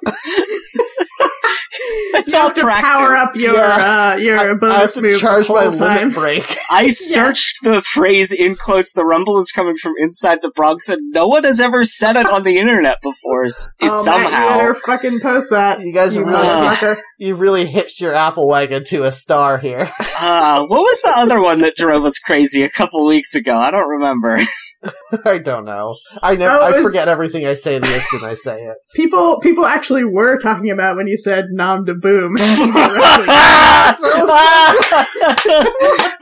Speaker 2: It's
Speaker 3: You
Speaker 2: all
Speaker 3: have to
Speaker 2: practice.
Speaker 3: power up your
Speaker 1: Yeah.
Speaker 3: uh, your
Speaker 1: I have
Speaker 3: bonus
Speaker 1: to
Speaker 3: move
Speaker 1: charge
Speaker 3: the
Speaker 1: my
Speaker 3: whole time.
Speaker 1: limit break.
Speaker 2: I searched the phrase in quotes, the rumble is coming from inside the Bronx, and no one has ever said it on the internet before, s- is
Speaker 3: Oh, Matt,
Speaker 2: somehow.
Speaker 3: you better fucking post that.
Speaker 1: You guys
Speaker 3: You
Speaker 1: really,
Speaker 3: motherfucker.
Speaker 1: you really hitched your apple wagon to a star here. <laughs>
Speaker 2: Uh, what was the other one that drove us crazy a couple weeks ago? I don't remember.
Speaker 1: I don't know. I know.
Speaker 3: Oh, it
Speaker 1: I
Speaker 3: was-
Speaker 1: forget everything I say the instant I say it.
Speaker 3: People, people actually were talking about when you said "nom
Speaker 2: <laughs>
Speaker 3: de boom." <laughs>
Speaker 2: <laughs>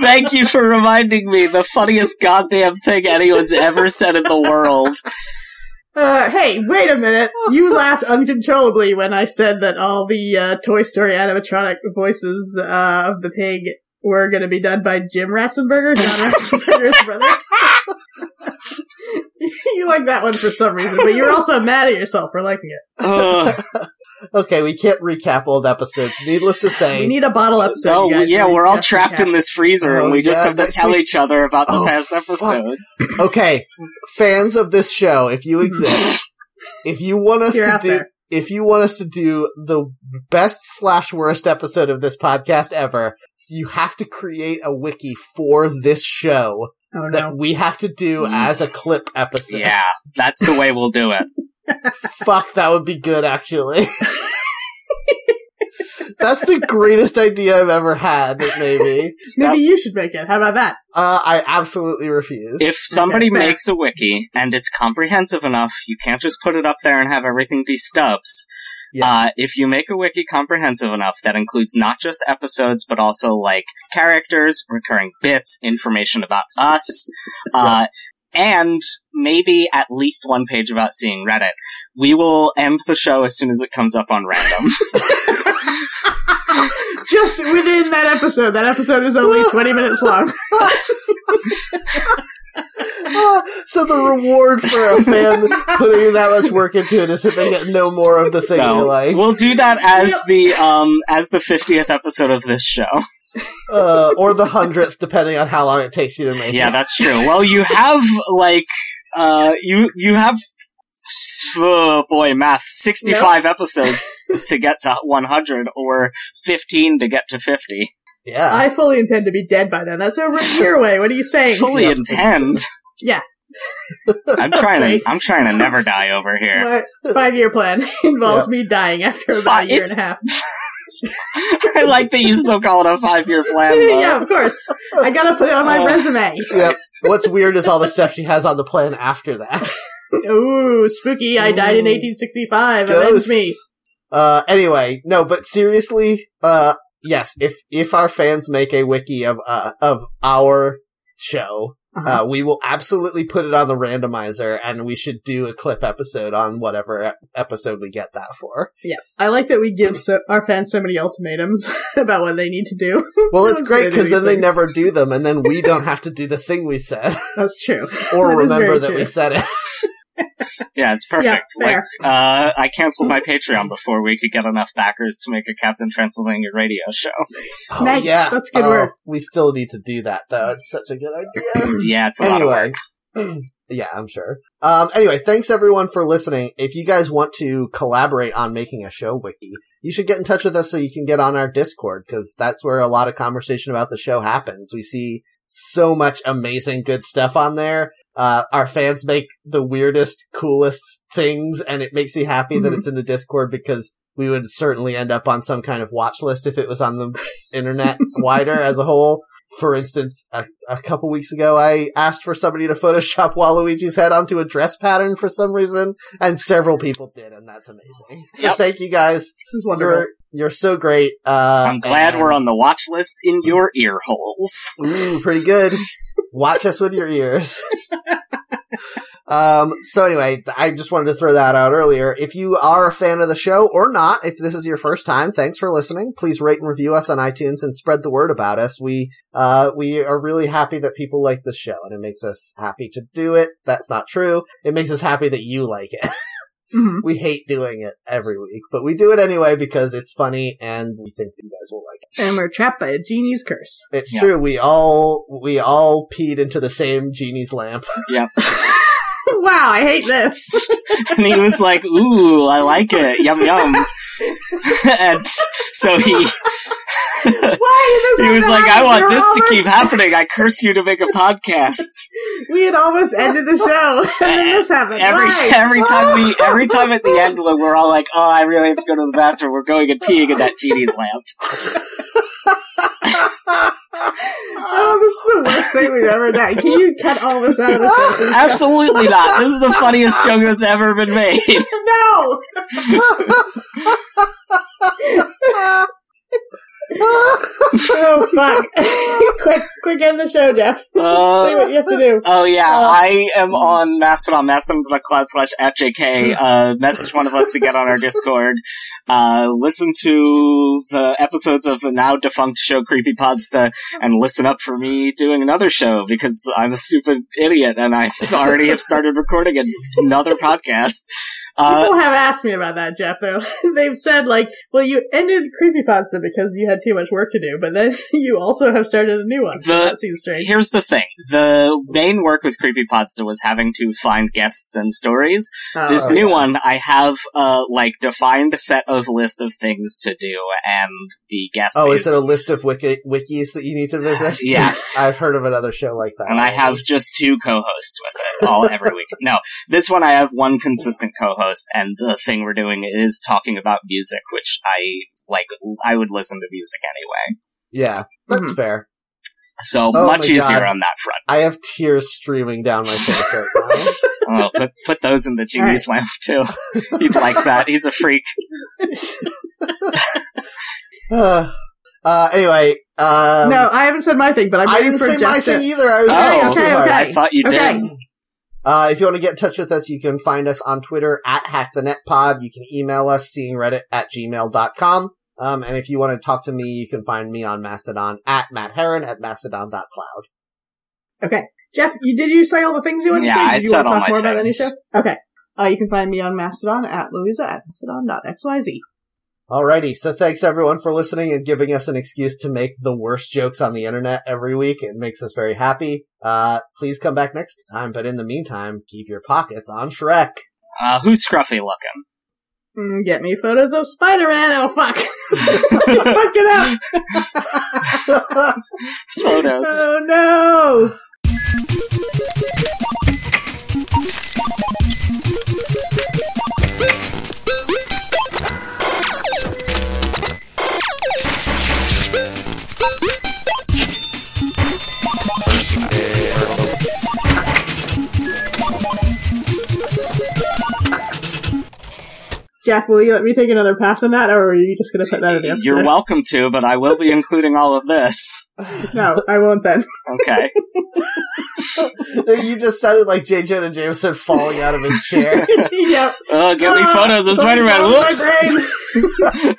Speaker 2: Thank you for reminding me the funniest goddamn thing anyone's ever said in the world.
Speaker 3: uh, hey, wait a minute! You laughed uncontrollably when I said that all the uh, Toy Story animatronic voices uh, of the pig were going to be done by Jim Ratzenberger, John
Speaker 2: <laughs>
Speaker 3: Ratzenberger's brother. <laughs> you like that one for some reason, but you're also mad at yourself for liking it.
Speaker 2: <laughs> Ugh.
Speaker 1: Okay, we can't recap old episodes. Needless to say,
Speaker 3: We need a bottle episode.
Speaker 2: oh,
Speaker 3: you guys,
Speaker 2: yeah,
Speaker 3: where we
Speaker 2: we're all
Speaker 3: just
Speaker 2: trapped
Speaker 3: recap.
Speaker 2: in this freezer
Speaker 1: Oh,
Speaker 2: and we just
Speaker 1: yeah,
Speaker 2: have to
Speaker 1: next
Speaker 2: tell
Speaker 1: week-
Speaker 2: each other about the
Speaker 1: Oh,
Speaker 2: past episodes.
Speaker 1: okay, fans of this show, if
Speaker 3: <laughs>
Speaker 1: you exist, if you want us
Speaker 3: You're
Speaker 1: to
Speaker 3: out
Speaker 1: do,
Speaker 3: there.
Speaker 1: if you want us to do the best slash worst episode of this podcast ever, you have to create a wiki for this show
Speaker 3: Oh no.
Speaker 1: that we have to do
Speaker 2: Mm.
Speaker 1: as a clip episode.
Speaker 2: Yeah, that's the way we'll do it.
Speaker 1: <laughs> Fuck, that would be good actually. <laughs> That's the greatest idea I've ever had, maybe.
Speaker 3: Maybe you should make it. How about that?
Speaker 1: Uh, I absolutely refuse.
Speaker 2: If somebody
Speaker 3: fair.
Speaker 2: makes a wiki and it's comprehensive enough, you can't just put it up there and have everything be stubs.
Speaker 1: Yeah.
Speaker 2: Uh, if you make a wiki comprehensive enough, that includes not just episodes, but also like characters, recurring bits, information about us, uh, and maybe at least one page about seeing Reddit. We will end the show as soon as it comes up on random.
Speaker 3: just within that episode. That episode is only 20 minutes long.
Speaker 1: <laughs> Ah, so the reward for a fan putting that much work into it is that they get no more of the thing they
Speaker 2: No.
Speaker 1: like,
Speaker 2: We'll do that as the um as the fiftieth episode of this show.
Speaker 1: uh, or the hundredth, depending on how long it takes you to make.
Speaker 2: Yeah,
Speaker 1: it.
Speaker 2: that's true. Well, you have like uh you you have s- oh boy math sixty five
Speaker 3: <laughs>
Speaker 2: episodes to get to one hundred or fifteen to get to fifty.
Speaker 1: yeah.
Speaker 3: <laughs> I fully intend to be dead by then. That's over a year away. What are you saying?
Speaker 2: Fully
Speaker 1: Yeah.
Speaker 2: intend.
Speaker 3: Yeah.
Speaker 2: <laughs> I'm trying to I'm trying to never die over here.
Speaker 3: My five year plan <laughs> involves me dying after about
Speaker 2: Fi-
Speaker 3: a year
Speaker 2: it's-
Speaker 3: and a half.
Speaker 2: <laughs> I like that you still call it a five year plan. though.
Speaker 3: <laughs> yeah, of course. I gotta put it on my
Speaker 2: Oh.
Speaker 3: resume.
Speaker 1: Yep.
Speaker 2: Christ.
Speaker 1: What's weird is all the stuff she has on the plan after that.
Speaker 3: Ooh, spooky. I died in 1865. Avenge
Speaker 1: Ghosts.
Speaker 3: me.
Speaker 1: Uh, anyway, no, but seriously, uh, yes, if if our fans make a wiki of uh of our show,
Speaker 3: Uh-huh.
Speaker 1: uh, we will absolutely put it on the randomizer, and we should do a clip episode on whatever e- episode we get that for.
Speaker 3: I like that we give so- our fans so many ultimatums <laughs> about what they need to do. <laughs>
Speaker 1: Well, it's
Speaker 3: Sounds
Speaker 1: great
Speaker 3: good,
Speaker 1: because then they
Speaker 3: these
Speaker 1: never do them, and then we
Speaker 3: <laughs>
Speaker 1: don't have to do the thing we said
Speaker 3: That's true.
Speaker 1: or
Speaker 3: That is
Speaker 1: remember
Speaker 3: very
Speaker 1: that we
Speaker 3: true.
Speaker 1: said it.
Speaker 2: Yeah, it's perfect.
Speaker 3: Yeah,
Speaker 2: like,
Speaker 3: fair.
Speaker 2: uh, I canceled my Patreon before we could get enough backers to make a Captain Transylvania radio show.
Speaker 1: Oh,
Speaker 3: Nice.
Speaker 1: yeah,
Speaker 3: That's good
Speaker 1: Oh,
Speaker 3: work.
Speaker 1: We still need to do that though. It's such a good idea.
Speaker 2: yeah, <laughs> it's a lot of work.
Speaker 1: anyway. <clears throat> yeah, I'm sure. Um, anyway, thanks everyone for listening. If you guys want to collaborate on making a show wiki, you should get in touch with us so you can get on our Discord because that's where a lot of conversation about the show happens. We see so much amazing good stuff on there. Uh, our fans make the weirdest, coolest things, and it makes me happy that
Speaker 3: Mhm.
Speaker 1: it's in the Discord because we would certainly end up on some kind of watch list if it was on the internet wider as a whole. For instance, a, a couple weeks ago, I asked for somebody to Photoshop <laughs> Waluigi's head onto a dress pattern for some reason, and several people did, and that's amazing. So
Speaker 2: Yep.
Speaker 1: thank you guys.
Speaker 3: This is wonderful.
Speaker 1: You're, you're so great. Uh,
Speaker 2: I'm glad
Speaker 1: and-
Speaker 2: we're on the watch list in your ear holes. <laughs>
Speaker 1: Ooh, pretty good. Watch us with your ears. <laughs> um, so anyway, th- I just wanted to throw that out earlier. If you are a fan of the show or not, if this is your first time, thanks for listening. Please rate and review us on iTunes and spread the word about us. We, uh, we are really happy that people like the show and it makes us happy to do it. That's not true. It makes us happy that you like it. <laughs>
Speaker 3: Mhm.
Speaker 1: we hate doing it every week, but we do it anyway because it's funny and we think that you guys will like it.
Speaker 3: And we're trapped by a genie's curse. <laughs>
Speaker 1: It's
Speaker 2: Yeah.
Speaker 1: true. We all we all peed into the same genie's
Speaker 3: <laughs>
Speaker 1: lamp.
Speaker 3: wow, I hate this. <laughs>
Speaker 2: And he was like, ooh, I like it. Yum, yum. <laughs> and so he,
Speaker 3: Why did this
Speaker 2: he was
Speaker 3: have to
Speaker 2: like, I
Speaker 3: happen?
Speaker 2: want
Speaker 3: We're
Speaker 2: this to
Speaker 3: almost-
Speaker 2: keep happening. I curse you to make a podcast.
Speaker 3: We had almost ended the show, <laughs> and then this happened.
Speaker 2: Every,
Speaker 3: Why?
Speaker 2: every time we, every time at the end when we're all like, oh, I really have to go to the bathroom, we're going and peeing in that genie's lamp.
Speaker 3: Oh, this is the worst thing we've ever done. Can you cut all this out of the
Speaker 2: <laughs>
Speaker 3: show?
Speaker 2: Absolutely not. This is the funniest joke that's ever been made. <laughs>
Speaker 3: No! Oh, fuck. <laughs> quick, quick, end the show, Jeff. Say
Speaker 2: Uh,
Speaker 3: what you have to do.
Speaker 2: oh yeah,
Speaker 3: Uh,
Speaker 2: I am on Mastodon, mastodon.cloud slash at JK. Uh, message one of us to get on our Discord. Uh, listen to the episodes of the now defunct show Creepypodsta and listen up for me doing another show because I'm a stupid idiot and I already have started recording another podcast. Uh,
Speaker 3: People have asked me about that, Jeff, though. <laughs> They've said, like, well, you ended Creepypasta because you had too much work to do, but then <laughs> you also have started a new one. so
Speaker 2: The-
Speaker 3: that seems strange.
Speaker 2: Here's the thing. The main work with Creepypodsta was having to find guests and stories.
Speaker 3: Oh,
Speaker 2: this
Speaker 1: Oh,
Speaker 2: new
Speaker 1: yeah.
Speaker 2: one, I have uh, like defined a set of list of things to do, and the guest
Speaker 1: oh,
Speaker 2: is,
Speaker 1: is it a list of wiki- wikis that you need to visit? <laughs>
Speaker 2: <laughs> Yes.
Speaker 1: I've heard of another show like that.
Speaker 2: and I have just two co-hosts with it all every week. No, this one I have one consistent co-host, and the thing we're doing is talking about music, which I like. I would listen to music anyway,
Speaker 1: Yeah, that's
Speaker 2: Mm-hmm.
Speaker 1: fair.
Speaker 2: so
Speaker 1: Oh
Speaker 2: much
Speaker 1: my
Speaker 2: easier
Speaker 1: God.
Speaker 2: on that front.
Speaker 1: I have tears streaming down my face right now. <laughs>
Speaker 2: Oh, put put those in the genie's lamp too. He'd like that. He's a freak. <laughs>
Speaker 1: Uh, <sighs> uh, anyway, um,
Speaker 3: no, I haven't said my thing, but I'm
Speaker 1: I
Speaker 3: waiting
Speaker 1: didn't
Speaker 3: for
Speaker 1: say
Speaker 3: Jeff
Speaker 1: my
Speaker 3: to-
Speaker 1: thing e- either. I was
Speaker 2: Oh,
Speaker 1: going too
Speaker 3: okay,
Speaker 1: hard.
Speaker 3: okay.
Speaker 2: I thought you
Speaker 3: Okay.
Speaker 2: did.
Speaker 1: Uh, if you want to get in touch with us, you can find us on Twitter at HackTheNetPod. You can email us seeingreddit at gmail.com. Um, and if you want to talk to me, you can find me on Mastodon at Matt Heron at mastodon.cloud.
Speaker 3: Jeff, you did you say all the things you wanted
Speaker 2: Yeah,
Speaker 3: to say?
Speaker 2: I
Speaker 3: Did you
Speaker 2: said
Speaker 3: want to
Speaker 2: all
Speaker 3: talk
Speaker 2: my
Speaker 3: more about any show?
Speaker 2: things.
Speaker 3: Okay. Uh, you can find me on Mastodon at Louisa at Mastodon.xyz.
Speaker 1: Alrighty, so thanks everyone for listening and giving us an excuse to make the worst jokes on the internet every week. It makes us very happy. Uh, please come back next time, but in the meantime, keep your pockets on Shrek. <laughs>
Speaker 2: Uh, who's scruffy
Speaker 3: Mm, get me photos of Spider Man. Oh, fuck. <laughs> you
Speaker 2: looking? <laughs>
Speaker 3: fucked it up.
Speaker 2: Photos.
Speaker 3: Oh, no. Jeff, will you let me take another pass on that, or are you just going to put that in the episode?
Speaker 2: You're welcome to, but I will be including all of this.
Speaker 3: no, I won't then. <laughs>
Speaker 2: Okay.
Speaker 1: you just sounded like J. Jonah Jameson falling out of his chair.
Speaker 3: yep.
Speaker 2: Oh, get me
Speaker 3: Ah,
Speaker 2: photos of
Speaker 3: something's
Speaker 2: Spider-Man.
Speaker 3: wrong with
Speaker 2: Whoops.
Speaker 3: my brain.